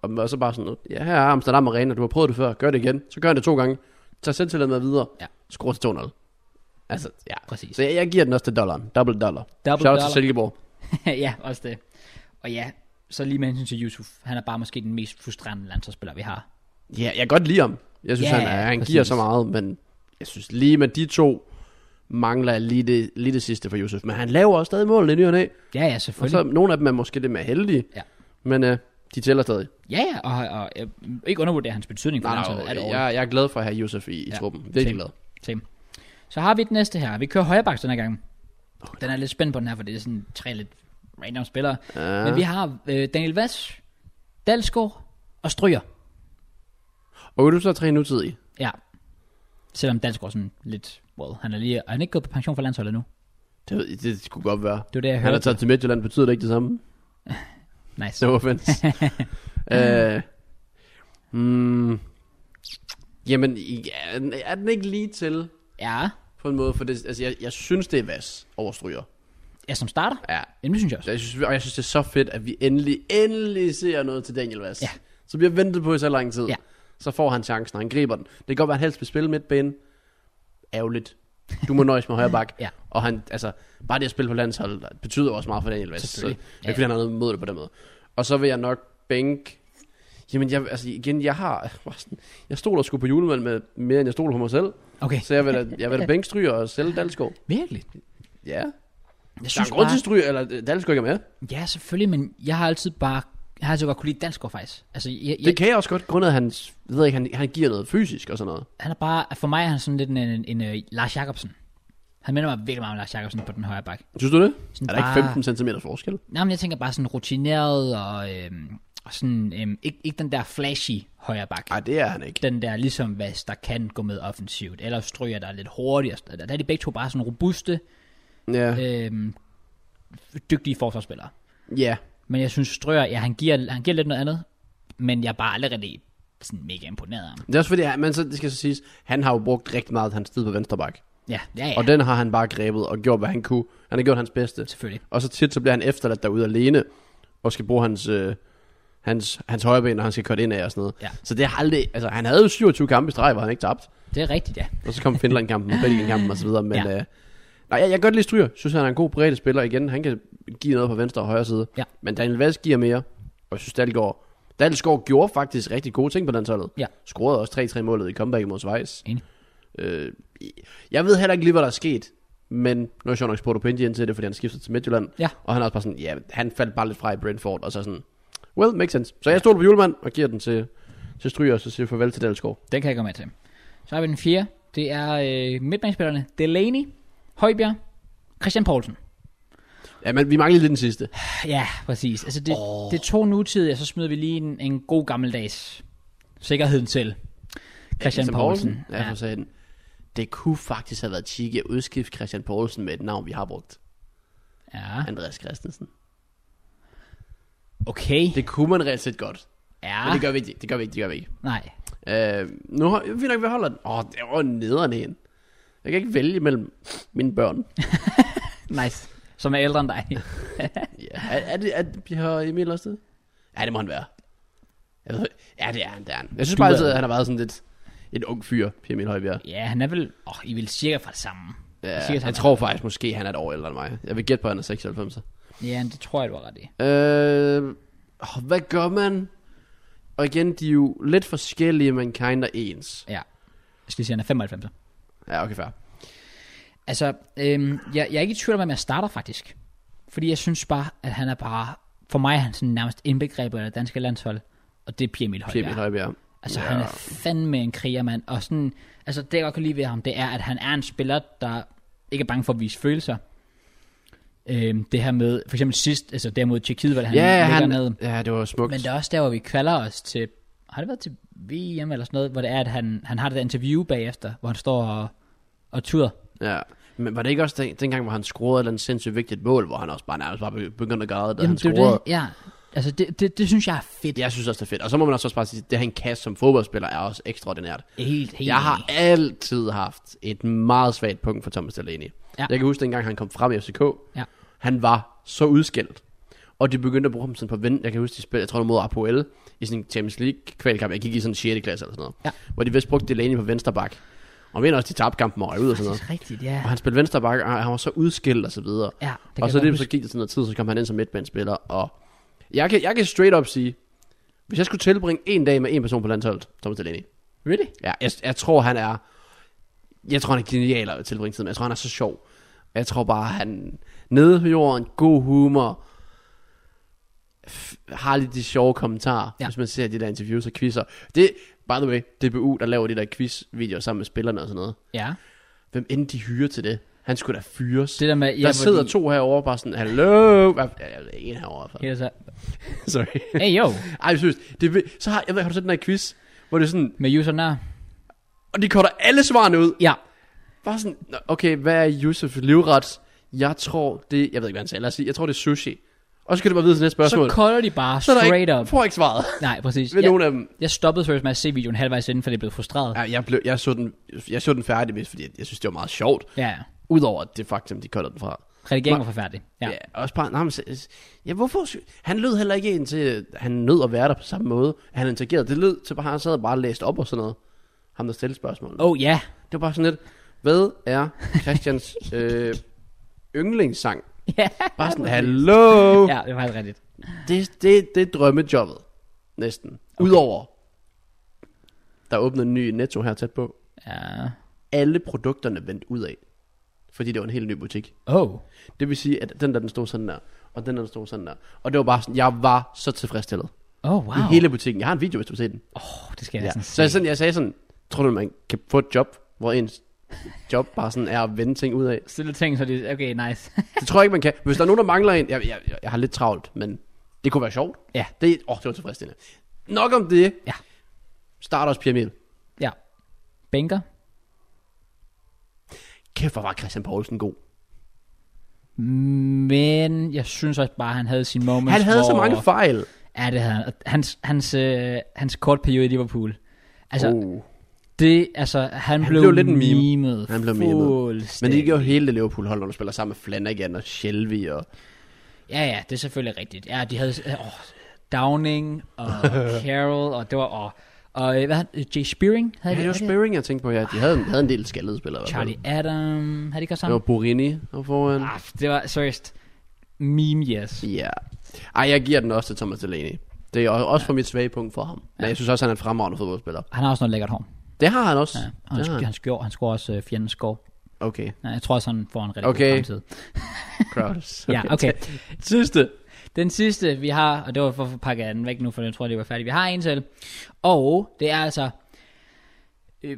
Speaker 2: Og, og så bare sådan, ja, her er Amsterdam Arena, du har prøvet det før, gør det igen. Så gør han det to gange. Tag selvtillid med videre.
Speaker 1: Ja.
Speaker 2: Skruer til 2-0. Altså, ja.
Speaker 1: Præcis.
Speaker 2: Så jeg, jeg giver den også til dollaren. Double dollar.
Speaker 1: Double
Speaker 2: Shout out
Speaker 1: dollar.
Speaker 2: til Silkeborg.
Speaker 1: ja, også det. Og ja, så lige med hensyn til Yusuf, han er bare måske den mest frustrerende landsholdsspiller, vi har.
Speaker 2: Ja, jeg kan godt lide ham. Jeg synes,
Speaker 1: Ja,
Speaker 2: yeah, han, er, han
Speaker 1: præcis.
Speaker 2: giver så meget, men jeg synes lige med de to mangler jeg lige det, lige det sidste for Josef. Men han laver også stadig mål i ny og næ.
Speaker 1: Ja, ja,
Speaker 2: Og
Speaker 1: selvfølgelig.
Speaker 2: så nogle af dem er måske lidt mere heldige.
Speaker 1: Ja.
Speaker 2: Men øh, de tæller stadig.
Speaker 1: Ja, ja, og, og, og jeg- ikke undervurdere hans betydning for
Speaker 2: Nej,
Speaker 1: landsholdet.
Speaker 2: nej,
Speaker 1: at all.
Speaker 2: jeg, jeg er glad for at have Josef i, i
Speaker 1: Ja.
Speaker 2: truppen. Virkelig
Speaker 1: Same.
Speaker 2: glad.
Speaker 1: Same. Så har vi den næste her. Vi kører højreback den her gang. Den er lidt spændt på den her, for det er sådan tre lidt random spillere.
Speaker 2: Ja.
Speaker 1: Men vi har øh, Daniel Vass, Dalsgaard og Stryger.
Speaker 2: Og vil du så træne nutid i?
Speaker 1: Ja. Selvom Dalsgaard er sådan lidt... Well, han er lige... Er han ikke gået på pension for landsholdet nu?
Speaker 2: Det, ved- det skulle godt være.
Speaker 1: Det var det, jeg
Speaker 2: Han er
Speaker 1: hørte.
Speaker 2: taget til Midtjylland, betyder det ikke det samme?
Speaker 1: Nice.
Speaker 2: No offense. øh, mm, jamen, ja, er den- er den ikke lige til
Speaker 1: Ja.
Speaker 2: på en måde? For det, altså, jeg, jeg synes, det er vas overstryger.
Speaker 1: Ja, som starter.
Speaker 2: Ja.
Speaker 1: Jamen, det synes jeg også.
Speaker 2: Jeg synes, og jeg synes, det er så fedt, at vi endelig, endelig ser noget til Daniel Vass.
Speaker 1: Ja.
Speaker 2: som vi har ventet på i så lang tid.
Speaker 1: Ja.
Speaker 2: Så får han chancen, og han griber den. Det kan godt være, at han helst vil spille midtbane. Ærgerligt. Du må nøjes med højre bak.
Speaker 1: Ja.
Speaker 2: Og han, altså, bare det at spille på landsholdet der betyder også meget for Daniel Vest. Så det er
Speaker 1: Selvfølgelig.
Speaker 2: ikke,
Speaker 1: Ja, ja.
Speaker 2: fordi han har noget imod det på den måde. Og så vil jeg nok bænke... Jamen, jeg, altså igen, jeg har... Jeg stoler sgu på julemanden med mere, end jeg stoler på mig selv.
Speaker 1: Okay,
Speaker 2: Så jeg vil da, jeg vil da bænke stryger og sælge Dalsgaard.
Speaker 1: virkelig.
Speaker 2: Ja.
Speaker 1: Jeg
Speaker 2: Der er
Speaker 1: synes
Speaker 2: en grund til
Speaker 1: bare,
Speaker 2: stryger, eller øh, Dalsgaard ikke er med.
Speaker 1: ja, selvfølgelig, men jeg har altid bare, jeg har altid godt kunne lide danskere faktisk. Altså, jeg, jeg,
Speaker 2: Det kan jeg også godt, grundet af hans, jeg ved ikke, han, han giver noget fysisk og sådan noget.
Speaker 1: han er bare, for mig er han sådan lidt en, en, en, en Lars Jacobsen. Han minder mig virkelig meget om Lars Jacobsen på den højre bak.
Speaker 2: Synes du det?
Speaker 1: Sådan
Speaker 2: er der
Speaker 1: bare-
Speaker 2: ikke 15 cm forskel?
Speaker 1: Nej, men jeg tænker bare sådan rutineret og, øhm, og sådan, øhm, ikke, ikke den der flashy højre bak.
Speaker 2: Nej, det er han ikke.
Speaker 1: Den der ligesom, hvad der kan gå med offensivt. Eller stryger, der er lidt hurtigere. Der der er de begge to bare sådan robuste,
Speaker 2: Ja.
Speaker 1: øhm, dygtige forsvarsspillere.
Speaker 2: ja.
Speaker 1: Men jeg synes, Strøer, ja, han giver, han giver lidt noget andet, men jeg er bare aldrig rigtig sådan mega imponeret af ham.
Speaker 2: Det er også fordi, ja, men så, det skal så siges, han har jo brugt rigtig meget af hans tid på venstreback.
Speaker 1: Ja, ja, ja,
Speaker 2: Og den har han bare grebet og gjort, hvad han kunne. Han har gjort hans bedste.
Speaker 1: selvfølgelig.
Speaker 2: Og så tit, så bliver han efterladt derude alene, og skal bruge hans, øh, hans, hans højre ben, når han skal køre ind af og sådan noget.
Speaker 1: Ja.
Speaker 2: Så det har aldrig, altså han havde jo 27 kampe i streg, hvor han ikke tabt.
Speaker 1: Det er rigtigt, ja.
Speaker 2: Og så kom Finland-kampen og Belgien-kampen og så videre, men...
Speaker 1: Ja.
Speaker 2: Ja. Øh, nej, jeg, jeg kan godt lide Stryger. Synes, han er en god bredde spiller igen. Han kan give noget på venstre og højre side.
Speaker 1: Ja.
Speaker 2: Men Daniel Vask giver mere, og jeg synes, Dalgaard... Dalsgaard gjorde faktisk rigtig gode ting på landsholdet.
Speaker 1: Ja.
Speaker 2: Scorede også 3-3 målet i comeback mod Schweiz.
Speaker 1: Enig.
Speaker 2: Øh, jeg ved heller ikke lige, hvad der er sket, men nu har jeg sjovt nok spurgt Opinji ind til det, fordi han skiftede til Midtjylland.
Speaker 1: Ja.
Speaker 2: Og han er også bare sådan, ja, han faldt bare lidt fra i Brentford, og så sådan, well, makes sense. Så jeg stoler på julemand og giver den til, til Stryger, og så siger jeg farvel til Dalsgaard.
Speaker 1: Den kan jeg gå med til. Så har vi den fjerde. Det er øh, midtbanespillerne Delaney, Højbjerg, Christian Poulsen.
Speaker 2: Ja, men vi mangler lidt den sidste.
Speaker 1: Ja, præcis. Altså det, oh. det er to nutidige, og så smider vi lige en, en god gammeldags sikkerheden til. Christian Poulsen.
Speaker 2: Ja, for satan. Det kunne faktisk have været chique at udskifte Christian Poulsen med et navn, vi har brugt.
Speaker 1: ja.
Speaker 2: Andreas Christensen.
Speaker 1: Okay.
Speaker 2: Det kunne man reelt set godt.
Speaker 1: Ja.
Speaker 2: Men det gør vi ikke. Det gør vi ikke. Det gør vi ikke.
Speaker 1: Nej.
Speaker 2: Øh, nu har vi nok, vi holder den. Åh, det var nederen en. Jeg kan ikke vælge mellem mine børn.
Speaker 1: Nice. Som er ældre end dig.
Speaker 2: Ja. Er, er, det, er det, har Emil også det? Ja, det må han være. Jeg ved, ja, det er han, det er han. Jeg synes
Speaker 1: Du
Speaker 2: bare
Speaker 1: er-
Speaker 2: altid, at han har været sådan lidt et ung fyr, P. Emil Højbjerg.
Speaker 1: ja, han er vel... Åh, oh, I vil cirka fra det samme.
Speaker 2: Ja,
Speaker 1: Sikkert han
Speaker 2: jeg
Speaker 1: er.
Speaker 2: tror faktisk måske, han er et år ældre end mig. Jeg vil gætte på, at han er 96.
Speaker 1: Ja, det tror jeg, du har ret i.
Speaker 2: Øh, åh, hvad gør man? Og igen, de er jo lidt forskellige, men kinder ens.
Speaker 1: Ja. Jeg skal lige sige, han er 95.
Speaker 2: Ja, okay, fair.
Speaker 1: Altså, øhm, jeg, jeg er ikke i tvivl om, at jeg starter faktisk. Fordi jeg synes bare, at han er bare... For mig er han sådan nærmest indbegrebet af det danske landshold. Og det er Pia Emil
Speaker 2: Pia Emil
Speaker 1: Højbjerg.
Speaker 2: Højbjerg.
Speaker 1: Altså, ja. han er fandme en krigermand. Og sådan... Altså, det jeg godt kan lide ved ham, det er, at han er en spiller, der ikke er bange for at vise følelser. Øhm, det her med, for eksempel sidst, altså der mod Tjekkiet, hvor han
Speaker 2: Ja,
Speaker 1: ligger
Speaker 2: han,
Speaker 1: ned.
Speaker 2: ja, det var smukt.
Speaker 1: Men det er også der, hvor vi kvalder os til, har det været til VM eller sådan noget, hvor det er, at han, han har det der interview bagefter, hvor han står og, og tuder.
Speaker 2: Ja. Men var det ikke også den, dengang, hvor han scorede et eller andet sindssygt vigtigt mål, hvor han også bare nærmest bare begyndte at græde, da han
Speaker 1: det, er
Speaker 2: scorede?
Speaker 1: jo det, ja. Altså, det, det, det, synes jeg er fedt.
Speaker 2: Jeg synes også, det er fedt. Og så må man også bare sige, at det han kan som fodboldspiller er også ekstraordinært.
Speaker 1: Helt, helt.
Speaker 2: Jeg har
Speaker 1: enig.
Speaker 2: altid haft et meget svagt punkt for Thomas Delaney.
Speaker 1: Ja.
Speaker 2: Ja. Jeg kan huske, dengang han kom frem i FCK,
Speaker 1: Ja.
Speaker 2: han var så udskældt. Og de begyndte at bruge ham sådan på ven. Jeg kan huske, de spillede, jeg tror, det var mod Apoel i sådan en Champions League kvalkamp. Jeg gik i sådan 6. klasse eller sådan noget.
Speaker 1: Ja.
Speaker 2: Hvor de vist brugte Delaney på venstre bak. Og mener også, de tabte kampen og røg ud og sådan
Speaker 1: Det
Speaker 2: noget.
Speaker 1: er rigtigt, ja.
Speaker 2: Og han spillede venstre bak, og han var så udskilt og så videre.
Speaker 1: Ja, det kan
Speaker 2: og så,
Speaker 1: jeg godt
Speaker 2: det, så gik det sådan noget tid, så kom han ind som midtbanespiller. Og jeg kan, jeg kan straight up sige, hvis jeg skulle tilbringe en dag med en person på landsholdet, Thomas Delaney.
Speaker 1: Really?
Speaker 2: Ja, jeg, jeg tror, han er... Jeg tror, han er genial at tilbringe tid med. Jeg tror, han er så sjov. Jeg tror bare, han nede på jorden, god humor, f- har lidt de sjove kommentarer,
Speaker 1: Ja.
Speaker 2: ja. hvis man ser de der interviews og quizzer. Det, by the way, DBU, der laver de der quiz-videoer sammen med spillerne og sådan noget.
Speaker 1: Ja.
Speaker 2: Hvem end de hyrer til det? Han skulle da fyres.
Speaker 1: Det der med... Ja,
Speaker 2: der sidder to herovre bare sådan, hallo, Hvad- ja, jeg ved ikke, en herovre. For.
Speaker 1: Ja, så,
Speaker 2: Sorry.
Speaker 1: hey, yo.
Speaker 2: Ej, seriøst. Det, er vildt. så har, jeg ved, har du set den her quiz, hvor det er sådan,
Speaker 1: Med usernavn. der.
Speaker 2: og de korter alle svarene ud.
Speaker 1: Ja.
Speaker 2: Bare sådan, "Nå, okay, hvad er Josef livret? Jeg tror, det, jeg ved ikke, hvad han sagde, lad os sige, jeg tror, det er sushi. Og så kan du bare videre til næste spørgsmål.
Speaker 1: Så kolder de bare
Speaker 2: er der
Speaker 1: straight
Speaker 2: ikke,
Speaker 1: up.
Speaker 2: får ikke svaret
Speaker 1: Nej, præcis.
Speaker 2: ved ja.
Speaker 1: Jeg,
Speaker 2: nogen af dem.
Speaker 1: jeg stoppede først med at se videoen halvvejs inden, for det blev frustreret.
Speaker 2: Ja, jeg, blev, jeg, så den, jeg så den færdig mest, fordi jeg, jeg synes, det var meget sjovt.
Speaker 1: Ja, ja.
Speaker 2: Udover det faktum, de kolder den fra.
Speaker 1: Redigeringen var forfærdelig. Ja.
Speaker 2: Ja. ja også bare, nej, men, se- se- ja, hvorfor? sy- Han lød heller ikke ind til, han nød at være der på samme måde. Han interagerede. Det lød til bare, han sad og bare læste op og sådan noget. Ham, der stillede spørgsmål.
Speaker 1: Oh ja.
Speaker 2: Det var bare sådan lidt, hvad er Christians øh, yndlingssang?
Speaker 1: Ja.
Speaker 2: Bare sådan, hallo!
Speaker 1: Ja, det var helt rigtigt.
Speaker 2: Det, det, det er drømmejobbet, næsten. Okay. Udover, der åbnede en ny netto her tæt på.
Speaker 1: Ja.
Speaker 2: Alle produkterne vendt ud af, fordi det var en helt ny butik.
Speaker 1: Oh.
Speaker 2: Det vil sige, at den der, den stod sådan der, og den der, den stod sådan der. Og det var bare sådan, jeg var så tilfredsstillet.
Speaker 1: Oh,
Speaker 2: Wow.
Speaker 1: wow.
Speaker 2: I hele butikken. Jeg har en video, hvis du vil se den.
Speaker 1: oh, det skal jeg
Speaker 2: Ja.
Speaker 1: ja. sådan
Speaker 2: Så jeg, sådan, jeg sagde sådan, tror du, man kan få et job, hvor ens job bare sådan er at vende ting ud af?
Speaker 1: Stille ting, så det okay, nice.
Speaker 2: Det tror jeg ikke, man kan. Hvis der er nogen, der mangler en... Jeg, jeg, jeg, jeg har lidt travlt, men det kunne være sjovt.
Speaker 1: Ja.
Speaker 2: Det, åh, det var tilfredsstillende. Nok om det.
Speaker 1: Ja.
Speaker 2: Start også pyramid.
Speaker 1: ja. Bænker.
Speaker 2: Kæft, hvor var Christian Poulsen god.
Speaker 1: Men jeg synes også bare, han havde sin moments,
Speaker 2: han havde
Speaker 1: hvor...
Speaker 2: så mange fejl.
Speaker 1: Ja, det havde han. Og Hans, hans, øh, hans kort periode i Liverpool. Altså, oh.
Speaker 2: oh.
Speaker 1: det, altså, han,
Speaker 2: Han
Speaker 1: blev,
Speaker 2: blev lidt en meme.
Speaker 1: mimet.
Speaker 2: Han blev mimet. Men det
Speaker 1: fuldstændig.
Speaker 2: gjorde hele det Liverpool-hold, når du spiller sammen med Flanagan og Shelby. Og...
Speaker 1: Ja, ja, det er selvfølgelig rigtigt. Ja, de havde øh, åh, Downing og Carroll, og det var... Og, og øh, hvad han- Jay Spearing havde
Speaker 2: Ja, det
Speaker 1: de
Speaker 2: var
Speaker 1: også.
Speaker 2: Sperring, jeg tænkte på, ja. De havde, en- havde en del skaldede spillere. i hvert fald.
Speaker 1: Charlie Adam, havde de ikke også
Speaker 2: Det
Speaker 1: sammen?
Speaker 2: var Borini og foran.
Speaker 1: Ah, det var seriøst meme yes.
Speaker 2: Ja. Ej, jeg giver den også til Thomas Delaney. Det er også for mit svage punkt for ham. Men jeg synes også, han er en fremragende fodboldspiller.
Speaker 1: Han har også noget lækkert hår.
Speaker 2: Det har han også.
Speaker 1: Ja, og han,
Speaker 2: det har
Speaker 1: sk-
Speaker 2: han.
Speaker 1: han, skår, han skår også øh, fjendens skov.
Speaker 2: Okay.
Speaker 1: Ja, jeg tror også, han får en rigtig okay.
Speaker 2: Okay.
Speaker 1: god fremtid.
Speaker 2: Crowds.
Speaker 1: Ja, okay.
Speaker 2: Sidste.
Speaker 1: Den sidste, vi har, og det var for at pakke den væk nu, for jeg tror, det var færdigt. Vi har en til, og det er altså... Øh,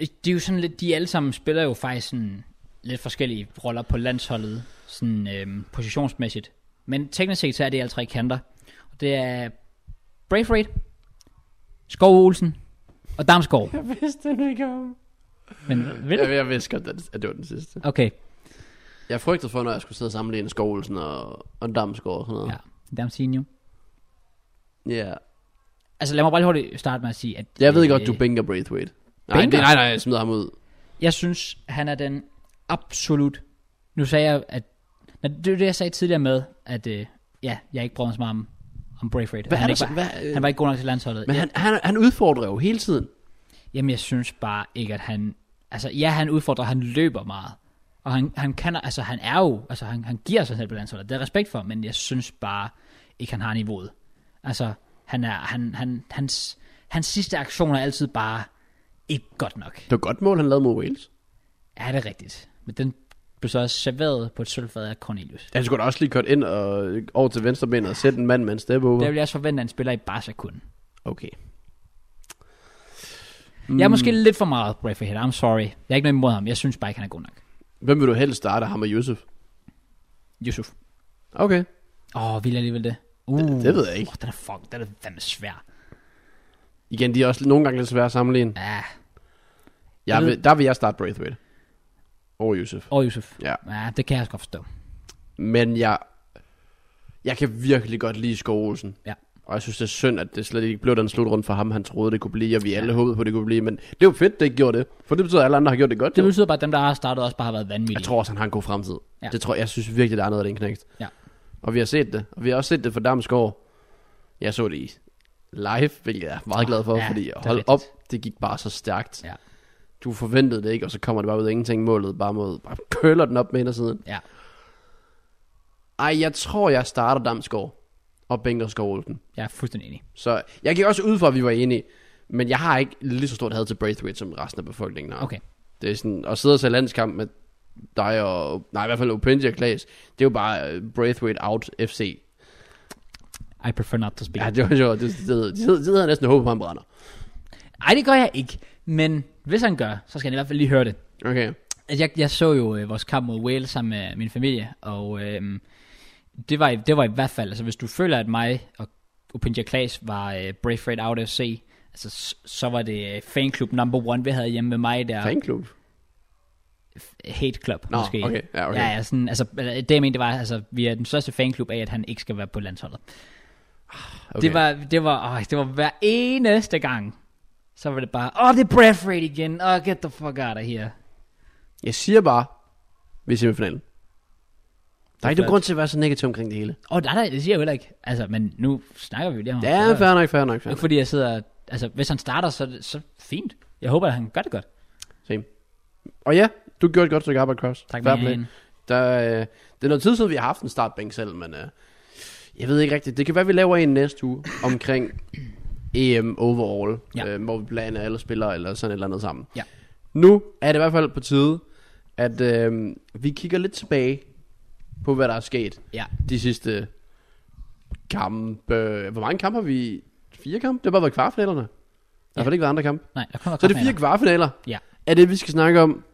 Speaker 1: øh, det er jo sådan lidt, de alle sammen spiller jo faktisk sådan lidt forskellige roller på landsholdet, sådan øh, positionsmæssigt. Men teknisk set, så er det alle tre kanter. Og det er Braithwaite, Skov Olsen og Damskov.
Speaker 2: Jeg vidste den ikke om.
Speaker 1: Men vil
Speaker 2: Jeg, jeg vidste godt, at- at det var den sidste.
Speaker 1: Okay,
Speaker 2: Jeg frygtede for, når jeg skulle sidde og sammenligne Skovlsen og, og Damsgaard og sådan noget.
Speaker 1: ja. Damsinium.
Speaker 2: Ja. Yeah.
Speaker 1: Altså lad mig bare lige hurtigt starte med at sige, at...
Speaker 2: Jeg ved
Speaker 1: øh,
Speaker 2: godt, du bænker Braithwaite. Nej,
Speaker 1: Bænker?
Speaker 2: det, nej, nej, jeg smider ham ud.
Speaker 1: Jeg synes, han er den absolut... Nu sagde jeg, at... Nej, det er det, jeg sagde tidligere med, at øh, ja, jeg ikke brød mig så meget om, om Braithwaite.
Speaker 2: Hvad
Speaker 1: han,
Speaker 2: er
Speaker 1: ikke
Speaker 2: der så-
Speaker 1: var,
Speaker 2: hvad, øh,
Speaker 1: han var ikke god nok til landsholdet.
Speaker 2: Men
Speaker 1: Jeg-
Speaker 2: han, han, han udfordrer jo hele tiden.
Speaker 1: Jamen, jeg synes bare ikke, at han... Altså, ja, han udfordrer, han løber meget. Og han, han kan, altså han er jo, altså han, han giver sig selv på landsholdet, det er respekt for, men jeg synes bare ikke, han har niveauet. Altså, han er, han, han, hans, hans sidste aktion er altid bare ikke godt nok.
Speaker 2: Det var et godt mål, han lavede mod Wales.
Speaker 1: Ja, det er rigtigt. Men den blev så også serveret på et sølvfad af Cornelius.
Speaker 2: Han skulle da også lige kørt ind og øh, over til venstre ben og sætte en mand med en step over.
Speaker 1: Der vil jeg også forvente, at en spiller i Barca kunne.
Speaker 2: Okay.
Speaker 1: Mm. Jeg er måske lidt for meget Bradford Head. I'm sorry. Jeg er ikke noget imod ham. Jeg synes bare ikke, han er god nok.
Speaker 2: Hvem vil du helst starte, ham og Yusuf?
Speaker 1: Yusuf.
Speaker 2: Okay.
Speaker 1: Åh, oh, vil jeg alligevel det? Uh, det,
Speaker 2: det ved jeg ikke.
Speaker 1: Oh, den er fuck, den er fandme svær.
Speaker 2: Igen, de er også nogle gange lidt svære at sammenligne.
Speaker 1: Ja,
Speaker 2: Jeg
Speaker 1: ved-
Speaker 2: vil, der vil jeg starte Braithwaite. Over Yusuf.
Speaker 1: og oh, Yusuf.
Speaker 2: Ja.
Speaker 1: Ja, det kan jeg også godt forstå.
Speaker 2: Men jeg, jeg kan virkelig godt lide Skovelsen.
Speaker 1: Ja.
Speaker 2: Og jeg synes, det er synd, at det slet ikke blev den slutrunde for ham, han troede, det kunne blive, og vi alle håbede på, det kunne blive. Men det er jo fedt, det ikke gjorde det. For det betyder, at alle andre har gjort det godt.
Speaker 1: Det
Speaker 2: jo.
Speaker 1: betyder bare, at dem, der har startet, også bare har været vanvittige.
Speaker 2: Jeg tror også, han har en god fremtid.
Speaker 1: Ja.
Speaker 2: Ja. Det tror jeg, jeg synes virkelig, der er noget af den knægt.
Speaker 1: Ja.
Speaker 2: Og vi har set det. Og vi har også set det for Damsgaard. Jeg så det i live, hvilket jeg er meget glad for,
Speaker 1: Ja,
Speaker 2: ja, fordi
Speaker 1: det er
Speaker 2: hold
Speaker 1: rigtigt.
Speaker 2: op, det gik bare så stærkt.
Speaker 1: Ja.
Speaker 2: Du forventede det ikke, og så kommer det bare ud af ingenting. Målet bare mod, bare køler den op med indersiden.
Speaker 1: Ja.
Speaker 2: Ej, jeg tror, jeg starter Damsgaard og bænker Skovlsen.
Speaker 1: Jeg er fuldstændig enig.
Speaker 2: Så jeg gik også ud for, at vi var enige. Men jeg har ikke lige så stort had til Braithwaite, som resten af befolkningen har.
Speaker 1: Okay.
Speaker 2: Det er sådan, at sidde og se landskamp med dig og, nej i hvert fald Opinji og Klaas, det er jo bare øh, Braithwaite out FC.
Speaker 1: I prefer not to speak.
Speaker 2: Ja, det var jo, det, det, det, det, det havde næsten håbet på, han brænder.
Speaker 1: Ej, det gør jeg ikke. Men hvis han gør, så skal han i hvert fald lige høre det.
Speaker 2: Okay.
Speaker 1: Altså, jeg, jeg så jo øh, vores kamp mod Wales sammen med min familie, og øh, det, var, i- det var i hvert fald, altså hvis du føler, at mig og Opinja Klaas var øh, Brave Freight Out FC, altså, s- så var det øh, fanklub number one, vi havde hjemme med mig der.
Speaker 2: Fanklub.
Speaker 1: Hate Club,
Speaker 2: Nå,
Speaker 1: måske.
Speaker 2: okay. Ja, okay.
Speaker 1: Ja, ja, sådan, altså, eller, det jeg mente, det var, altså, vi er den største fanklub af, at han ikke skal være på landsholdet. Okay.
Speaker 2: Okay.
Speaker 1: Det var, det var, åh, det var hver eneste gang, så var det bare, åh, oh, det er Brave Freight igen, åh, oh, get the fuck out of here.
Speaker 2: Jeg siger bare, vi er i semifinalen. Der er ikke nogen grund til at være så negativ omkring det hele.
Speaker 1: Åh, oh, nej, nej, det siger jeg jo heller ikke. Altså, men nu snakker vi lige om
Speaker 2: Det er fair nok, fair nok, fair
Speaker 1: Ikke
Speaker 2: nok.
Speaker 1: fordi jeg sidder... Altså, hvis han starter, så, er det- så fint. Jeg håber, at han gør det godt.
Speaker 2: Same. Og ja, du gjorde et godt stykke arbejde, Cross.
Speaker 1: Tak,
Speaker 2: Fair
Speaker 1: man.
Speaker 2: play. Der, øh, det er noget tid siden, vi har haft en startbænk selv, men øh, jeg ved ikke rigtigt. Det kan være, vi laver en næste uge omkring EM overall,
Speaker 1: Ja.
Speaker 2: ja. øh, hvor vi blander alle spillere eller sådan et eller andet sammen.
Speaker 1: Ja.
Speaker 2: Nu er det i hvert fald på tide, at øh, vi kigger lidt tilbage på, hvad der er sket
Speaker 1: Ja.
Speaker 2: de sidste kampe. Hvor mange kampe har vi? Fire kampe? Det har bare været kvartfinalerne. Der har i hvert fald ikke været andre kampe.
Speaker 1: Nej, der kommer
Speaker 2: Så er det
Speaker 1: kaffe
Speaker 2: fire
Speaker 1: her.
Speaker 2: kvartfinaler.
Speaker 1: Ja.
Speaker 2: Er det, vi skal snakke om?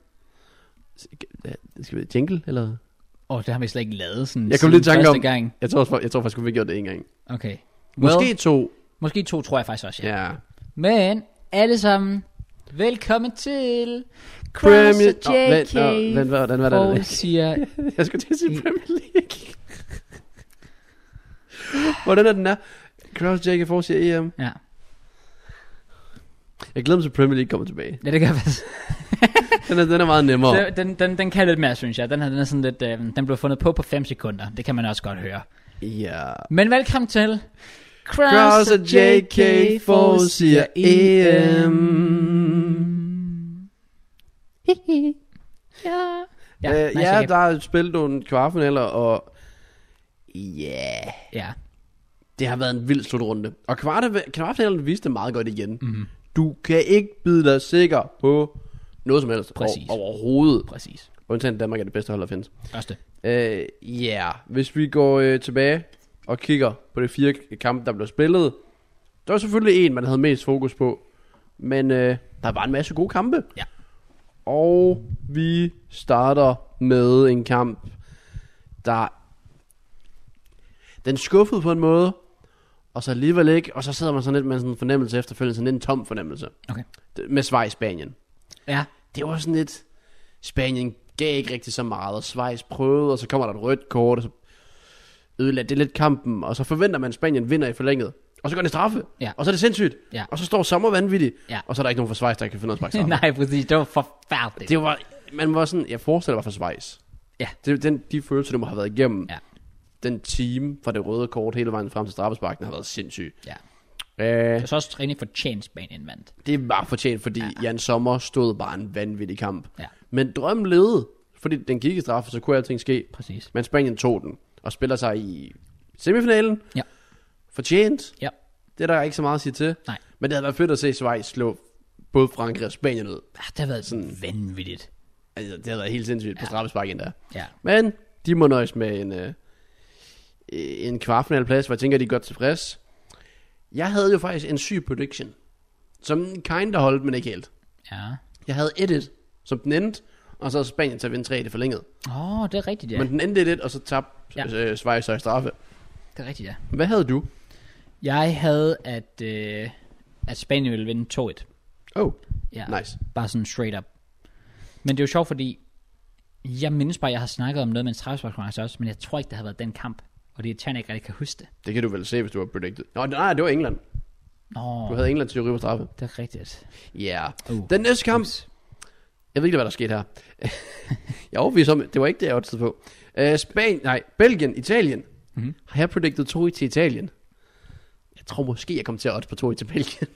Speaker 2: Skal vi jingle, eller?
Speaker 1: Åh, oh, det har vi slet ikke lavet sådan
Speaker 2: Jeg kom
Speaker 1: siden
Speaker 2: lidt i tanke
Speaker 1: første
Speaker 2: om-
Speaker 1: gang.
Speaker 2: Jeg tror, også- jeg tror faktisk, kun, vi gjorde det en gang.
Speaker 1: Okay. Well,
Speaker 2: Måske
Speaker 1: måske...
Speaker 2: to.
Speaker 1: måske to, tror jeg faktisk også, ja.
Speaker 2: Ja.
Speaker 1: Men alle sammen, velkommen til Cross
Speaker 2: Premier... Nå,
Speaker 1: og JK.
Speaker 2: vent, nå, vent, hvordan var
Speaker 1: Paul
Speaker 2: det?
Speaker 1: siger,
Speaker 2: Jeg skulle til at sige Premier League. hvordan er den der? Cross JK forsiger EM.
Speaker 1: ja,
Speaker 2: E Jeg glæder mig til Premier League kommer tilbage.
Speaker 1: ja, det gør jeg faktisk.
Speaker 2: Den er, den er meget nemmere.
Speaker 1: Så Den, den, den kan lidt mere, synes jeg. Den, her, den er sådan lidt, øh, den blev fundet på på 5 sekunder. Det kan man også godt høre.
Speaker 2: Ja.
Speaker 1: Men velkommen til
Speaker 2: Cross og JK forsiger
Speaker 1: forudsiger
Speaker 2: E EM.
Speaker 1: ja.
Speaker 2: Ja, øh,
Speaker 1: nice
Speaker 2: ja
Speaker 1: recap.
Speaker 2: der er spillet nogle kvartfinaler, og... Ja... Yeah.
Speaker 1: ja.
Speaker 2: Det har været en vild slutrunde. Og kvarte- kvartfinalen viste det meget godt igen.
Speaker 1: Mhm.
Speaker 2: Mm-hmm. Du kan ikke bide dig sikker på noget som helst
Speaker 1: Præcis.
Speaker 2: Over, overhovedet.
Speaker 1: Præcis.
Speaker 2: Undtagen Danmark er det bedste hold, der findes.
Speaker 1: Første.
Speaker 2: Øh, Ja, uh, yeah. hvis vi går øh, tilbage og kigger på de fire kampe, der blev spillet. Der var selvfølgelig en, man havde mest fokus på. Men øh, der var en masse gode kampe.
Speaker 1: Ja.
Speaker 2: Og vi starter med en kamp, der... Den skuffede på en måde, og så alligevel ikke. Og så sidder man sådan lidt med sådan en fornemmelse efterfølgende, sådan lidt en tom fornemmelse.
Speaker 1: Okay.
Speaker 2: Det- Med Schweiz-Spanien
Speaker 1: Ja.
Speaker 2: det var sådan lidt, Spanien gav ikke rigtig så meget, og Schweiz prøvede, og så kommer der et rødt kort, og så ødelagde det lidt kampen, og så forventer man, at Spanien vinder i forlænget. Og så går det straffe,
Speaker 1: Ja.
Speaker 2: og så er det sindssygt,
Speaker 1: Ja.
Speaker 2: og så står sommer vanvittigt,
Speaker 1: Ja.
Speaker 2: og så er der ikke nogen fra Schweiz, der kan finde noget at sparke straffe.
Speaker 1: Nej, præcis. Det var forfærdeligt.
Speaker 2: Det var, man var sådan, jeg forestiller mig fra Schweiz.
Speaker 1: Ja.
Speaker 2: Det, den, de følelser, du må have været igennem,
Speaker 1: Ja.
Speaker 2: den time fra det røde kort hele vejen frem til straffesparken, har været sindssyg.
Speaker 1: Ja.
Speaker 2: Øh,
Speaker 1: Jeg så også rimelig fortjent Spanien vandt.
Speaker 2: det var fortjent, fordi ja. Jan Sommer stod bare en vanvittig kamp.
Speaker 1: Ja.
Speaker 2: Men drømmen levede, fordi den gik i straffe, så kunne alting ske.
Speaker 1: Præcis.
Speaker 2: Men Spanien tog den, og spiller sig i semifinalen.
Speaker 1: Ja.
Speaker 2: Fortjent.
Speaker 1: Ja.
Speaker 2: Det er der ikke så meget at sige til.
Speaker 1: Nej.
Speaker 2: Men det havde været fedt at se Schweiz slå både Frankrig og Spanien ud.
Speaker 1: Ah, Det har været sådan vanvittigt.
Speaker 2: Altså, det havde været helt sindssygt ja. på straffesparken der.
Speaker 1: Ja.
Speaker 2: Men de må nøjes med en, øh, en kvartfinalplads, hvor jeg tænker, de er godt tilfredse. Jeg havde jo faktisk en syg prediction, som kind der holdt, men ikke helt.
Speaker 1: Ja.
Speaker 2: Jeg havde 1-1, som den endte, og så er Spanien til at vinde 3 i det forlængede.
Speaker 1: Åh, oh, det er rigtigt, ja.
Speaker 2: Ja. Men den endte 1-1, og så tabte
Speaker 1: Ja.
Speaker 2: ja. øh, Schweiz så i straffe.
Speaker 1: Det er rigtigt, ja.
Speaker 2: Hvad havde du?
Speaker 1: Jeg havde, at, øh, at Spanien ville vinde 2-1.
Speaker 2: Oh,
Speaker 1: Ja.
Speaker 2: nice.
Speaker 1: Bare sådan straight up. Men det er jo sjovt, fordi jeg mindes bare, at jeg har snakket om noget med en straffesparkskonkurrence også, men jeg tror ikke, det har været den kamp. Og det er irriterende, at jeg ikke rigtig kan huske det.
Speaker 2: Det kan du vel se, hvis du har predicted. Nå, nej, det var England.
Speaker 1: Nå,
Speaker 2: Du havde England til at ryge på straffe.
Speaker 1: det er rigtigt.
Speaker 2: Ja. Yeah.
Speaker 1: Uh.
Speaker 2: Den næste kamp. Jeg ved ikke, hvad der skete her. jeg er overbevist om, det var ikke det, jeg var på. Uh, Spanien, nej, Belgien, Italien.
Speaker 1: Mhm.
Speaker 2: Mm-hmm. Har jeg predicted 2 til Italien? Jeg tror måske, jeg kom til at odds på 2 til Belgien.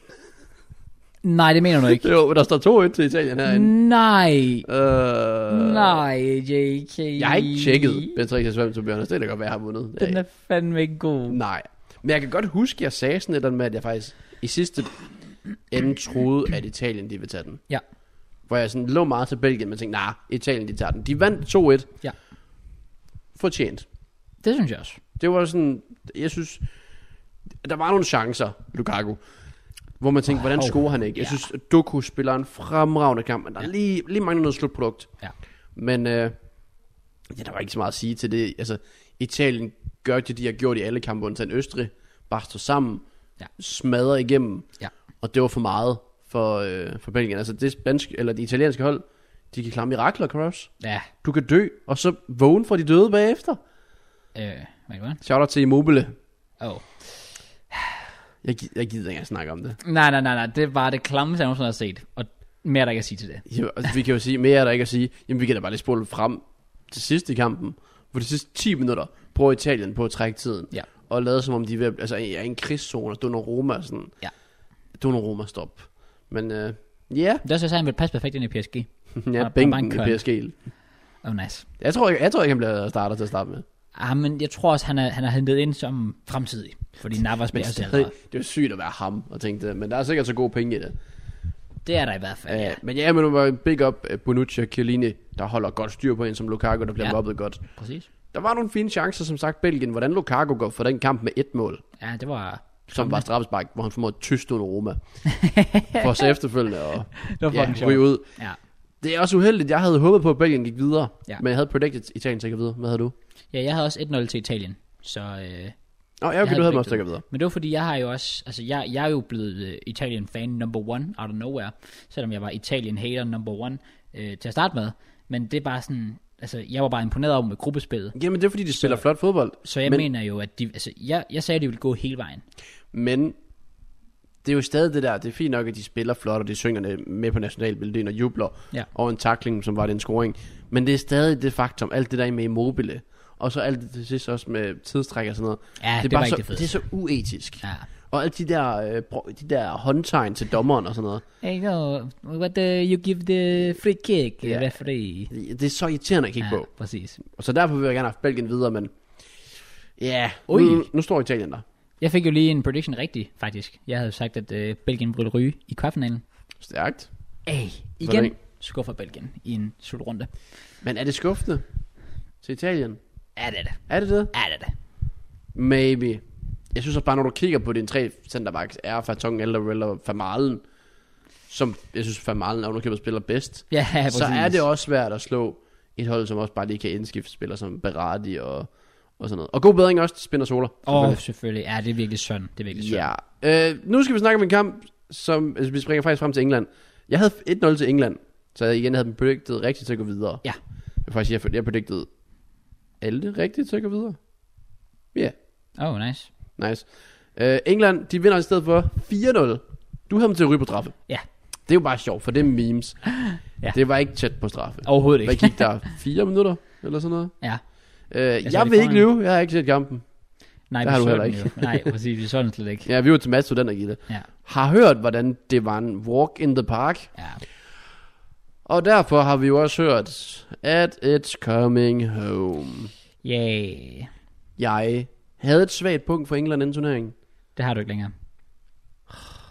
Speaker 1: Nej, det mener du ikke.
Speaker 2: jo, men der står 2-1 til Italien herinde.
Speaker 1: Nej,
Speaker 2: Uh,
Speaker 1: nej, JK.
Speaker 2: Jeg har ikke tjekket Benfica Svøm til Bjørn, det kan da godt være, jeg har vundet.
Speaker 1: Den
Speaker 2: Ja,
Speaker 1: er fandme ikke god.
Speaker 2: Nej. Men jeg kan godt huske, jeg sagde sådan et eller andet med, at jeg faktisk i sidste ende troede, at Italien de ville tage den.
Speaker 1: Ja,
Speaker 2: Hvor jeg sådan lå meget til Belgien, men tænkte, nej, nah, Italien de tager den. De vandt 2-1.
Speaker 1: Ja.
Speaker 2: Fortjent.
Speaker 1: det synes jeg også.
Speaker 2: Det var sådan, jeg synes, der var nogle chancer, Lukaku. Hvor man tænkte, hvordan
Speaker 1: Wow.
Speaker 2: scorer han ikke? Jeg
Speaker 1: Ja.
Speaker 2: synes, at Doku spiller en fremragende kamp, men der er lige, lige mangler noget slutprodukt.
Speaker 1: Ja.
Speaker 2: Men øh, ja, der var ikke så meget at sige til det. Altså, Italien gør det, de har gjort i alle kampe, undtagen Østrig. Bare står sammen,
Speaker 1: Ja.
Speaker 2: smadrer igennem.
Speaker 1: Ja.
Speaker 2: Og det var for meget for, øh, for Belgien. Altså, det, spanske, eller det italienske hold, de kan klare mirakler, Cross.
Speaker 1: Ja,
Speaker 2: Du kan dø, og så vågne fra de døde bagefter.
Speaker 1: øh, hvad var det?
Speaker 2: Shout out til Immobile.
Speaker 1: Åh.
Speaker 2: Jeg, gi- jeg gider ikke engang snakke om det.
Speaker 1: Nej, nej, nej, nej, det var det klamme, jeg nogensinde har set. Og mere er der ikke at sige til det.
Speaker 2: Jo, altså, vi kan jo sige, mere er der ikke at sige, jamen vi kan da bare lige spole frem til sidst i kampen, hvor de sidste 10 minutter bruger Italien på at trække tiden.
Speaker 1: Ja.
Speaker 2: Og lade som om de er ved, at- altså, er i en krigszone, og Donnarumma er sådan.
Speaker 1: Ja.
Speaker 2: Donnarumma, stop. Men øh, ja,
Speaker 1: Det er også, at han vil passe perfekt ind i PSG.
Speaker 2: ja,
Speaker 1: bare en
Speaker 2: bænken i
Speaker 1: køn.
Speaker 2: PSG.
Speaker 1: Oh, nice.
Speaker 2: Jeg tror, ikke, jeg tror ikke, han bliver starter til at starte med.
Speaker 1: Ah, men jeg tror også, han er, han er hentet ind som fremtidig. Fordi Navas
Speaker 2: Men
Speaker 1: bliver også
Speaker 2: stadig,
Speaker 1: ældre.
Speaker 2: det er jo sygt at være ham og tænke det. Men der er sikkert så gode penge i det.
Speaker 1: Det er der i hvert fald, ja.
Speaker 2: Ja. Men ja, men det var en big up øh, Bonucci og Chiellini, der holder godt styr på en som Lukaku, der bliver
Speaker 1: Ja.
Speaker 2: ja. mobbet godt.
Speaker 1: Præcis.
Speaker 2: Der var nogle fine chancer, som sagt, Belgien. Hvordan Lukaku går for den kamp med et mål,
Speaker 1: Ja, det var...
Speaker 2: som var straffespark, hvor han formår at tyste under Roma. for så efterfølgende og
Speaker 1: Det var
Speaker 2: ja,
Speaker 1: fucking
Speaker 2: ryge
Speaker 1: sjovt.
Speaker 2: ud.
Speaker 1: Ja.
Speaker 2: Det er også uheldigt. Jeg havde håbet på, at Belgien gik videre.
Speaker 1: Ja.
Speaker 2: Ja. Men jeg havde predicted Italien sikkert videre. Hvad havde du?
Speaker 1: ja, jeg havde også 1-0 til Italien. Så, øh,
Speaker 2: Nå, ja,
Speaker 1: havde
Speaker 2: okay, du havde mig
Speaker 1: predicted.
Speaker 2: også sikkert videre.
Speaker 1: men det var fordi, jeg har jo også, altså jeg, jeg er jo blevet øh, Italien-fan number one out of nowhere, selvom jeg var Italien-hater number one øh, til at starte med. Men det er bare sådan, altså jeg var bare imponeret over med gruppespillet.
Speaker 2: Jamen, det er fordi, de spiller flot fodbold.
Speaker 1: Så jeg men,
Speaker 2: Men-
Speaker 1: mener jo, at de, altså jeg, jeg sagde, at de ville gå hele vejen.
Speaker 2: Men det er jo stadig det der, det er fint nok, at de spiller flot, og de synger det med på nationalmelodien og jubler
Speaker 1: Ja.
Speaker 2: over en takling, som var den scoring. Men det er stadig det faktum, alt det der med Immobile, og så alt det til sidst også med tidstræk og sådan noget.
Speaker 1: Ja, det,
Speaker 2: det, er
Speaker 1: det var ikke
Speaker 2: så,
Speaker 1: det
Speaker 2: det er
Speaker 1: fedeste.
Speaker 2: så uetisk.
Speaker 1: Ja.
Speaker 2: Og alt de der, øh, bro, de der håndtegn til dommeren og sådan noget.
Speaker 1: Hey, no, what uh, you give the free kick,
Speaker 2: Ja.
Speaker 1: yeah. referee.
Speaker 2: Det det er så irriterende at kigge ja. på.
Speaker 1: præcis.
Speaker 2: Og så derfor vil jeg gerne have haft Belgien videre, men ja, Mm.
Speaker 1: Ui.
Speaker 2: nu, nu står Italien der.
Speaker 1: Jeg fik jo lige en prediction rigtig, faktisk. Jeg havde sagt, at øh, Belgien ville ryge i kvartfinalen.
Speaker 2: Stærkt.
Speaker 1: Ej,
Speaker 2: Sådan
Speaker 1: igen
Speaker 2: en.
Speaker 1: skuffer Belgien i en slutrunde.
Speaker 2: Men er det skuffende til Italien?
Speaker 1: Er det er det?
Speaker 2: Er det det?
Speaker 1: Er det er det?
Speaker 2: Maybe. Jeg synes også bare, når du kigger på dine tre centerbacks, er Fartongen, Elderwell og Famalen, som jeg synes, Famalen er underkøbet spiller bedst,
Speaker 1: Ja,
Speaker 2: ja,
Speaker 1: præcis.
Speaker 2: så er det også svært at slå et hold, som også bare lige kan indskifte spillere som Berardi og, og sådan noget. Og god bedring også til Spinder Sola.
Speaker 1: Åh, oh, selvfølgelig. Ja, det er virkelig sådan. Det er virkelig sådan.
Speaker 2: Ja. Øh, nu skal vi snakke om en kamp, som altså, vi springer faktisk frem til England. Jeg havde 1-0 til England, så jeg igen havde dem predicted rigtigt til at gå videre.
Speaker 1: Ja.
Speaker 2: Jeg vil faktisk sige, jeg, jeg predicted alle rigtigt til at gå videre. Ja. Yeah.
Speaker 1: Åh, oh, nice.
Speaker 2: Nice. Uh, England, de vinder i stedet for 4-0. Du havde dem til at ryge på straffe.
Speaker 1: Ja.
Speaker 2: Det er jo bare sjovt, for det er memes.
Speaker 1: Ja.
Speaker 2: ja. Det var ikke tæt på straffe.
Speaker 1: Overhovedet
Speaker 2: Hvad
Speaker 1: ikke.
Speaker 2: gik der? Fire minutter? Eller sådan noget?
Speaker 1: Ja.
Speaker 2: Uh, jeg,
Speaker 1: så er det
Speaker 2: vil ikke
Speaker 1: foran.
Speaker 2: lyve, jeg har ikke set kampen.
Speaker 1: Nej,
Speaker 2: Det
Speaker 1: vi
Speaker 2: har du
Speaker 1: så
Speaker 2: heller
Speaker 1: den
Speaker 2: ikke.
Speaker 1: jo. Nej, præcis. Vi så den slet ikke.
Speaker 2: Ja, vi var til Mads studenter, Gitte.
Speaker 1: Ja.
Speaker 2: Har hørt, hvordan det var en walk in the park.
Speaker 1: Ja.
Speaker 2: Og derfor har vi jo også hørt, at it's coming home.
Speaker 1: Yeah.
Speaker 2: Jeg havde et svagt punkt for England inden turneringen.
Speaker 1: Det har du ikke længere.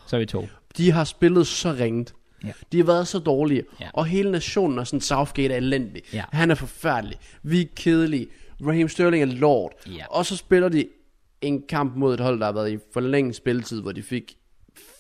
Speaker 1: Så er vi to.
Speaker 2: De har spillet så ringt.
Speaker 1: Ja.
Speaker 2: De har været så dårlige.
Speaker 1: Ja.
Speaker 2: Og hele nationen er sådan, Southgate er elendig.
Speaker 1: Ja.
Speaker 2: Han er forfærdelig. Vi er kedelige. Raheem Sterling er lort.
Speaker 1: Ja.
Speaker 2: Og så spiller de en kamp mod et hold, der har været i forlænget spilletid, hvor de fik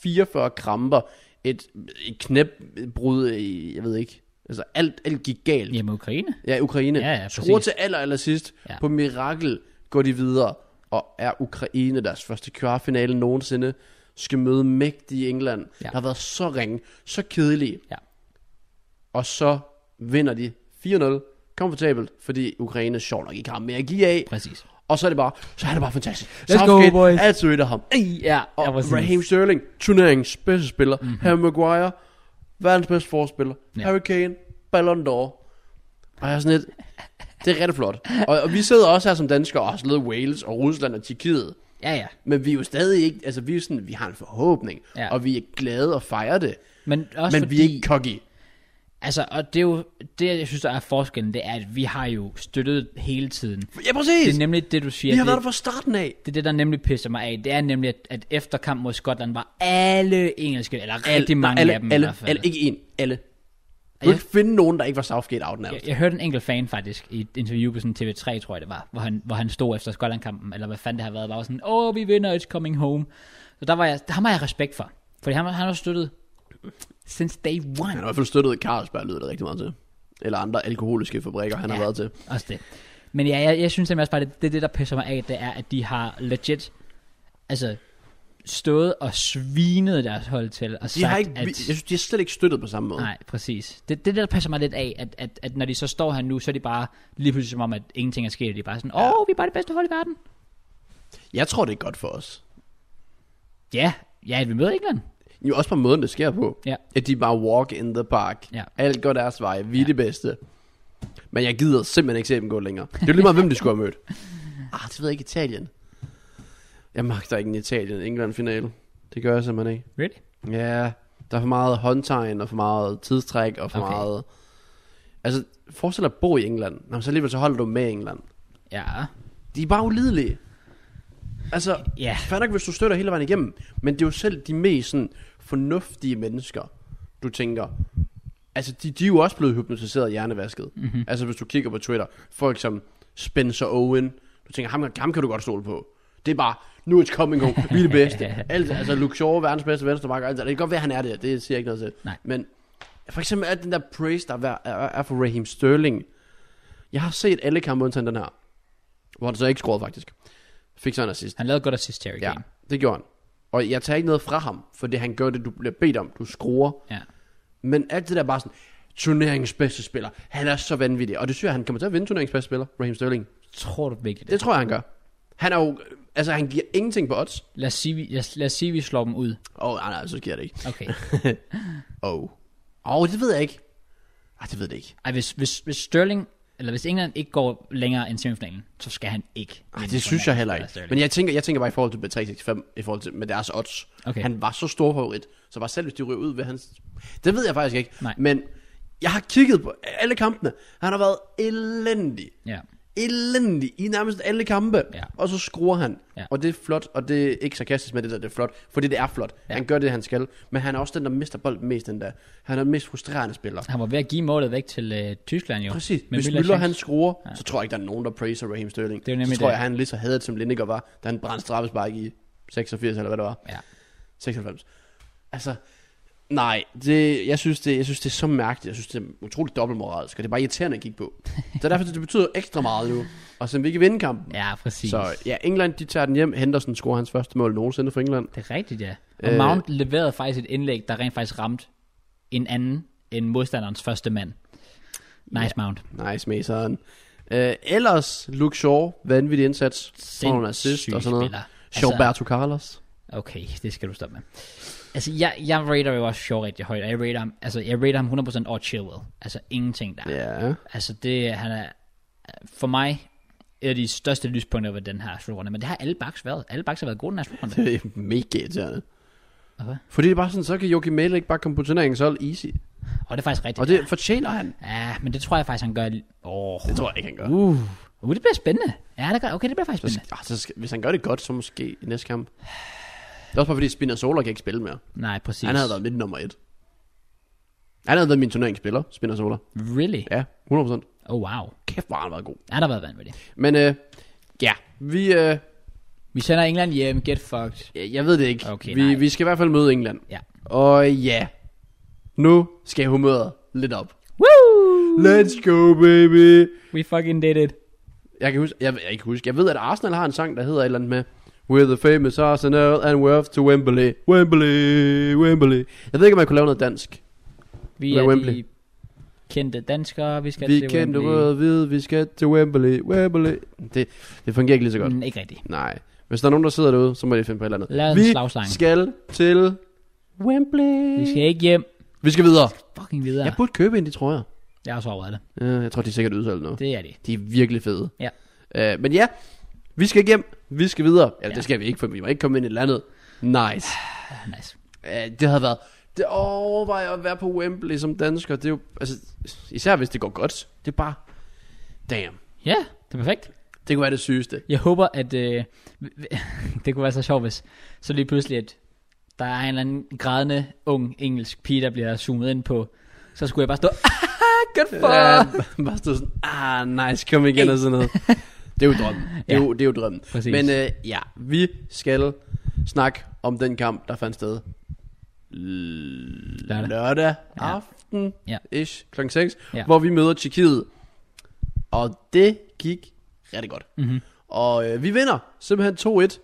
Speaker 2: 44 kramper. Et, et knæbrud i, jeg ved ikke. Altså alt, alt gik galt.
Speaker 1: Hjemme i Ukraine?
Speaker 2: Ja, Ukraine.
Speaker 1: Ja, ja,
Speaker 2: Scorer
Speaker 1: præcis.
Speaker 2: til aller, aller sidst.
Speaker 1: Ja.
Speaker 2: Ja. På mirakel går de videre, og er Ukraine deres første kvartfinale nogensinde, skal møde mægtige
Speaker 1: Ja.
Speaker 2: England, ja. der har været så ringe, så kedelige.
Speaker 1: Ja.
Speaker 2: Og så vinder de 4-0, komfortabelt, fordi Ukraine sjovt nok ikke har mere at give af.
Speaker 1: Præcis.
Speaker 2: Og så er det bare, så er det bare fantastisk.
Speaker 1: Let's go,
Speaker 2: Southgate,
Speaker 1: boys.
Speaker 2: Altid et af ham.
Speaker 1: Ja,
Speaker 2: Og
Speaker 1: ja,
Speaker 2: ja,
Speaker 1: præcis. Mhm.
Speaker 2: Raheem Sterling, turneringens bedste spiller. Mm-hmm. Harry Maguire, verdens bedste forspiller.
Speaker 1: Ja.
Speaker 2: Ja. Harry Kane, Ballon d'Or. Og jeg er sådan lidt, det er rigtig flot. Og, og vi sidder også her som danskere og har slået Wales og Rusland og Tjekkiet.
Speaker 1: Ja, ja.
Speaker 2: Men vi er jo stadig ikke, altså vi er jo sådan, vi har en forhåbning.
Speaker 1: Ja.
Speaker 2: Ja. Og vi er glade og fejrer det.
Speaker 1: Men også
Speaker 2: men
Speaker 1: fordi...
Speaker 2: vi er ikke cocky.
Speaker 1: Altså, og det er jo... Det, jeg synes, der er forskellen, det er, at vi har jo støttet hele tiden.
Speaker 2: Ja, præcis.
Speaker 1: Det er nemlig det, du siger.
Speaker 2: vi har
Speaker 1: det,
Speaker 2: været der fra starten af.
Speaker 1: Det er det, der nemlig pisser mig af. Det er nemlig, at, at efter kamp mod Skotland var alle engelske, eller alle, rigtig mange
Speaker 2: alle,
Speaker 1: af dem
Speaker 2: alle,
Speaker 1: i hvert fald.
Speaker 2: alle, ikke en, alle. Du kan ikke finde nogen, der ikke var Southgate out nærmest.
Speaker 1: jeg, jeg hørte en enkelt fan faktisk i et interview på sådan TV3, tror jeg det var, hvor han, hvor han stod efter Skotland-kampen, eller hvad fanden det har været, var sådan, åh, oh, vi vinder, it's coming home. Så der var jeg, ham har jeg respekt for, fordi han, han har støttet since day
Speaker 2: Han har i
Speaker 1: one.
Speaker 2: hvert fald støttet Carlsberg, lyder det rigtig meget til. Eller andre alkoholiske fabrikker, han ja.
Speaker 1: Ja.
Speaker 2: har været til.
Speaker 1: Også det. Men ja, jeg, jeg synes simpelthen også bare, det, det er det, der pisser mig af, det er, at de har legit, altså, stået og svinet deres hold til, og
Speaker 2: De
Speaker 1: sagt,
Speaker 2: har ikke,
Speaker 1: at...
Speaker 2: jeg synes, de har slet ikke støttet på samme måde.
Speaker 1: Nej, præcis. Det, det er det, der passer mig lidt af, at, at, at når de så står her nu, så er de bare lige pludselig som om, at ingenting er sket. og De er bare sådan, åh, vi er bare det bedste hold i verden.
Speaker 2: Jeg tror, det er godt for os.
Speaker 1: Ja, ja, vi møder England.
Speaker 2: Jo, også på måden, det sker på.
Speaker 1: Ja.
Speaker 2: At de bare walk in the park.
Speaker 1: Ja.
Speaker 2: Alt går deres vej. Vi er ja. det bedste. Men jeg gider simpelthen ikke se dem gå længere. Det er jo lige meget, hvem de skulle have mødt. Ah, det ved jeg ikke Italien. Jeg magter ikke en Italien-England-finale. Det gør jeg simpelthen ikke.
Speaker 1: Really?
Speaker 2: Ja, der er for meget håndtegn, og for meget tidstræk, og for
Speaker 1: Okay.
Speaker 2: okay. meget... Altså, forestil dig at bo i England. Nå, men så alligevel så holder du med England.
Speaker 1: Ja.
Speaker 2: De er bare ulidelige. Altså,
Speaker 1: Ja.
Speaker 2: fair nok, hvis du støtter hele vejen igennem, men det er jo selv de mest sådan, fornuftige mennesker, du tænker. Altså, de, de er jo også blevet hypnotiseret og hjernevasket.
Speaker 1: Mhm.
Speaker 2: Mm-hmm. Altså, hvis du kigger på Twitter, folk som Spencer Owen, du tænker, ham, ham kan du godt stole på. Det er bare, nu er coming home, vi er det bedste. alt, altså, Luke Shaw, verdens bedste venstreback, alt det. der. Det kan godt være, han er det, det siger jeg ikke noget til.
Speaker 1: Nej.
Speaker 2: Men for eksempel alt den der praise, der er, er, er for Raheem Sterling. Jeg har set alle kampe undtagen den her, hvor han så ikke scorede faktisk. Fik så en assist.
Speaker 1: Han lavede godt assist Terry
Speaker 2: Ja,
Speaker 1: ja. Kane.
Speaker 2: det gjorde han. Og jeg tager ikke noget fra ham, for det han gør det, du bliver bedt om, du skruer.
Speaker 1: Ja.
Speaker 2: Men alt det der bare sådan, turneringens bedste spiller, han er så vanvittig. Og det synes jeg, han kommer til at vinde turneringens bedste spiller, Raheem Sterling.
Speaker 1: Tror du virkelig det?
Speaker 2: Det tror jeg, han gør. Han er jo, altså han giver ingenting på odds.
Speaker 1: Lad os sige, vi, lad, os- lad os sige, vi slår dem ud.
Speaker 2: Åh, oh, nej, nej, så sker det ikke.
Speaker 1: Okay.
Speaker 2: Åh. Oh. Åh, oh, det ved jeg ikke. Ah, det ved jeg ikke.
Speaker 1: Ej, hvis, hvis, hvis Sterling, eller hvis England ikke går længere end semifinalen, så skal han ikke.
Speaker 2: Ej, det synes jeg heller ikke. Men
Speaker 1: Men
Speaker 2: jeg tænker, jeg tænker bare i forhold til B365, i forhold til med deres odds.
Speaker 1: Okay.
Speaker 2: Han var så stor favorit, så bare selv hvis de ryger ud ved hans... Det ved jeg faktisk ikke.
Speaker 1: Nej.
Speaker 2: Men jeg har kigget på alle kampene. Han har været elendig.
Speaker 1: ja.
Speaker 2: Elendig i nærmest alle kampe.
Speaker 1: Ja.
Speaker 2: Og så skruer han.
Speaker 1: Ja.
Speaker 2: Og det er flot, og det er ikke sarkastisk med det der, det er flot. Fordi det er flot.
Speaker 1: Ja.
Speaker 2: Han gør det, han skal. Men han er også den, der mister bolden mest den der. Han er den mest frustrerende spiller.
Speaker 1: Han var ved at give målet væk til øh, Tyskland jo.
Speaker 2: Præcis.
Speaker 1: Men
Speaker 2: Hvis
Speaker 1: Müller
Speaker 2: Müller han
Speaker 1: chance.
Speaker 2: skruer, ja. så tror jeg ikke, der er nogen, der praiser Raheem Sterling.
Speaker 1: Det er jo
Speaker 2: så
Speaker 1: nemlig
Speaker 2: tror
Speaker 1: det.
Speaker 2: jeg, han er lige så hadet, som Lineker var, da han brændte straffespark i 86, eller hvad det var.
Speaker 1: Ja.
Speaker 2: 96. Altså, nej, det, jeg, synes, det, jeg synes, det er så mærkeligt. Jeg synes, det er utroligt dobbeltmoralsk, og det er bare irriterende at kigge på. Så derfor, det betyder ekstra meget nu, og så vi kan vinde kampen.
Speaker 1: Ja, præcis.
Speaker 2: Så ja, England, de tager den hjem. Henderson scorer hans første mål nogensinde for England.
Speaker 1: Det er rigtigt, ja. Og øh,
Speaker 2: Øh,
Speaker 1: Mount leverede faktisk et indlæg, der rent faktisk ramte en anden end modstanderens første mand. Nice Mount.
Speaker 2: Nice, Maseren. Øh, ellers, Luke Shaw, vanvittig indsats. Får en assist
Speaker 1: Sindssyg
Speaker 2: og sådan noget.
Speaker 1: spiller.
Speaker 2: Altså, Roberto Carlos.
Speaker 1: Okay, det skal du stoppe med. Altså, jeg, jeg rater jo også Shaw rigtig højt, og jeg rater ham, altså, jeg rater ham 100% over Chilwell. Altså, ingenting der.
Speaker 2: Ja.
Speaker 1: Altså, det, han er for mig et af de største lyspunkter ved den her slutrunde, men det har alle baks været. Alle baks har været gode den her slutrunde.
Speaker 2: Det er mega irriterende.
Speaker 1: Okay.
Speaker 2: Fordi det er bare sådan, så kan Joachim Mæle ikke bare komme på turneringen, så er det easy.
Speaker 1: Og det er faktisk rigtigt.
Speaker 2: Og det fortjener han.
Speaker 1: Ja, men det tror jeg faktisk, han gør. Åh,
Speaker 2: Det tror jeg ikke, han gør.
Speaker 1: uh, uh, det bliver spændende. Ja, det gør, okay, det bliver faktisk
Speaker 2: Så,
Speaker 1: spændende.
Speaker 2: sk- ah, så skal, hvis han gør det godt, så måske i næste kamp. Det er også bare fordi Spinazzola kan ikke spille mere.
Speaker 1: Nej, præcis.
Speaker 2: Han havde været mit nummer et. Han havde været min turneringsspiller, Spinazzola.
Speaker 1: Really?
Speaker 2: Ja, 100%.
Speaker 1: Oh, wow.
Speaker 2: Kæft, hvor har han været god.
Speaker 1: Ja, der har været vanvittigt.
Speaker 2: Men øh, ja, vi, øh,
Speaker 1: Vi sender England hjem. Get fucked.
Speaker 2: ja, jeg ved det ikke.
Speaker 1: Okay, nej.
Speaker 2: vi, vi skal i hvert fald møde England.
Speaker 1: Ja.
Speaker 2: Og ja, nu skal humøret lidt op.
Speaker 1: Woo!
Speaker 2: Let's go, baby.
Speaker 1: We fucking did it.
Speaker 2: Jeg kan huske, jeg, jeg ikke huske, jeg ved, at Arsenal har en sang, der hedder et eller andet med We're the famous Arsenal and we're off to Wembley. Wembley, Wembley. Jeg ved ikke, om jeg kunne lave noget dansk.
Speaker 1: Vi
Speaker 2: Med
Speaker 1: er
Speaker 2: Wembley.
Speaker 1: de kendte danskere. Vi skal
Speaker 2: Vi
Speaker 1: til
Speaker 2: kendte
Speaker 1: Wembley.
Speaker 2: rød og hvid, vi skal til Wembley, Wembley. Det, det fungerer ikke lige så godt. Mm.
Speaker 1: Mm, ikke rigtigt.
Speaker 2: Nej. Hvis der er nogen, der sidder derude, så må de finde på et eller
Speaker 1: Lad
Speaker 2: andet.
Speaker 1: os
Speaker 2: Vi
Speaker 1: slagsange.
Speaker 2: skal til Wembley.
Speaker 1: Vi skal ikke hjem.
Speaker 2: vi skal videre.
Speaker 1: Fucking videre.
Speaker 2: Jeg burde købe en, de tror jeg.
Speaker 1: Jeg har også overvejet det.
Speaker 2: Ja, jeg tror, de er sikkert udsolgt nu.
Speaker 1: Det er det.
Speaker 2: De er virkelig fede.
Speaker 1: Ja.
Speaker 2: Øh, men ja, vi skal hjem. Vi skal videre. Ja,
Speaker 1: Ja.
Speaker 2: det skal vi ikke, for vi må ikke komme ind i landet. Nice.
Speaker 1: Ah, nice.
Speaker 2: Øh, det havde været... Det overvejer at være på Wembley som dansker. Det er jo... Altså, især hvis det går godt. Det er bare... Damn.
Speaker 1: Ja, det er perfekt.
Speaker 2: Det kunne være det sygeste.
Speaker 1: Jeg håber, at øh, det kunne være så sjovt, hvis så lige pludselig, at der er en eller anden grædende ung engelsk pige, der bliver zoomet ind på. Så skulle jeg bare stå, ah, good for.
Speaker 2: Ja, bare stå sådan, ah, nice, kom igen og sådan noget. Det er jo drømmen. Det er, jo, det er jo drømmen.
Speaker 1: Præcis.
Speaker 2: Men øh, ja, vi skal snakke om den kamp, der fandt sted lørdag, lørdag
Speaker 1: Ja.
Speaker 2: aften,
Speaker 1: Ja.
Speaker 2: ish, klokken 6,
Speaker 1: Ja.
Speaker 2: hvor vi møder Tjekkiet. Og det gik rigtig godt.
Speaker 1: Mhm.
Speaker 2: Mm-hmm. Og øh, vi vinder simpelthen 2-1.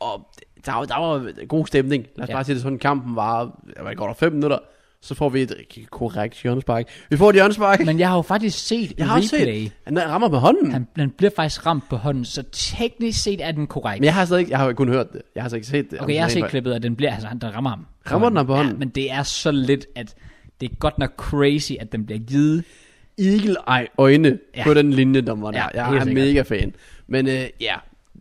Speaker 2: Og der, var- der var god stemning. Lad os
Speaker 1: Ja.
Speaker 2: ja. bare sige det sådan, kampen var, var godt 5 minutter. Så får vi et korrekt hjørnespark. Vi får et hjørnespark.
Speaker 1: Men jeg har jo faktisk set
Speaker 2: Jeg har også
Speaker 1: replay.
Speaker 2: set, han rammer med hånden.
Speaker 1: Han, han bliver faktisk ramt på hånden, så teknisk set er den korrekt.
Speaker 2: Men jeg har stadig ikke, jeg har jo kun hørt det. Jeg har slet ikke set øh, det.
Speaker 1: Okay, jeg har set klippet, og den bliver, altså, han der rammer ham.
Speaker 2: Rammer den ham på hånden?
Speaker 1: Ja, men det er så lidt, at det er godt nok crazy, at den bliver givet.
Speaker 2: eagle-øjne
Speaker 1: Ja.
Speaker 2: ja. på den linje, der var der.
Speaker 1: Ja,
Speaker 2: Ja, jeg
Speaker 1: helt
Speaker 2: er
Speaker 1: sikkert.
Speaker 2: mega fan. Men øh, ja,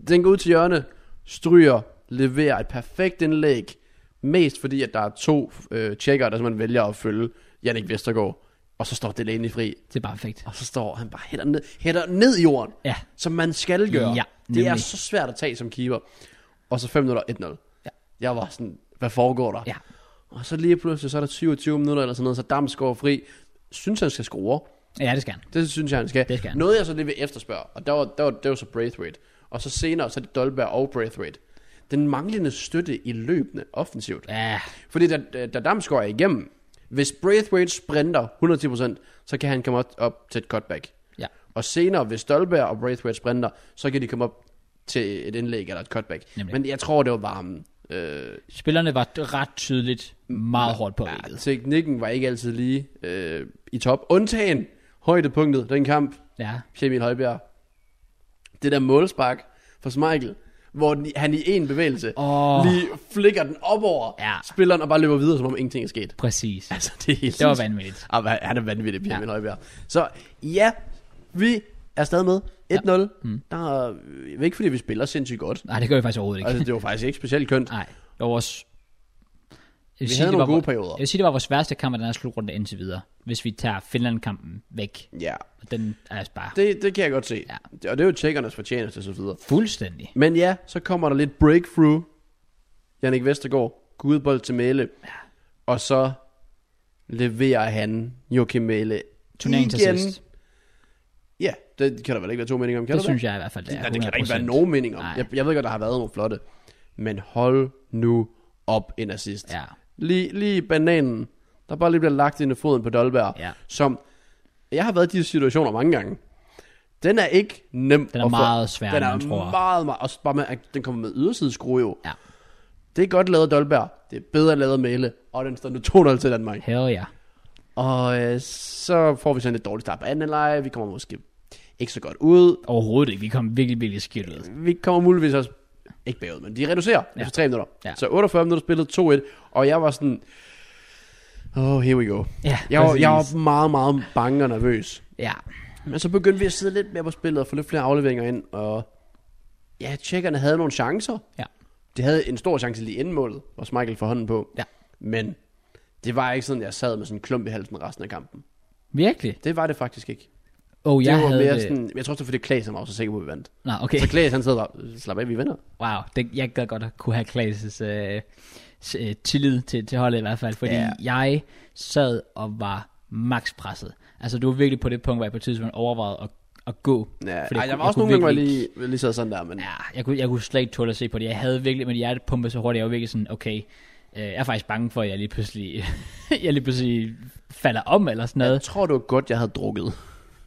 Speaker 2: den går ud til hjørne, stryger, leverer et perfekt indlæg. Mest fordi, at der er to øh, checkere, der simpelthen vælger at følge Jannik Vestergaard. Og så står Delaney fri.
Speaker 1: Det er bare perfekt.
Speaker 2: Og så står han bare hætter ned, hætter ned i jorden,
Speaker 1: Ja.
Speaker 2: som man skal gøre.
Speaker 1: Ja,
Speaker 2: det er
Speaker 1: nemlig.
Speaker 2: så svært at tage som keeper. Og så 5 minutter 1-0.
Speaker 1: Ja.
Speaker 2: Jeg var sådan, hvad foregår der?
Speaker 1: Ja.
Speaker 2: Og så lige pludselig, så er der 27 minutter eller sådan noget, så Damsgaard fri. Synes han skal score?
Speaker 1: Ja, det skal han.
Speaker 2: Det synes jeg, han skal.
Speaker 1: Det skal han.
Speaker 2: Noget, jeg så lige vil efterspørge, og der var, der var, det var så Braithwaite. Og så senere, så er det Dolberg og Braithwaite. Den manglende støtte i løbende offensivt.
Speaker 1: Ja,
Speaker 2: Fordi da, da- da Damsgaard er igennem, hvis Braithwaite sprinter 110%, så kan han komme op, op til et cutback.
Speaker 1: Ja.
Speaker 2: Og senere, hvis Stolberg og Braithwaite sprinter, så kan de komme op til et indlæg eller et cutback.
Speaker 1: Nemlig.
Speaker 2: Men jeg tror, det var varmen. Øh,
Speaker 1: spillerne var ret tydeligt meget hårdt på
Speaker 2: ja,
Speaker 1: vægget.
Speaker 2: teknikken var ikke altid lige øh, i top. Undtagen højdepunktet, den kamp,
Speaker 1: Ja.
Speaker 2: Kjemil Højbjerg. Det der målspark for Smeichel, hvor den- han i en bevægelse
Speaker 1: Åh.
Speaker 2: lige flikker den op over
Speaker 1: Ja.
Speaker 2: spilleren og bare løber videre, som om ingenting er sket.
Speaker 1: Præcis.
Speaker 2: Altså, det er helt
Speaker 1: Det var
Speaker 2: sindssygt.
Speaker 1: vanvittigt.
Speaker 2: Ah, hvad- han er vanvittig, Pierre
Speaker 1: Ja.
Speaker 2: ja. Højbjerg. Så ja, vi er stadig med. 1-0. Ja. Mm. Der er, øh, ikke fordi vi spiller sindssygt godt.
Speaker 1: Nej, det gør vi faktisk overhovedet ikke.
Speaker 2: Altså, det var faktisk ikke specielt kønt.
Speaker 1: Nej, det var vores... Jeg vil
Speaker 2: Altså- Vi havde
Speaker 1: det
Speaker 2: nogle
Speaker 1: var,
Speaker 2: gode perioder.
Speaker 1: Jeg vil sige, det var vores værste kamp af den her slutrunde indtil videre, hvis vi tager Finland-kampen væk.
Speaker 2: Ja,
Speaker 1: Og den er altså bare det...
Speaker 2: det, det kan jeg godt se.
Speaker 1: Ja.
Speaker 2: Ja. Og det er jo tjekkernes fortjeneste og så videre.
Speaker 1: fuldstændig.
Speaker 2: Men ja, så kommer der lidt breakthrough. Jannik Vestergaard, gudbold til Mæle. Ja. Og så leverer han Joachim Mæle
Speaker 1: Turneringen til
Speaker 2: igen.
Speaker 1: sidst.
Speaker 2: Ja, det kan der vel ikke være to meninger om, kan
Speaker 1: Det
Speaker 2: der det?
Speaker 1: synes jeg i hvert fald, det er.
Speaker 2: Nej, det kan der ikke
Speaker 1: 100%.
Speaker 2: være nogen mening om.
Speaker 1: Nej.
Speaker 2: Jeg, jeg ved godt, der har været nogle flotte. Men hold nu op en assist.
Speaker 1: Ja.
Speaker 2: Lige, lige bananen, der bare lige bliver lagt ind i foden på Dolberg.
Speaker 1: Ja.
Speaker 2: Som, jeg har været i de situationer mange gange. Den er ikke nem
Speaker 1: Den er
Speaker 2: at få.
Speaker 1: meget sværere,
Speaker 2: Den
Speaker 1: end
Speaker 2: er
Speaker 1: man tror.
Speaker 2: meget, meget, også bare med, at den kommer med ydersideskrue jo.
Speaker 1: Ja.
Speaker 2: Det er godt lavet Dolberg. Det er bedre lavet Mæle. Og den står nu 2-0 til Danmark.
Speaker 1: Hell ja.
Speaker 2: Og øh, så får vi sådan lidt dårligt start på anden leje. Vi kommer måske ikke så godt ud.
Speaker 1: Overhovedet ikke. Vi kom virkelig, virkelig skidt ud.
Speaker 2: vi kommer muligvis også ikke bagud, men de reducerer ja. efter 3 minutter.
Speaker 1: Ja.
Speaker 2: Ja. Så 48 minutter spillet 2-1, og jeg var sådan, oh, here we go.
Speaker 1: Ja,
Speaker 2: Jeg var, jeg
Speaker 1: præcis.
Speaker 2: var meget, meget bange og nervøs.
Speaker 1: Ja.
Speaker 2: Men så begyndte vi at sidde lidt mere på spillet og få lidt flere afleveringer ind, og ja, tjekkerne havde nogle chancer.
Speaker 1: Ja.
Speaker 2: De havde en stor chance lige inden målet, hvor Michael får hånden på.
Speaker 1: Ja.
Speaker 2: Men det var ikke sådan, jeg sad med sådan en klump i halsen resten af kampen.
Speaker 1: Virkelig?
Speaker 2: Det var det faktisk ikke.
Speaker 1: Oh, jeg
Speaker 2: det var
Speaker 1: havde...
Speaker 2: mere
Speaker 1: det-
Speaker 2: sådan, jeg tror også, det var fordi Klaas han var også sikker på, at vi vandt.
Speaker 1: Nå, okay.
Speaker 2: Så Klaas han sad bare, slap af, vi vinder.
Speaker 1: Wow, det, jeg gad godt at kunne have Klaas' øh, s- øh, tillid til, til holdet i hvert fald, fordi
Speaker 2: Ja.
Speaker 1: jeg sad og var max presset. Altså, du var virkelig på det punkt, hvor jeg på et tidspunkt overvejede at, at gå. Fordi
Speaker 2: Ja, ej,
Speaker 1: jeg kunne-
Speaker 2: der var
Speaker 1: jeg
Speaker 2: også
Speaker 1: kunne
Speaker 2: nogle gange, hvor jeg
Speaker 1: virkelig
Speaker 2: lige, lige sad sådan der, men ja.
Speaker 1: Ja, jeg kunne, jeg kunne slet ikke tåle at se på det. Jeg havde virkelig, men hjertet pumpede så hurtigt, jeg var virkelig sådan, okay, øh, jeg er faktisk bange for, at jeg lige pludselig, jeg lige pludselig falder om eller sådan
Speaker 2: jeg
Speaker 1: noget.
Speaker 2: tror det var godt, jeg havde drukket.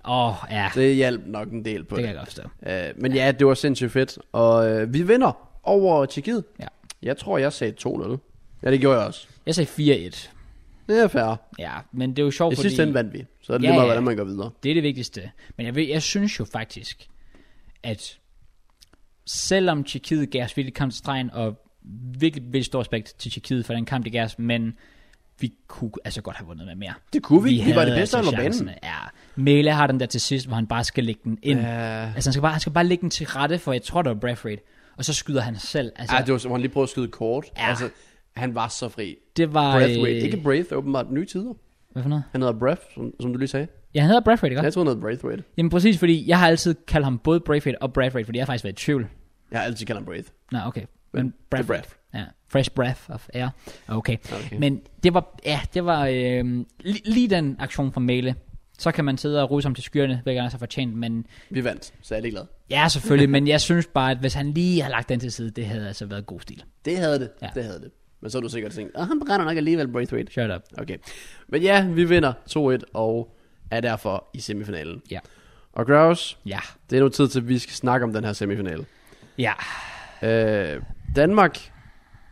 Speaker 1: Åh, oh, ja, det,
Speaker 2: Det hjalp nok en del på
Speaker 1: det kan
Speaker 2: det.
Speaker 1: jeg godt forstå.
Speaker 2: Øh, men ja, det var sindssygt fedt, og øh, vi vinder over Tjekkiet.
Speaker 1: Ja.
Speaker 2: Jeg tror, jeg sagde 2-0. Ja, det gjorde jeg også.
Speaker 1: Jeg sagde 4-1.
Speaker 2: Det er fair.
Speaker 1: Ja, men det er jo sjovt,
Speaker 2: I
Speaker 1: fordi...
Speaker 2: sidste ende vandt vi, så er det
Speaker 1: Ja,
Speaker 2: lige meget,
Speaker 1: ja.
Speaker 2: hvordan man går videre.
Speaker 1: Det er det vigtigste. Men jeg, ved, jeg synes jo faktisk, at selvom Tjekkiet gav os virkelig kamp til stregen, og virkelig, virkelig stor respekt til Tjekkiet for den kamp, det gav os, men vi kunne altså godt have vundet med mere.
Speaker 2: Det kunne vi. Vi, var det
Speaker 1: havde
Speaker 2: bedste hold på banen.
Speaker 1: chancerne. Ja. Mæle har den der til sidst, hvor han bare skal lægge den ind. Ja.
Speaker 2: Ja,
Speaker 1: Altså han skal, bare, han skal bare lægge den til rette for, jeg tror, det var Braithwaite. Og så skyder han selv. Altså,
Speaker 2: Ej, det var som, hvor han lige prøvede at skyde kort.
Speaker 1: Ja.
Speaker 2: Altså, han var så fri.
Speaker 1: det var...
Speaker 2: Breathway.
Speaker 1: øh,
Speaker 2: Ikke Breath, åbenbart nye tider.
Speaker 1: Hvad for noget?
Speaker 2: Han hedder Breath, som, som du lige sagde.
Speaker 1: Ja, han hedder Braithwaite, ikke?
Speaker 2: Jeg tror, han hedder Braithwaite.
Speaker 1: Jamen præcis, fordi jeg har altid kaldt ham både Braithwaite og Braithwaite, fordi jeg har faktisk været i tvivl.
Speaker 2: Jeg har altid kaldt ham Breath.
Speaker 1: Nå, okay. Men
Speaker 2: Men det er
Speaker 1: breath.
Speaker 2: breath.
Speaker 1: Ja, fresh breath of air. Okay.
Speaker 2: Okay.
Speaker 1: Men det var, ja, det var øh, li- lige den aktion fra Mæle. Så kan man sidde og ruse ham til skyerne, hvilket han altså fortjent, men
Speaker 2: Vi vandt, så jeg er lidt glad.
Speaker 1: ja, selvfølgelig, men jeg synes bare, at hvis han lige havde lagt den til side, det havde altså været god stil.
Speaker 2: Det havde det,
Speaker 1: Ja.
Speaker 2: ja. det havde det. Men så har du sikkert tænkt, at han brænder nok alligevel Braithwaite.
Speaker 1: Shut up.
Speaker 2: Okay. Men ja, vi vinder 2-1 og er derfor i semifinalen.
Speaker 1: Ja.
Speaker 2: Og Graus,
Speaker 1: Ja.
Speaker 2: det er nu tid til, at vi skal snakke om den her semifinale.
Speaker 1: Ja.
Speaker 2: Øh, Danmark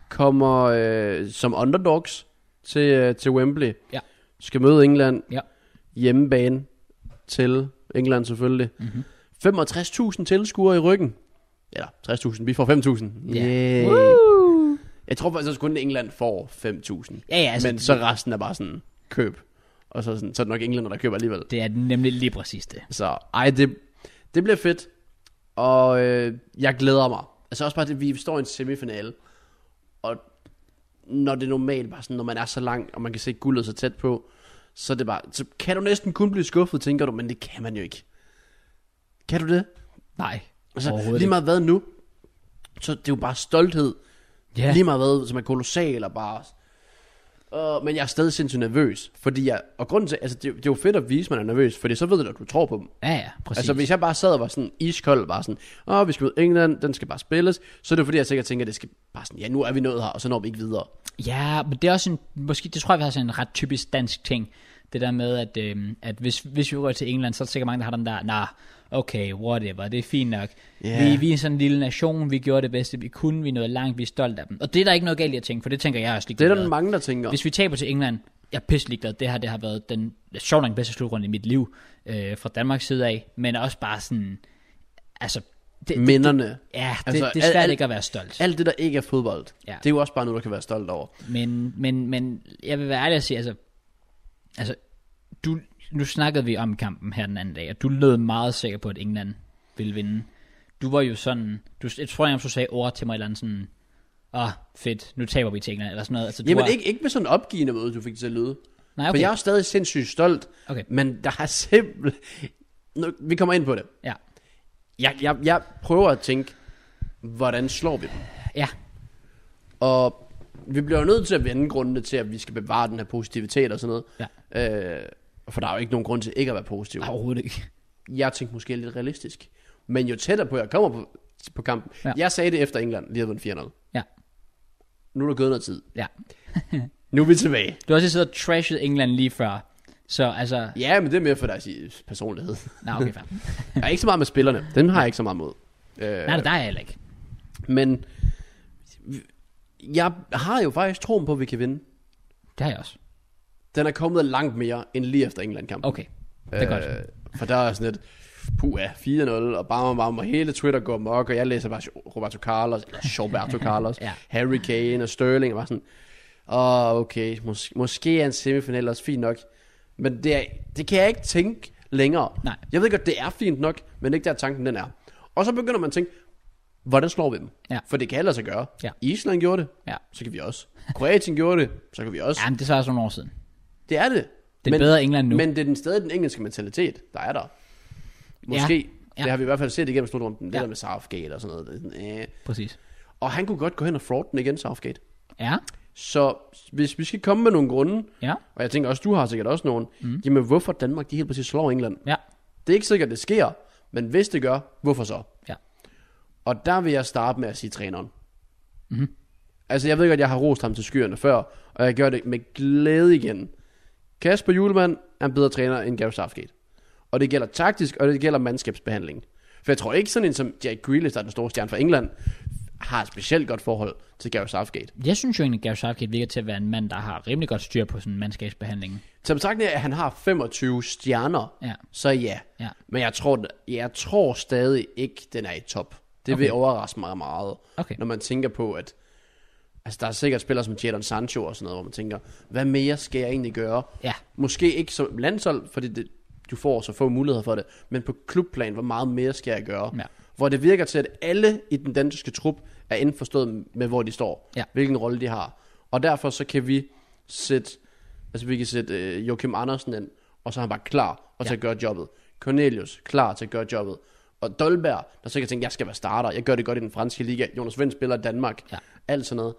Speaker 2: kommer øh, som underdogs til, øh, til Wembley.
Speaker 1: Ja.
Speaker 2: Skal møde England.
Speaker 1: Ja.
Speaker 2: Hjemmebane til England selvfølgelig.
Speaker 1: Mhm.
Speaker 2: Mm-hmm. 65.000 tilskuere i ryggen. Eller 60.000, vi får 5.000.
Speaker 1: Ja.
Speaker 2: Yeah. Jeg tror faktisk også kun England får 5.000.
Speaker 1: Ja, ja, altså,
Speaker 2: Men så resten er bare sådan køb. Og så, sådan, så er det nok englænder, der køber alligevel.
Speaker 1: Det er nemlig lige præcis det.
Speaker 2: Så ej, det, det bliver fedt. Og øh, jeg glæder mig. Altså også bare, det, vi står i en semifinale. Og når det er normalt, bare sådan, når man er så langt, og man kan se guldet så tæt på, så, er det bare, så kan du næsten kun blive skuffet, tænker du, men det kan man jo ikke. Kan du det?
Speaker 1: Nej,
Speaker 2: Altså,
Speaker 1: overhovedet
Speaker 2: lige
Speaker 1: ikke.
Speaker 2: meget hvad nu, så det er jo bare stolthed.
Speaker 1: Ja.
Speaker 2: Lige meget hvad, som er kolossal eller bare... Uh, men jeg er stadig sindssygt nervøs, fordi jeg... Og grunden til... Altså, det, er jo- det er jo fedt at vise, at man er nervøs, fordi så ved du, at du tror på dem.
Speaker 1: Ja, ja, præcis.
Speaker 2: Altså, hvis jeg bare sad og var sådan iskold, bare sådan, åh, vi skal ud i England, den skal bare spilles, så er det jo fordi, jeg sikkert tænker, at det skal bare sådan, ja, nu er vi nået her, og så når vi ikke videre.
Speaker 1: Ja, men det er også en, måske, det tror jeg faktisk er en ret typisk dansk ting, det der med, at, øhm, at hvis, hvis vi rører til England, så er der sikkert mange, der har den der, nah, okay, whatever, det er fint nok.
Speaker 2: Ja.
Speaker 1: Yeah. Vi, vi er sådan en lille nation, vi gjorde det bedste, vi kunne, vi nåede langt, vi er stolte af dem. Og det er der ikke noget galt i at tænke, for det tænker jeg også lige.
Speaker 2: Det er der mange, der tænker.
Speaker 1: Hvis vi taber til England, jeg er pisselig glad. Det her det har været den sjovt nok den bedste slutrunde i mit liv øh, fra Danmarks side af, men også bare sådan, altså, det,
Speaker 2: Minderne.
Speaker 1: Det, ja, det,
Speaker 2: Mm. Altså,
Speaker 1: altså, det er
Speaker 2: al-
Speaker 1: svært
Speaker 2: al-
Speaker 1: ikke at være stolt.
Speaker 2: Alt det, der ikke er fodbold,
Speaker 1: Ja.
Speaker 2: det er jo også bare noget, du kan være stolt over.
Speaker 1: Men, men, men jeg vil være ærlig at sige, altså, altså du, nu snakkede vi om kampen her den anden dag, og du lød meget sikker på, at England ville vinde. Du var jo sådan, du, jeg tror, jeg du sagde ord til mig et eller andet sådan, åh, oh, fedt, nu taber vi til England, eller sådan noget. Altså, du
Speaker 2: Jamen,
Speaker 1: var,
Speaker 2: ikke, ikke med sådan en opgivende måde, du fik det til at lyde.
Speaker 1: Nej,
Speaker 2: For
Speaker 1: okay.
Speaker 2: jeg er jo stadig sindssygt stolt,
Speaker 1: Okay.
Speaker 2: men der er simpelthen... Nu, vi kommer ind på det.
Speaker 1: Ja,
Speaker 2: Jeg, jeg, jeg prøver at tænke, hvordan slår vi dem?
Speaker 1: ja,
Speaker 2: Og vi bliver jo nødt til at vende grundene til, at vi skal bevare den her positivitet og sådan noget. Ja. Øh, for der er jo ikke nogen grund til ikke at være positiv.
Speaker 1: Nej, overhovedet ikke.
Speaker 2: Jeg tænkte måske lidt realistisk. Men jo tættere på, jeg kommer på, på kampen. Ja.
Speaker 1: Ja.
Speaker 2: Jeg sagde det efter England, lige havde vundet 4-0.
Speaker 1: Ja,
Speaker 2: Nu er der gået noget tid.
Speaker 1: ja.
Speaker 2: Nu er vi tilbage.
Speaker 1: Du har også siddet og trashet England lige før, så altså,
Speaker 2: Ja, men det er mere for deres personlighed.
Speaker 1: nej, okay, fair.
Speaker 2: Jeg er ikke så meget med spillerne. Dem har jeg ikke så meget mod. Øh,
Speaker 1: nej, det er jeg heller ikke.
Speaker 2: men jeg har jo faktisk troen på, at vi kan vinde.
Speaker 1: Det har jeg også.
Speaker 2: Den er kommet langt mere end lige efter England-kampen.
Speaker 1: Okay, det er øh, godt.
Speaker 2: For der er sådan et, puh ja, 4-0, og bam, bam, og hele Twitter går mok, og jeg læser bare Roberto Carlos, eller Roberto Carlos, ja.
Speaker 1: Ja.
Speaker 2: Harry Kane og Sterling, og bare sådan, åh, okay, mås- måske er en semifinal også fint nok, men det, er, det kan jeg ikke tænke længere.
Speaker 1: Nej.
Speaker 2: Jeg ved godt, det er fint nok, men det er ikke der tanken den er. Og så begynder man at tænke, hvordan slår vi dem?
Speaker 1: Ja.
Speaker 2: For det kan alle sig gøre.
Speaker 1: Ja.
Speaker 2: Island gjorde det,
Speaker 1: Ja.
Speaker 2: så kan vi også. Kroatien gjorde det, så kan vi også.
Speaker 1: Jamen, det er så også nogle år siden.
Speaker 2: Det er det.
Speaker 1: Det er bedre England nu.
Speaker 2: Men det er den stadig den engelske mentalitet, der er der. Måske. Ja.
Speaker 1: ja.
Speaker 2: Det har vi i hvert fald set igennem slutrunden. Det ja.
Speaker 1: Ja.
Speaker 2: der med Southgate og sådan noget. Det er sådan, øh.
Speaker 1: Præcis.
Speaker 2: Og han kunne godt gå hen og fraude den igen, Southgate.
Speaker 1: Ja,
Speaker 2: Så hvis vi skal komme med nogle grunde,
Speaker 1: ja,
Speaker 2: og jeg tænker også, du har sikkert også nogen, mm. jamen hvorfor Danmark de helt præcis slår England?
Speaker 1: ja,
Speaker 2: Det er ikke sikkert, det sker, men hvis det gør, hvorfor så?
Speaker 1: ja.
Speaker 2: Og der vil jeg starte med at sige træneren. Mm-hmm. Altså, jeg ved godt, jeg har rost ham til skyerne før, og jeg gør det med glæde igen. Kasper Julemand er en bedre træner end Gareth Southgate. Og det gælder taktisk, og det gælder mandskabsbehandling. For jeg tror ikke sådan en som Jack Grealish, der er den store stjerne fra England, har et specielt godt forhold til Gareth Southgate.
Speaker 1: Jeg synes jo egentlig, at Gareth Southgate virker til at være en mand, der har rimelig godt styr på sådan mandskabsbehandlingen.
Speaker 2: Så betragtning af, at han har 25 stjerner,
Speaker 1: Ja.
Speaker 2: så ja.
Speaker 1: Ja.
Speaker 2: Men jeg tror, jeg tror stadig ikke, den er i top. Det okay. vil overraske mig meget.
Speaker 1: Okay.
Speaker 2: Når man tænker på, at altså, der er sikkert spillere som Jadon Sancho og sådan noget, hvor man tænker, hvad mere skal jeg egentlig gøre?
Speaker 1: Ja.
Speaker 2: Måske ikke som landshold, fordi det, du får så få muligheder for det, men på klubplan, hvor meget mere skal jeg gøre?
Speaker 1: Ja.
Speaker 2: Hvor det virker til, at alle i den danske trup er indforstået med, hvor de står,
Speaker 1: Ja.
Speaker 2: hvilken rolle de har. Og derfor så kan vi sætte, altså vi kan sætte øh, Joachim Andersen ind, og så er han bare klar og til at gøre jobbet. Cornelius, klar til at gøre jobbet. Og Dolberg, der så kan tænke, jeg skal være starter, jeg gør det godt i den franske liga, Jonas Vind spiller i Danmark,
Speaker 1: Ja.
Speaker 2: alt sådan noget.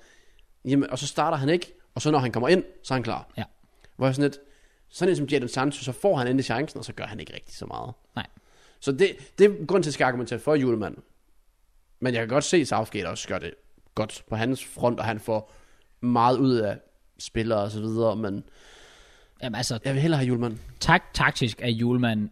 Speaker 2: Jamen, og så starter han ikke, og så når han kommer ind, så er han klar.
Speaker 1: Ja,
Speaker 2: Hvor jeg sådan lidt, sådan en som Jadon Sancho, så får han endelig chancen, og så gør han ikke rigtig så meget.
Speaker 1: nej.
Speaker 2: Så det, det er grund til, at jeg skal argumentere for julemand. Men jeg kan godt se, at Southgate også gør det godt på hans front, og han får meget ud af spillere og så videre, men
Speaker 1: Jamen altså,
Speaker 2: jeg vil hellere have julemand.
Speaker 1: tak, taktisk er Julemand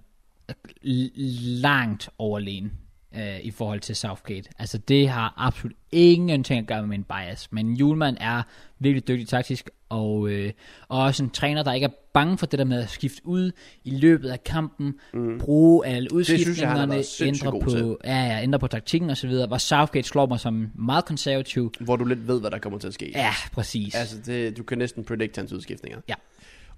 Speaker 1: langt overlegen øh, i forhold til Southgate. Altså det har absolut ingenting at gøre med min bias, men Julemand er virkelig dygtig taktisk, og, øh, og også en træner, der ikke er bange for det der med at skifte ud i løbet af kampen, mm. bruge alle
Speaker 2: synes jeg, han har
Speaker 1: udskiftningerne,
Speaker 2: været sindssygt
Speaker 1: ændre
Speaker 2: god
Speaker 1: på, ja, ja, ændre på taktikken osv., hvor Southgate slår mig som meget konservativ.
Speaker 2: Hvor du lidt ved, hvad der kommer til at ske.
Speaker 1: Ja, præcis.
Speaker 2: Altså, det, du kan næsten predict hans udskiftninger.
Speaker 1: Ja.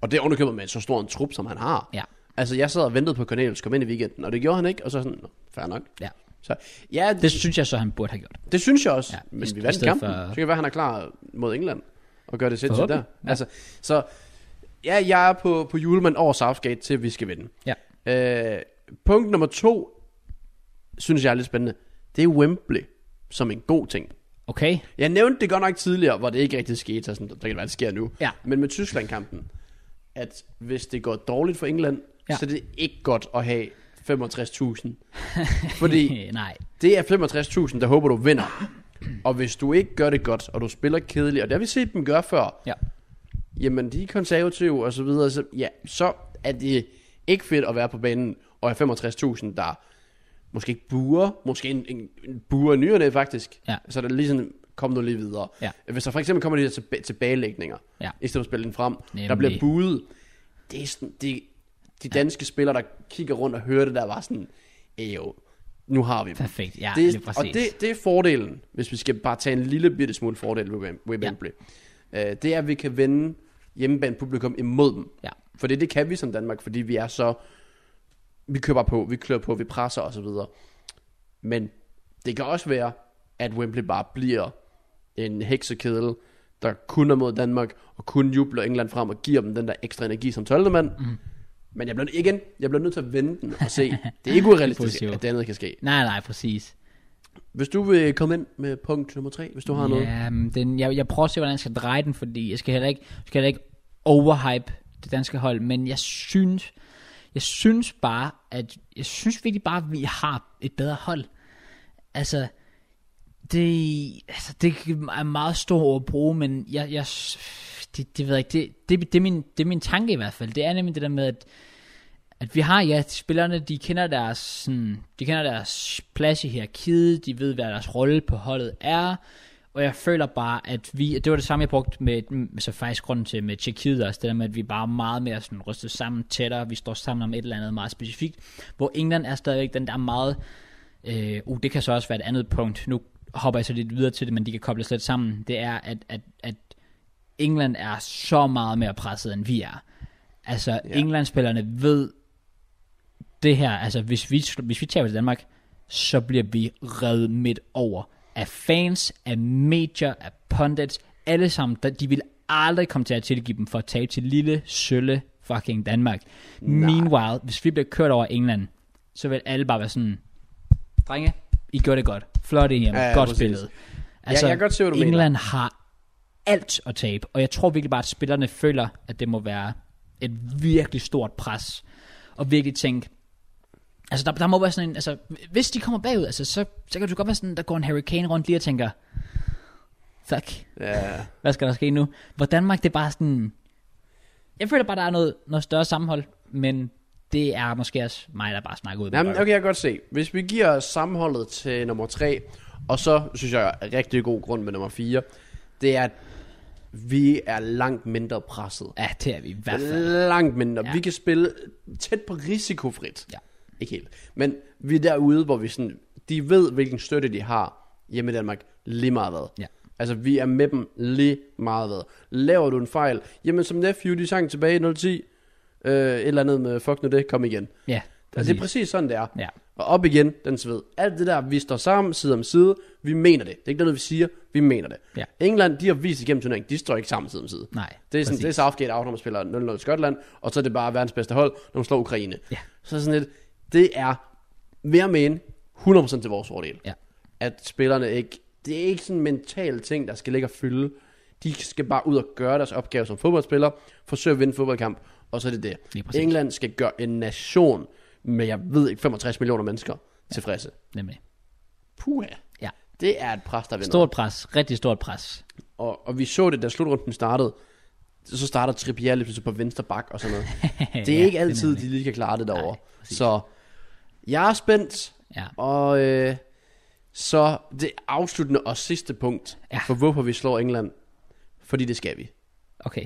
Speaker 2: Og det er ovenikøbet med så stor en trup, som han har.
Speaker 1: Ja.
Speaker 2: Altså, jeg sad og ventede på, at Cornelius kom ind i weekenden, og det gjorde han ikke, og så sådan, "Nå, fair nok.
Speaker 1: Ja.
Speaker 2: Så, ja,
Speaker 1: Det
Speaker 2: det,
Speaker 1: synes jeg så, han burde have gjort.
Speaker 2: det synes jeg også,
Speaker 1: Ja, i-
Speaker 2: ja, men
Speaker 1: i
Speaker 2: vi vandt
Speaker 1: stedet
Speaker 2: kampen.
Speaker 1: for-
Speaker 2: For... Så kan det være, han er klar mod England og gør det sindssygt der.
Speaker 1: Forhåbentlig, ja.
Speaker 2: Ja. Altså, så ja, jeg er på, på julemand over Southgate til, at vi skal vinde.
Speaker 1: Ja.
Speaker 2: Øh, punkt nummer to, synes jeg er lidt spændende. Det er Wembley som en god ting.
Speaker 1: Okay?
Speaker 2: Jeg nævnte det godt nok tidligere, hvor det ikke rigtig skete, så sådan, der kan det være, det sker nu.
Speaker 1: Ja.
Speaker 2: Men med Tyskland-kampen, at hvis det går dårligt for England,
Speaker 1: Ja.
Speaker 2: ja. så er det ikke godt at have 65.000. Fordi
Speaker 1: Nej.
Speaker 2: det er 65.000, der håber, du vinder. Og hvis du ikke gør det godt, og du spiller kedeligt, og det har vi set dem gøre før,
Speaker 1: Ja.
Speaker 2: jamen de er konservative og så videre, så, ja, så er det ikke fedt at være på banen og have 65.000, der måske ikke buer, måske en, en, en buer nyerne faktisk,
Speaker 1: Ja.
Speaker 2: så er der lige sådan, kom nu lige videre.
Speaker 1: Ja.
Speaker 2: Hvis der for eksempel kommer de der tilba- tilbagelægninger,
Speaker 1: Ja.
Speaker 2: i stedet for at spille den frem,
Speaker 1: Nemlig.
Speaker 2: der bliver buet, det er sådan, de, de danske spillere, der kigger rundt og hører det der, var sådan, "Ey, jo, nu har vi dem.
Speaker 1: Perfekt. Ja,
Speaker 2: Det
Speaker 1: det,
Speaker 2: er,
Speaker 1: lige
Speaker 2: og
Speaker 1: præcis.
Speaker 2: det, det er fordelen, hvis vi skal bare tage en lille bitte smule fordel ved Wem- ved Wembley. Ja. Øh, det er, at vi kan vende hjemmebane publikum imod dem.
Speaker 1: Ja.
Speaker 2: For det, det kan vi som Danmark, fordi vi er så... Vi køber på, vi klør på, vi presser osv. Men det kan også være, at Wembley bare bliver en heksekedel, der kun er mod Danmark, og kun jubler England frem og giver dem den der ekstra energi som 12. mand.
Speaker 1: Mhm.
Speaker 2: Mm. Men jeg bliver, igen, jeg bliver nødt til at vende den og se. Det er ikke urealistisk,
Speaker 1: Positivt.
Speaker 2: at det andet kan ske.
Speaker 1: Nej, nej, præcis.
Speaker 2: Hvis du vil komme ind med punkt nummer tre, hvis du har noget.
Speaker 1: Ja, men den, jeg, jeg prøver at se, hvordan jeg skal dreje den, fordi jeg skal heller ikke, jeg skal heller ikke overhype det danske hold, men jeg synes, jeg synes bare, at jeg synes virkelig bare, at vi har et bedre hold. Altså, det, altså, det er meget stort ord at bruge, men jeg, jeg det, det ved jeg ikke, det, det, det, er min, det er min tanke i hvert fald. Det er nemlig det der med, at, at vi har, ja, spillerne, de kender deres, sådan, de kender deres plads i hierarkiet, de ved, hvad deres rolle på holdet er, og jeg føler bare, at vi, det var det samme, jeg brugte med, med- så faktisk grunden til med Tjekkiet også, det der med, at vi bare er meget mere sådan rystet sammen tættere, vi står sammen om et eller andet meget specifikt, hvor England er stadigvæk den der meget, øh, uh, det kan så også være et andet punkt, nu hopper jeg så lidt videre til det, men de kan kobles lidt sammen, det er, at, at, at England er så meget mere presset, end vi er. Altså, ja.
Speaker 2: Ja.
Speaker 1: England-spillerne ved, det her, altså hvis vi, hvis vi tager til Danmark, så bliver vi reddet midt over af fans, af medier, af pundits, alle sammen, der, de vil aldrig komme til at tilgive dem for at tabe til lille, sølle fucking Danmark. Nej. Meanwhile, hvis vi bliver kørt over England, så vil alle bare være sådan, drenge, I gør det godt, flot ind hjem,
Speaker 2: Ja,
Speaker 1: ja,
Speaker 2: ja,
Speaker 1: godt
Speaker 2: præcis.
Speaker 1: spillet. Altså,
Speaker 2: jeg kan godt se, hvad du mener.
Speaker 1: England har alt at tabe, og jeg tror virkelig bare, at spillerne føler, at det må være et virkelig stort pres, og virkelig tænke, altså der, der må være sådan en, altså hvis de kommer bagud, altså så, så kan du godt være sådan, der går en hurricane rundt lige og tænker, fuck,
Speaker 2: Ja.
Speaker 1: hvad skal der ske nu? Hvor Danmark, det er bare sådan, jeg føler bare, der er noget, noget større sammenhold, men det er måske også mig, der bare snakker ud. med
Speaker 2: Jamen,
Speaker 1: røven.
Speaker 2: okay, jeg kan godt se. Hvis vi giver sammenholdet til nummer tre, og så synes jeg, er rigtig god grund med nummer fire, det er, at vi er langt mindre presset.
Speaker 1: Ja, det er vi i hvert
Speaker 2: Øh,
Speaker 1: fald.
Speaker 2: Langt mindre.
Speaker 1: Ja.
Speaker 2: Ja. Vi kan spille tæt på risikofrit.
Speaker 1: Ja.
Speaker 2: Ikke helt. Men vi er derude, hvor vi sådan, de ved, hvilken støtte de har hjemme i Danmark lige meget hvad.
Speaker 1: Ja.
Speaker 2: Altså, vi er med dem lige meget hvad. Laver du en fejl? Jamen, som nephew, de sang tilbage i 010. Øh, et eller andet med, fuck nu det, kom igen.
Speaker 1: Ja,
Speaker 2: Præcis. Det er præcis sådan, det er.
Speaker 1: Ja.
Speaker 2: Og op igen, den sved. Alt det der, vi står sammen, side om side, vi mener det. Det er ikke noget, vi siger, vi mener det.
Speaker 1: Ja.
Speaker 2: England, de har vist igennem turneringen, de står ikke sammen side om side.
Speaker 1: Nej,
Speaker 2: Det er, sådan,
Speaker 1: præcis.
Speaker 2: det er Southgate out, når man spiller 0-0 Skotland, og så er det bare verdens bedste hold, når man slår Ukraine.
Speaker 1: Ja.
Speaker 2: Så er sådan lidt, det er mere mene 100% til vores fordel.
Speaker 1: Ja.
Speaker 2: At spillerne ikke, det er ikke sådan en mental ting, der skal ligge og fylde. De skal bare ud og gøre deres opgave som fodboldspiller, forsøge at vinde en fodboldkamp, og så er det det.
Speaker 1: Lige præcis.
Speaker 2: England skal gøre en nation med, jeg ved ikke, 65 millioner mennesker tilfredse.
Speaker 1: nemlig.
Speaker 2: Puha.
Speaker 1: Ja.
Speaker 2: Det er et pres, der vinder.
Speaker 1: Stort pres, rigtig stort pres.
Speaker 2: Og, og vi så det, da slutrunden startede. Så starter Trippier lige pludselig på venstre bak og sådan noget. Det er
Speaker 1: Ja,
Speaker 2: ja, ikke
Speaker 1: det er
Speaker 2: altid,
Speaker 1: nemlig.
Speaker 2: de lige kan klare det derovre.
Speaker 1: Nej,
Speaker 2: Nej, så jeg er spændt.
Speaker 1: Ja.
Speaker 2: Og øh, så det afsluttende og sidste punkt
Speaker 1: Ja.
Speaker 2: ja. for, hvorfor vi slår England. Fordi det skal vi.
Speaker 1: Okay.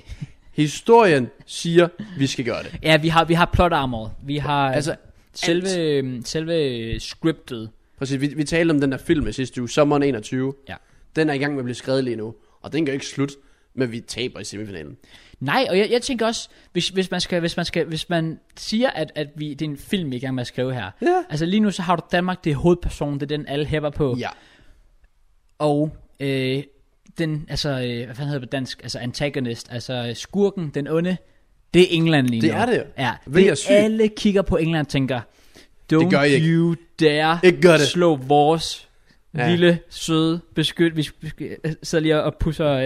Speaker 2: Historien siger, vi skal gøre det.
Speaker 1: Ja, vi har, vi har plot armor. Vi har altså,
Speaker 2: Altså,
Speaker 1: selve, øhm, selve scriptet.
Speaker 2: Præcis, vi, vi talte om den der film i sidste uge, sommeren 21.
Speaker 1: Ja.
Speaker 2: Den er i gang med at blive skrevet lige nu, og den kan jo ikke slut. men vi taber i semifinalen.
Speaker 1: Nej, og jeg, jeg tænker også, hvis, hvis, man skal, hvis, man skal, hvis man siger, at, at vi, det er en film, vi er i gang med at skrive her.
Speaker 2: Ja.
Speaker 1: Altså lige nu, så har du Danmark, det er hovedpersonen, det er den, alle hæpper på.
Speaker 2: Ja.
Speaker 1: Og øh, den, altså, øh, hvad fanden hedder det på dansk? Altså antagonist, altså øh, skurken, den onde, det er England lige
Speaker 2: Det
Speaker 1: nu.
Speaker 2: er det.
Speaker 1: Ja,
Speaker 2: Hvilket
Speaker 1: det
Speaker 2: er sygt.
Speaker 1: alle kigger på England og tænker, don't
Speaker 2: gør I ikke.
Speaker 1: you dare
Speaker 2: Ikke gør det.
Speaker 1: slå vores
Speaker 2: Ja.
Speaker 1: ja. lille, søde, beskyt, vi sk- øh, sidder lige og pusser øh,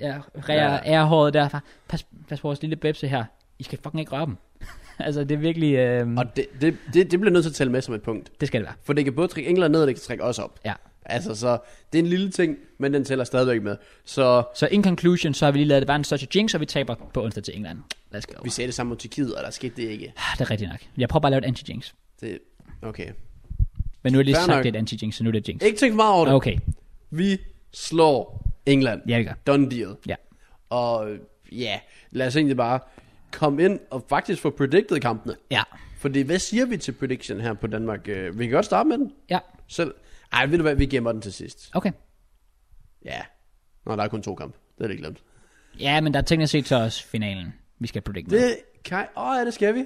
Speaker 1: ja, rærer,
Speaker 2: Ja.
Speaker 1: ja. ærehåret derfra. Pas, pas på vores lille bebse her. I skal fucking ikke røre dem. altså, det er virkelig, øh,
Speaker 2: Og det, det, det, det bliver nødt til at tælle med som et punkt.
Speaker 1: det skal det være.
Speaker 2: For det kan både trække England ned, og det kan trække os op.
Speaker 1: Ja.
Speaker 2: Altså, så det er en lille ting, men den tæller stadigvæk med. Så
Speaker 1: Så in conclusion, så har vi lige lavet det bare en største jinx, og vi taber på onsdag til England. Let's go.
Speaker 2: vi sagde det samme mod Tyrkiet, og der skete det ikke.
Speaker 1: Ah, det er rigtigt nok. Jeg prøver bare at lave et anti-jinx.
Speaker 2: Det, okay.
Speaker 1: Men nu har jeg lige
Speaker 2: Fair
Speaker 1: sagt,
Speaker 2: nok.
Speaker 1: det er et anti-jinx, så nu er det jinx.
Speaker 2: Ikke tænk for meget over det.
Speaker 1: Okay,
Speaker 2: Vi slår England.
Speaker 1: ja, vi gør.
Speaker 2: Done deal.
Speaker 1: Ja.
Speaker 2: Og ja, lad os egentlig bare komme ind og faktisk få predicted kampene.
Speaker 1: Ja.
Speaker 2: Fordi hvad siger vi til prediction her på Danmark? Øh, Vi kan godt starte med den.
Speaker 1: Ja,
Speaker 2: Selv. Ej, ved du hvad, vi gemmer den til sidst.
Speaker 1: okay.
Speaker 2: Ja. Nå, der er kun to kampe. Det er det glemt.
Speaker 1: Ja, men der er teknisk set så også finalen, vi skal predict med.
Speaker 2: Det kan... Åh, oh, ja, det skal vi.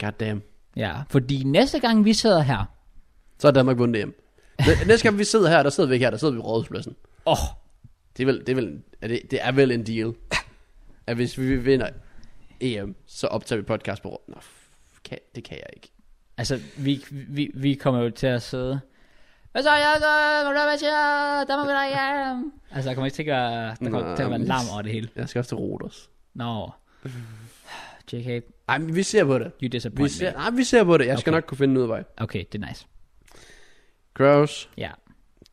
Speaker 2: Goddamn.
Speaker 1: Ja, fordi næste gang vi sidder her,
Speaker 2: Så er Danmark vundet hjem. Næste gang vi sidder her, der sidder vi ikke her, der sidder vi på rådhuspladsen.
Speaker 1: åh, oh,
Speaker 2: Det er vel, det er vel, er det, det er vel en deal. At hvis vi vinder EM, så optager vi podcast på råd. Nå, f- kan, det kan jeg ikke.
Speaker 1: altså, vi, vi, vi kommer jo til at sidde. Hvad så, jeg så, hvad så, der må vi da hjem. Altså, der kommer ikke til at, der kommer
Speaker 2: Nå,
Speaker 1: til at være
Speaker 2: men-
Speaker 1: larm over det hele.
Speaker 2: Jeg skal også til Roters.
Speaker 1: Nå. JK,
Speaker 2: Ej, men vi ser på det.
Speaker 1: you
Speaker 2: Vi
Speaker 1: disappoint
Speaker 2: ser,
Speaker 1: me.
Speaker 2: nej, vi ser på det. Jeg skal
Speaker 1: Okay.
Speaker 2: nok kunne finde ud af vej.
Speaker 1: Okay, det er nice.
Speaker 2: Kraus,
Speaker 1: Ja,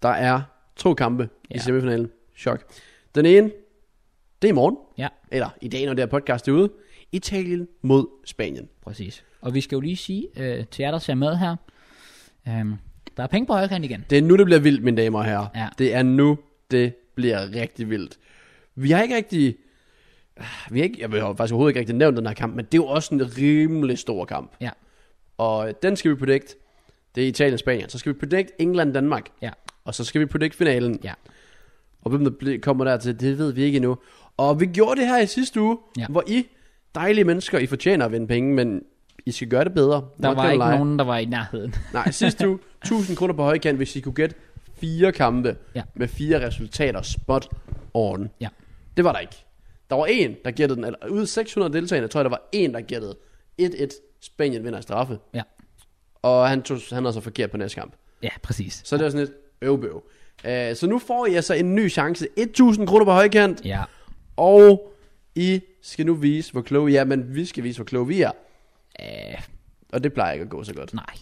Speaker 2: der er to kampe ja. i
Speaker 1: Ja.
Speaker 2: semifinalen. Chok. Den ene, det er i morgen.
Speaker 1: ja,
Speaker 2: Eller i dag, når det her podcast er ude. Italien mod Spanien.
Speaker 1: præcis. Og vi skal jo lige sige øh, til jer, der ser med her, øh, der er penge på højkant igen.
Speaker 2: Det er nu, det bliver vildt, mine damer og herrer.
Speaker 1: Ja.
Speaker 2: Det er nu, det bliver rigtig vildt. Vi har ikke rigtig... ah, Vi har ikke, jeg har faktisk overhovedet ikke rigtig nævnt den her kamp, men det er jo også en rimelig stor kamp.
Speaker 1: Ja.
Speaker 2: Og øh, den skal vi predict. Det er Italien-Spanien. Så skal vi predict England-Danmark.
Speaker 1: Ja.
Speaker 2: Og så skal vi predict finalen.
Speaker 1: Ja.
Speaker 2: Og hvem der ble- kommer dertil, det ved vi ikke endnu. Og vi gjorde det her i sidste uge,
Speaker 1: Ja.
Speaker 2: hvor I, dejlige mennesker, I fortjener at vinde penge, men I skal gøre det bedre.
Speaker 1: Der
Speaker 2: Not
Speaker 1: var
Speaker 2: gonna
Speaker 1: ikke
Speaker 2: lie.
Speaker 1: nogen, der var i nærheden.
Speaker 2: Nej, sidste uge, 1000 kroner på højkant, hvis I kunne gætte fire kampe ja.
Speaker 1: Ja.
Speaker 2: med fire resultater spot on.
Speaker 1: Ja.
Speaker 2: Det var der ikke. Der var en, der gættede den, eller ud af 600 deltagende, tror jeg, der var en, der gættede 1-1, Spanien vinder i straffe,
Speaker 1: Ja,
Speaker 2: og han, tog, han havde så forkert på næste kamp.
Speaker 1: ja præcis.
Speaker 2: Så det var sådan lidt øvbøv. Uh, så nu får I altså en ny chance, 1000 kroner på højkant,
Speaker 1: Ja,
Speaker 2: og I skal nu vise, hvor kloge I er, men vi skal vise, hvor kloge vi er.
Speaker 1: øh,
Speaker 2: Og det plejer ikke at gå så godt.
Speaker 1: nej.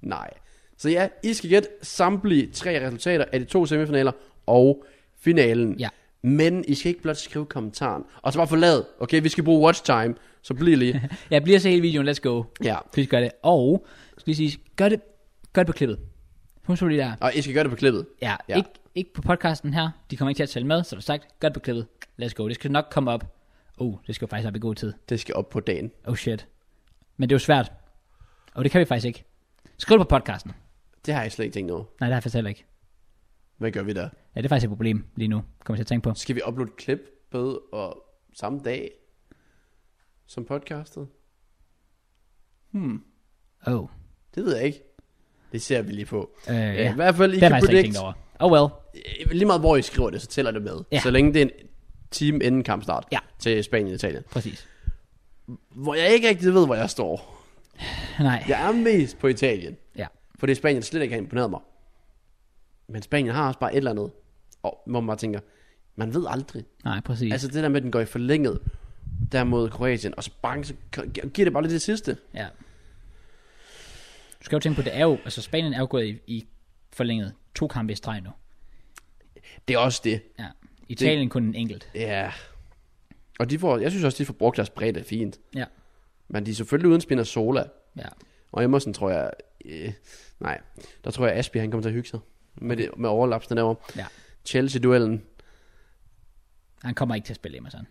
Speaker 2: Nej. Så ja, I skal gætte samtlige tre resultater af de to semifinaler og finalen.
Speaker 1: Ja.
Speaker 2: Men I skal ikke blot skrive kommentaren. Og så bare forlad. Okay, vi skal bruge watch time. Så bliv lige.
Speaker 1: Jeg bliver se hele videoen, let's go.
Speaker 2: ja.
Speaker 1: Please gør det. Og, skal lige sige, gør det, gør det på klippet. Husk nu lige der.
Speaker 2: Og I skal gøre det på klippet.
Speaker 1: Ja,
Speaker 2: Ja.
Speaker 1: ja. Ikke, ikke på podcasten her. De kommer ikke til at tælle med, så du sagt, gør det på klippet. Let's go. Det skal nok komme op. Oh, det skal jo faktisk op i god tid.
Speaker 2: Det skal op på dagen.
Speaker 1: Oh shit. Men det er jo svært. Og det kan vi faktisk ikke. Skriv på podcasten.
Speaker 2: Det har jeg slet ikke tænkt over.
Speaker 1: Nej, det har jeg faktisk heller ikke.
Speaker 2: Hvad gør vi der?
Speaker 1: Ja, det er faktisk et problem lige nu, kommer jeg til at tænke på.
Speaker 2: Skal vi uploade klip både og samme dag som podcastet?
Speaker 1: Oh,
Speaker 2: Det ved jeg ikke. Det ser vi lige på.
Speaker 1: øh, ja.
Speaker 2: I hvert fald, I
Speaker 1: Det har jeg
Speaker 2: kan
Speaker 1: faktisk ikke
Speaker 2: predict,
Speaker 1: tænkt over. Oh well.
Speaker 2: Øh, lige meget hvor I skriver det, så tæller det med.
Speaker 1: Ja.
Speaker 2: Så længe det er en time inden kampstart
Speaker 1: Ja.
Speaker 2: til Spanien og Italien.
Speaker 1: Præcis.
Speaker 2: Hvor jeg ikke rigtig ved, hvor jeg står.
Speaker 1: Nej. Ja.
Speaker 2: Jeg er mest på Italien.
Speaker 1: ja.
Speaker 2: Fordi Spanien slet ikke har imponeret mig. Men Spanien har også bare et eller andet. Og hvor man bare tænker, man ved aldrig.
Speaker 1: Nej, præcis. Altså,
Speaker 2: Altså det der med, at den går i forlænget. Der mod Kroatien. Og så bang, så gi- giver det bare lidt det sidste.
Speaker 1: ja. Du skal jo tænke på, det er jo, altså Spanien er jo gået i, i forlænget to kampe i streg nu.
Speaker 2: Det er også det.
Speaker 1: Ja. Italien kun en enkelt.
Speaker 2: Ja. Og de får, jeg synes også, de får brugt deres bredde fint.
Speaker 1: Ja.
Speaker 2: Men de er selvfølgelig uden Spinazzola.
Speaker 1: Ja.
Speaker 2: Og Emerson tror jeg... Øh, nej, der tror jeg, Aspi han kommer til at hygge sig. Med, det, med overlapsene derovre.
Speaker 1: Ja.
Speaker 2: Chelsea-duellen.
Speaker 1: Han kommer ikke til at spille Emerson.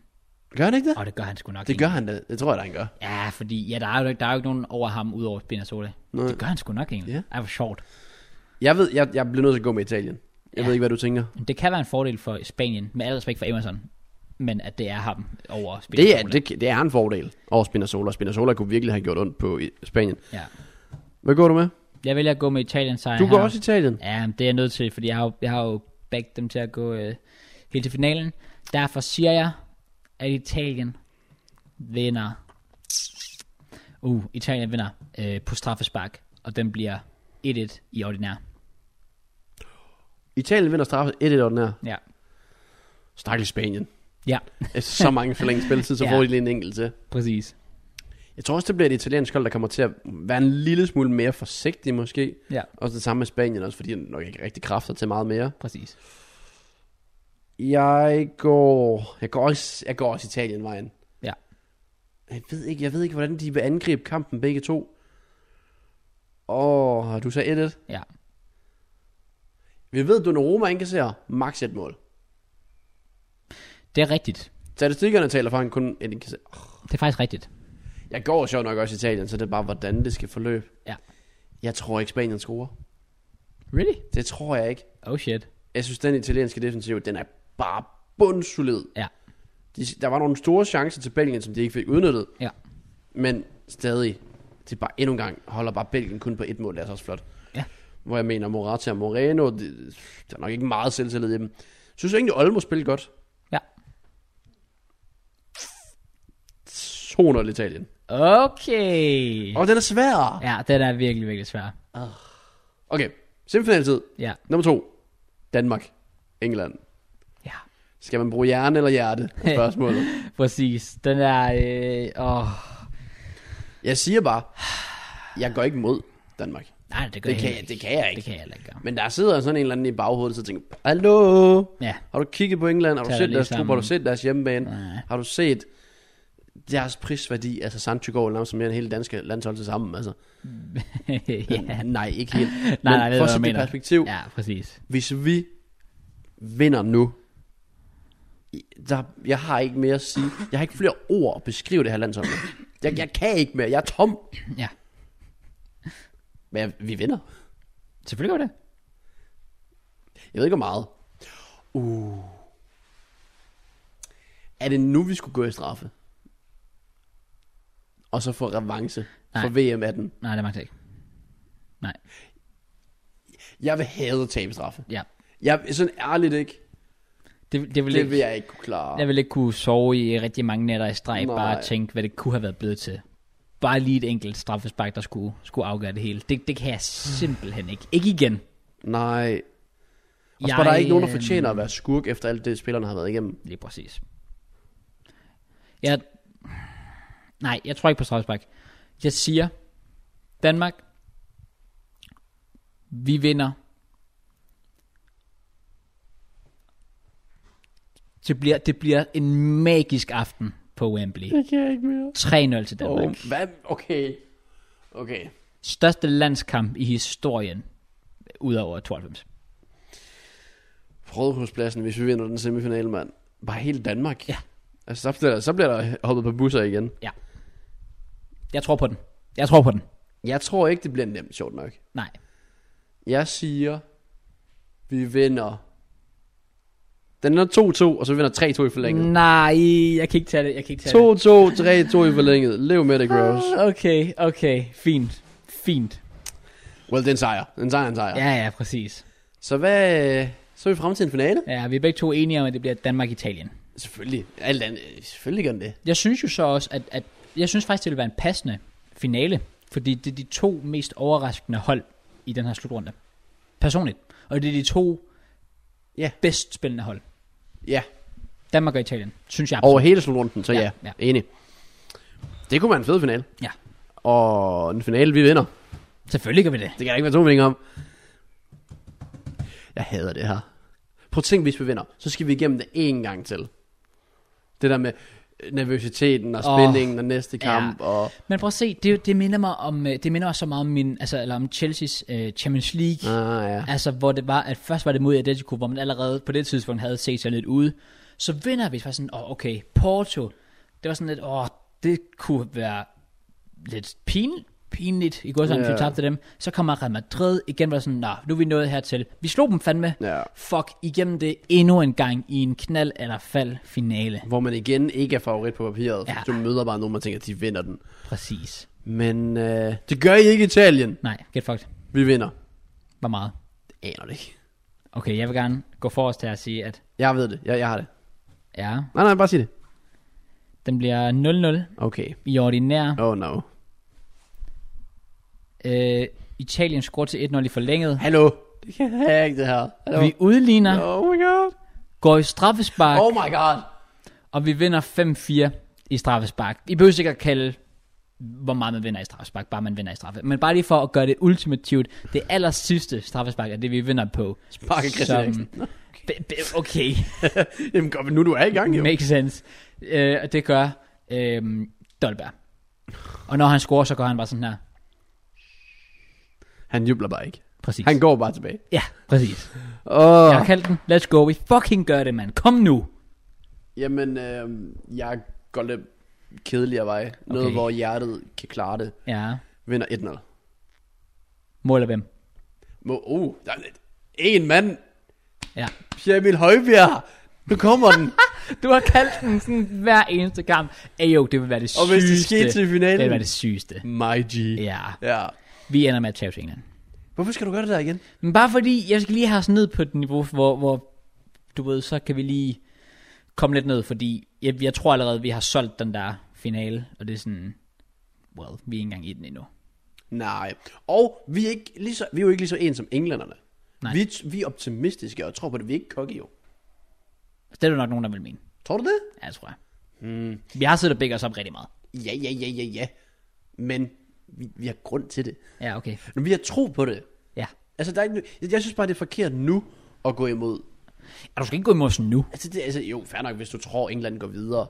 Speaker 2: Gør han ikke det?
Speaker 1: Og det gør han sgu nok
Speaker 2: Det gør han da. Det tror jeg, da, han gør.
Speaker 1: Ja, fordi ja, der, er jo, ikke- der er jo ikke nogen over ham, udover Spinazzola.
Speaker 2: Nej.
Speaker 1: Det gør han sgu nok egentlig.
Speaker 2: Ja.
Speaker 1: Ja. Ej, hvor sjovt.
Speaker 2: Jeg ved, jeg, jeg bliver nødt til at gå med Italien. Jeg
Speaker 1: Ja.
Speaker 2: ved ikke, hvad du tænker.
Speaker 1: Det kan være en fordel for Spanien, med al respekt for Amazon, men at det er ham over
Speaker 2: Det er,
Speaker 1: Spinazzola.
Speaker 2: det, det er en fordel over Spinazzola. Spinazzola kunne virkelig have gjort ondt på i Spanien.
Speaker 1: Ja.
Speaker 2: Hvad går du med?
Speaker 1: Jeg vælger at gå med Italien sejr
Speaker 2: Du
Speaker 1: her.
Speaker 2: går også Italien.
Speaker 1: Ja, men det er jeg nødt til, fordi jeg har jo, jeg har jo bagt dem til at gå øh, helt til finalen. Derfor siger jeg, at Italien vinder. Uh, Italien vinder øh, på straffespark, og den bliver 1-1 i ordinær.
Speaker 2: Italien vinder straffet 1-1 ordinær.
Speaker 1: Ja.
Speaker 2: Stakkels Spanien.
Speaker 1: Ja,
Speaker 2: Efter så mange forlænget spilletid, så
Speaker 1: Ja.
Speaker 2: får de lige en enkelt til.
Speaker 1: præcis.
Speaker 2: Jeg tror også, det bliver et italiensk hold, der kommer til at være en lille smule mere forsigtig måske.
Speaker 1: Ja,
Speaker 2: Også det samme med Spanien også, fordi de nok ikke rigtig kræfter til meget mere.
Speaker 1: præcis.
Speaker 2: Jeg går, jeg går også, jeg går også Italien-vejen.
Speaker 1: Ja.
Speaker 2: Jeg ved ikke, jeg ved ikke, hvordan de vil angribe kampen begge to. Åh, du sagde 1-1.
Speaker 1: Ja.
Speaker 2: Vi ved, at Donnarumma indkasserer maks et mål.
Speaker 1: Det er rigtigt.
Speaker 2: Statistikkerne taler for, at han kun indkasserer.
Speaker 1: Det er faktisk rigtigt.
Speaker 2: Jeg går sjovt nok også Italien, så det er bare, hvordan det skal forløbe.
Speaker 1: Ja.
Speaker 2: Jeg tror ikke, Spanien scorer.
Speaker 1: Really?
Speaker 2: Det tror jeg ikke.
Speaker 1: Oh shit.
Speaker 2: Jeg synes, den italienske defensiv, den er bare bundsolid.
Speaker 1: Ja.
Speaker 2: De, der var nogle store chancer til Belgien, som de ikke fik udnyttet.
Speaker 1: Ja.
Speaker 2: Men stadig, det er bare endnu en gang, holder bare Belgien kun på et mål. Det er så også flot.
Speaker 1: Ja.
Speaker 2: Hvor jeg mener, Morata og Moreno, det, der er nok ikke meget selvtillid i dem. Jeg synes egentlig, Olmo spillede godt.
Speaker 1: Ja.
Speaker 2: 200 Italien.
Speaker 1: Okay.
Speaker 2: Og den er svær.
Speaker 1: Ja, den er virkelig, virkelig svær.
Speaker 2: Okay, semifinaltid.
Speaker 1: Ja.
Speaker 2: Nummer to. Danmark. England.
Speaker 1: Ja.
Speaker 2: Skal man bruge hjerne eller hjerte? er Spørgsmålet.
Speaker 1: Præcis. Den er... Øh, åh.
Speaker 2: Jeg siger bare, jeg går ikke mod Danmark.
Speaker 1: Nej, det, gør
Speaker 2: Det
Speaker 1: jeg heller
Speaker 2: kan, jeg,
Speaker 1: ikke.
Speaker 2: det kan jeg
Speaker 1: Det
Speaker 2: ikke.
Speaker 1: kan jeg heller ikke gøre.
Speaker 2: Men der sidder sådan en eller anden i baghovedet, så tænker, Hallo,
Speaker 1: Ja,
Speaker 2: har du kigget på England? Har du
Speaker 1: Tag dig
Speaker 2: set
Speaker 1: lige
Speaker 2: deres trup? Har du
Speaker 1: sammen."
Speaker 2: set deres hjemmebane?
Speaker 1: Nej.
Speaker 2: Har du set deres prisværdi? Altså Sancho går jo nærmest som mere end hele danske landshold til sammen. Altså.
Speaker 1: ja.
Speaker 2: Nej, ikke helt. Men
Speaker 1: nej, jeg ved,
Speaker 2: for
Speaker 1: hvad
Speaker 2: at
Speaker 1: du
Speaker 2: sætte det i
Speaker 1: mener.
Speaker 2: perspektiv,
Speaker 1: ja, præcis.
Speaker 2: hvis vi vinder nu, i- der, jeg har ikke mere at sige. Jeg har ikke flere ord at beskrive det her landshold med. Jeg, jeg kan ikke mere. Jeg er tom.
Speaker 1: Ja,
Speaker 2: Men jeg, vi vinder.
Speaker 1: selvfølgelig gør det.
Speaker 2: Jeg ved ikke, hvor meget. Uh. Er det nu, vi skulle gå i straffe? Og så få revanche for VM18?
Speaker 1: Nej, det magter jeg ikke. Nej,
Speaker 2: Jeg vil have at tabe straffe.
Speaker 1: ja.
Speaker 2: Jeg, sådan ærligt ikke.
Speaker 1: Det, det vil
Speaker 2: Det
Speaker 1: ikke,
Speaker 2: vil jeg ikke kunne klare.
Speaker 1: jeg vil ikke kunne sove i rigtig mange nætter i streg,
Speaker 2: Nej.
Speaker 1: bare tænke, hvad det kunne have været blevet til. Bare lige et enkelt straffespark, der skulle, skulle afgøre det hele. Det, det kan jeg simpelthen ikke. Ikke igen.
Speaker 2: Nej. Og så
Speaker 1: Jeg,
Speaker 2: var der ikke nogen, der
Speaker 1: øhm,
Speaker 2: fortjener at være skurk efter alt det, spillerne har været igennem.
Speaker 1: Lige præcis. Jeg... Nej, jeg tror ikke på straffespark. Jeg siger, Danmark, vi vinder. Det bliver, det bliver en magisk aften på Wembley.
Speaker 2: Det kan jeg ikke mere.
Speaker 1: 3-0 til Danmark.
Speaker 2: Oh, hvad? Okay. Okay.
Speaker 1: Største landskamp i historien, udover 92.
Speaker 2: Rådhuspladsen, hvis vi vinder den semifinale, mand. Bare hele Danmark.
Speaker 1: Ja.
Speaker 2: Altså, så bliver, der, så bliver der hoppet på busser igen.
Speaker 1: Jeg tror på den. Jeg tror på den.
Speaker 2: Jeg tror ikke, det bliver nemt, sjovt nok.
Speaker 1: Nej.
Speaker 2: Jeg siger, vi vinder. Den er 2-2, og så vinder 3-2 i
Speaker 1: Mm.
Speaker 2: forlænget. 2-2, 3-2
Speaker 1: Nej, jeg kan ikke tage det. Jeg kan ikke tage det.
Speaker 2: i forlænget. Lev med det, Gross.
Speaker 1: Okay, okay. Fint. Fint.
Speaker 2: Well, den sejr. Den sejr, den sejr. Ja.
Speaker 1: Ja, ja, præcis.
Speaker 2: Så hvad... Så er vi frem til en finale?
Speaker 1: Ja, vi er begge to enige om, at det bliver Danmark-Italien.
Speaker 2: Selvfølgelig. Alt andet. Selvfølgelig gør den det.
Speaker 1: Jeg synes jo så også, at, at jeg synes faktisk, det vil være en passende finale, fordi det er de to mest overraskende hold i den her slutrunde. Personligt. Og det er de to
Speaker 2: Ja.
Speaker 1: bedst spillende hold.
Speaker 2: Ja.
Speaker 1: Danmark og Italien, synes jeg.
Speaker 2: Over hele slutrunden, så ja.
Speaker 1: Ja,
Speaker 2: ja.
Speaker 1: ja.
Speaker 2: Enig. Det kunne være en fed finale.
Speaker 1: Ja.
Speaker 2: Og en finale, vi vinder.
Speaker 1: Selvfølgelig gør vi det.
Speaker 2: Det kan der ikke være to meninger om. Jeg hader det her. Prøv at tænk, hvis vi vinder, så skal vi igennem det en gang til. Det der med øh, nervøsiteten og
Speaker 1: Åh,
Speaker 2: spændingen oh, og næste kamp. Ja. Og,
Speaker 1: Men prøv at se, det, er jo- det minder mig om, øh, det minder mig så meget om, min, altså, eller om Chelsea's øh, Champions League.
Speaker 2: ah, ja.
Speaker 1: Altså, hvor det var, at først var det mod Atletico, hvor man allerede på det tidspunkt havde set sig lidt ude. Så vinder vi, så var jeg sådan, åh, okay, Porto, det var sådan lidt, åh, det kunne være lidt pin, pinligt, i går sådan, yeah.
Speaker 2: Ja.
Speaker 1: vi tabte dem. Så kommer Real Madrid igen, var sådan, nej, nu er vi nået hertil. Vi slog dem fandme.
Speaker 2: Ja.
Speaker 1: Fuck, igennem det endnu en gang i en knald eller fald finale.
Speaker 2: Hvor man igen ikke er favorit på papiret.
Speaker 1: Ja.
Speaker 2: Ja. Du møder bare nogen, man tænker, de vinder den.
Speaker 1: Præcis.
Speaker 2: Men øh, det gør I ikke i Italien.
Speaker 1: Nej, get fucked.
Speaker 2: Vi vinder.
Speaker 1: Hvor meget?
Speaker 2: Det aner det ikke.
Speaker 1: Okay, jeg vil gerne gå forrest til at sige, at
Speaker 2: Jeg ved det. Jeg, jeg har det.
Speaker 1: ja,
Speaker 2: Nej, nej, bare sig det.
Speaker 1: den bliver 0-0
Speaker 2: Okay.
Speaker 1: i ordinær.
Speaker 2: Oh no.
Speaker 1: Øh, Italien scorer til 1-0 i forlænget.
Speaker 2: Hallo. Det kan jeg ikke, det her. Hallo.
Speaker 1: Vi udligner,
Speaker 2: Oh my god.
Speaker 1: går i straffespark,
Speaker 2: Oh my god.
Speaker 1: og vi vinder 5-4 i straffespark. I behøver sikkert kalde, hvor meget man vinder i straffespark, bare man vinder i straffe. Men bare lige for at gøre det ultimativt, det aller sidste straffespark er det, vi vinder på.
Speaker 2: Sparker Christian Eriksen.
Speaker 1: Be- be- Okay,
Speaker 2: Jamen kom, nu du er i gang, jo.
Speaker 1: makes sense. Øh, og det gør øh, Dolberg. Og når han scorer, så går han bare sådan her.
Speaker 2: Han jubler bare ikke.
Speaker 1: Præcis.
Speaker 2: Han går bare tilbage.
Speaker 1: Ja, præcis.
Speaker 2: Åh.
Speaker 1: Jeg har kaldt den. Let's go. We fucking gør det, mand. Kom nu.
Speaker 2: Jamen, øh, jeg går lidt kedeligere vej. Noget,
Speaker 1: Okay.
Speaker 2: hvor hjertet kan klare det.
Speaker 1: Ja.
Speaker 2: Vinder 1-0.
Speaker 1: Mål af hvem?
Speaker 2: Må, uh, der er lidt- en mand.
Speaker 1: Ja.
Speaker 2: Pierre Emil Højbjerg. Nu kommer den.
Speaker 1: Du har kaldt den sådan hver eneste kamp. Ej jo, det vil være det sygeste.
Speaker 2: Og hvis det skete til
Speaker 1: Det vil
Speaker 2: finalen.
Speaker 1: være det sygeste.
Speaker 2: My G.
Speaker 1: Ja.
Speaker 2: ja.
Speaker 1: Vi ender med at tabe til England.
Speaker 2: Hvorfor skal du gøre det der igen?
Speaker 1: Men bare fordi, jeg skal lige have os ned på et niveau, hvor, hvor du ved, så kan vi lige komme lidt ned, fordi jeg, jeg tror allerede, vi har solgt den der finale, og det er sådan, well, vi er ikke engang i den endnu.
Speaker 2: Nej. Og vi er, ikke lige så, vi er jo ikke lige så ens som englænderne.
Speaker 1: Nej.
Speaker 2: Vi, er t- vi er optimistiske og tror på det. Vi er ikke kokke jo.
Speaker 1: Det er der nok nogen, der vil mene.
Speaker 2: Tror du det?
Speaker 1: Ja, det tror jeg. Hmm. Vi har siddet og bækket os op rigtig meget.
Speaker 2: Ja, ja, ja, ja, ja. Men vi, vi har grund til det.
Speaker 1: Ja, okay.
Speaker 2: Men vi har tro på det.
Speaker 1: Ja.
Speaker 2: Altså, der er ikke, nø- jeg, jeg synes bare, det er forkert nu at gå imod.
Speaker 1: Er du skal ikke gå imod os nu.
Speaker 2: Altså, det, altså jo, fair nok, hvis du tror, England går videre.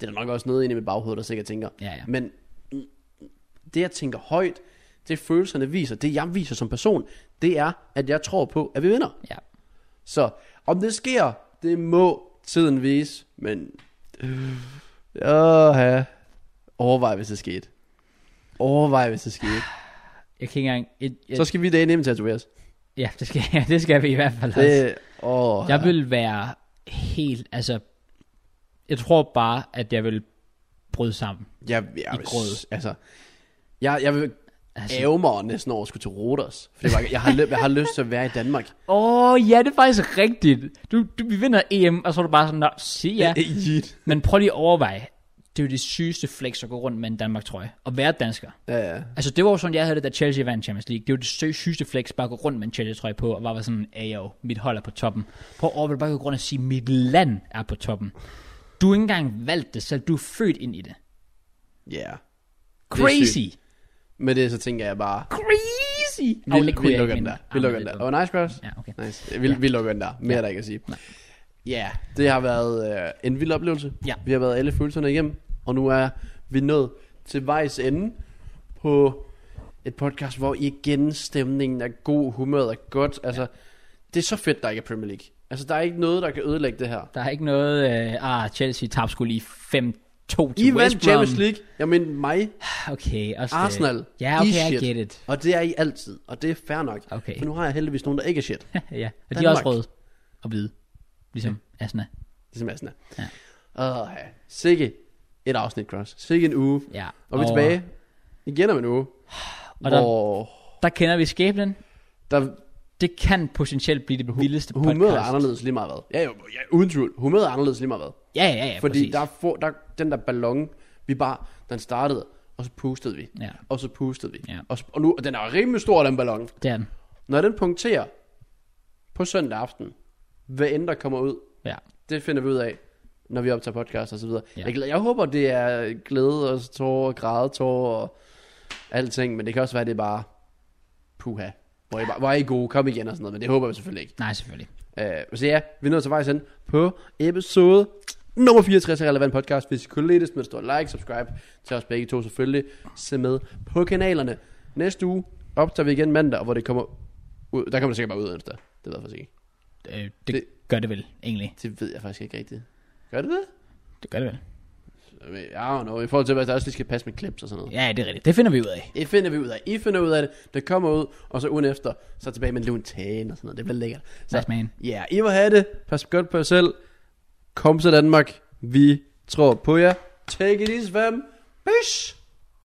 Speaker 2: Det er der nok også noget inde i mit baghoved, der sikkert tænker.
Speaker 1: Ja, ja.
Speaker 2: Men mm, det, jeg tænker højt, det følelserne viser, det jeg viser som person, det er, at jeg tror på, at vi vinder.
Speaker 1: Ja.
Speaker 2: Så om det sker, det må tiden vise, men... Øh, ja. Overvej, hvis det skete. Overvej, hvis det skete.
Speaker 1: Jeg kan ikke engang... Jeg, jeg,
Speaker 2: Så skal vi dagen ind tatoveres.
Speaker 1: Ja, det skal, ja, det skal vi i hvert fald også.
Speaker 2: Det, åh,
Speaker 1: Altså, Jeg vil være helt, altså, jeg tror bare, at jeg vil bryde sammen.
Speaker 2: jeg, jeg,
Speaker 1: i
Speaker 2: vil
Speaker 1: grød.
Speaker 2: s- Altså, jeg, jeg vil
Speaker 1: Altså-
Speaker 2: altså. æve mig over næsten over at skulle til Rodos. Fordi jeg, jeg, har, ly- jeg har lyst til at være i Danmark.
Speaker 1: Åh, oh, ja, det er faktisk rigtigt. Du, du, vi vinder EM, og så er du bare sådan, nå, se ja.
Speaker 2: Yeet.
Speaker 1: Men prøv lige at overveje, det er jo det sygeste flex at gå rundt med en Danmark-trøje, og være dansker.
Speaker 2: Ja, ja.
Speaker 1: Altså, det var jo sådan, jeg havde det, da Chelsea vandt Champions League. Det var det sy- sygeste flex, bare at gå rundt med en Chelsea-trøje på, og bare være sådan, ja jo, mit hold er på toppen. Prøv at overveje, bare at gå rundt og sige, mit land er på toppen. Du har ikke engang valgt det selv, du er født ind i det.
Speaker 2: Yeah. Det er
Speaker 1: Crazy!
Speaker 2: Med det, så tænker jeg bare,
Speaker 1: Crazy!
Speaker 2: vi, vi lukker den der. Vi lukker den der. Og oh, nice, Cross.
Speaker 1: Ja, okay.
Speaker 2: Nice. Vi, ja. vi lukker den der. Mere ja. der ikke at sige. Ja, yeah, det har været øh, en vild oplevelse.
Speaker 1: Ja.
Speaker 2: Vi har været alle følelserne igennem, og nu er vi nået til vejs ende på et podcast, hvor igen stemningen er god, humøret er godt. Altså, det er så fedt, der ikke er Premier League. Altså, der er ikke noget, der kan ødelægge det her.
Speaker 1: Der er ikke noget, øh, ah, Chelsea tabte skulle lige 5-2 til
Speaker 2: I
Speaker 1: West Brom.
Speaker 2: vandt Champions League. Jeg mener mig,
Speaker 1: Okay, også det.
Speaker 2: Arsenal.
Speaker 1: Ja, okay,
Speaker 2: I er
Speaker 1: I
Speaker 2: shit.
Speaker 1: get it.
Speaker 2: Og det er I altid, og det er fair nok.
Speaker 1: Okay.
Speaker 2: For nu har jeg heldigvis nogen, der ikke er shit.
Speaker 1: ja, og de er
Speaker 2: Danmark.
Speaker 1: også røde og hvide. Ligesom Asna.
Speaker 2: Ligesom jeg sådan
Speaker 1: Ja.
Speaker 2: er. Ja. Uh, Sikke et afsnit, Cross. Sikke en uge.
Speaker 1: Ja.
Speaker 2: Og vi er tilbage igen om en uge,
Speaker 1: Og
Speaker 2: og
Speaker 1: der-
Speaker 2: hvor
Speaker 1: Der kender vi skæbnen.
Speaker 2: der,
Speaker 1: Det kan potentielt blive det vildeste podcast.
Speaker 2: humøret er anderledes lige meget hvad. Ja, jo, ja, uden tvivl. Humøret er anderledes lige meget hvad.
Speaker 1: Ja, ja, ja,
Speaker 2: Fordi
Speaker 1: præcis.
Speaker 2: der, er få, der den der ballon, vi bare, den startede, og så pustede vi.
Speaker 1: Ja.
Speaker 2: Og så pustede vi.
Speaker 1: Ja.
Speaker 2: Og, så, og, nu, og den er rimelig stor, den ballon.
Speaker 1: Det er den.
Speaker 2: Når den punkterer på søndag aften, hvad end der kommer ud,
Speaker 1: Ja.
Speaker 2: det finder vi ud af, når vi optager podcast og så videre.
Speaker 1: Ja.
Speaker 2: Ja. Jeg, glæder- jeg håber, det er glæde og tårer og grædetårer og alting, men det kan også være, det er bare puha. Hvor er I, bare, hvor er I gode, kom igen og sådan noget, men det håber vi selvfølgelig ikke.
Speaker 1: Nej, selvfølgelig.
Speaker 2: Uh, så ja, vi er nået til vejs ende på episode nummer 64 af Relevant Podcast. Hvis I kunne lide det, så stå like, subscribe til os begge to selvfølgelig. Se med på kanalerne. Næste uge optager vi igen mandag, og hvor det kommer ud. Der kommer det sikkert bare ud onsdag. Det ved jeg faktisk ikke.
Speaker 1: Øh, det, det
Speaker 2: Det-
Speaker 1: gør det vel, egentlig.
Speaker 2: Det ved jeg faktisk ikke rigtigt. Gør det det?
Speaker 1: Det gør det vel.
Speaker 2: I don't know, i forhold til, hvad der også lige skal passe med clips og sådan noget.
Speaker 1: Ja, det er rigtigt. Det finder vi ud af.
Speaker 2: Det finder vi ud af. I finder ud af det. Det kommer ud. Og så ugen efter, så tilbage med luntagen og sådan noget. Det bliver lækkert. Så
Speaker 1: Nice man.
Speaker 2: ja, yeah, I må have det. Pas godt på jer selv. Kom til Danmark. Vi tror på jer. Take it easy, fam. Peace.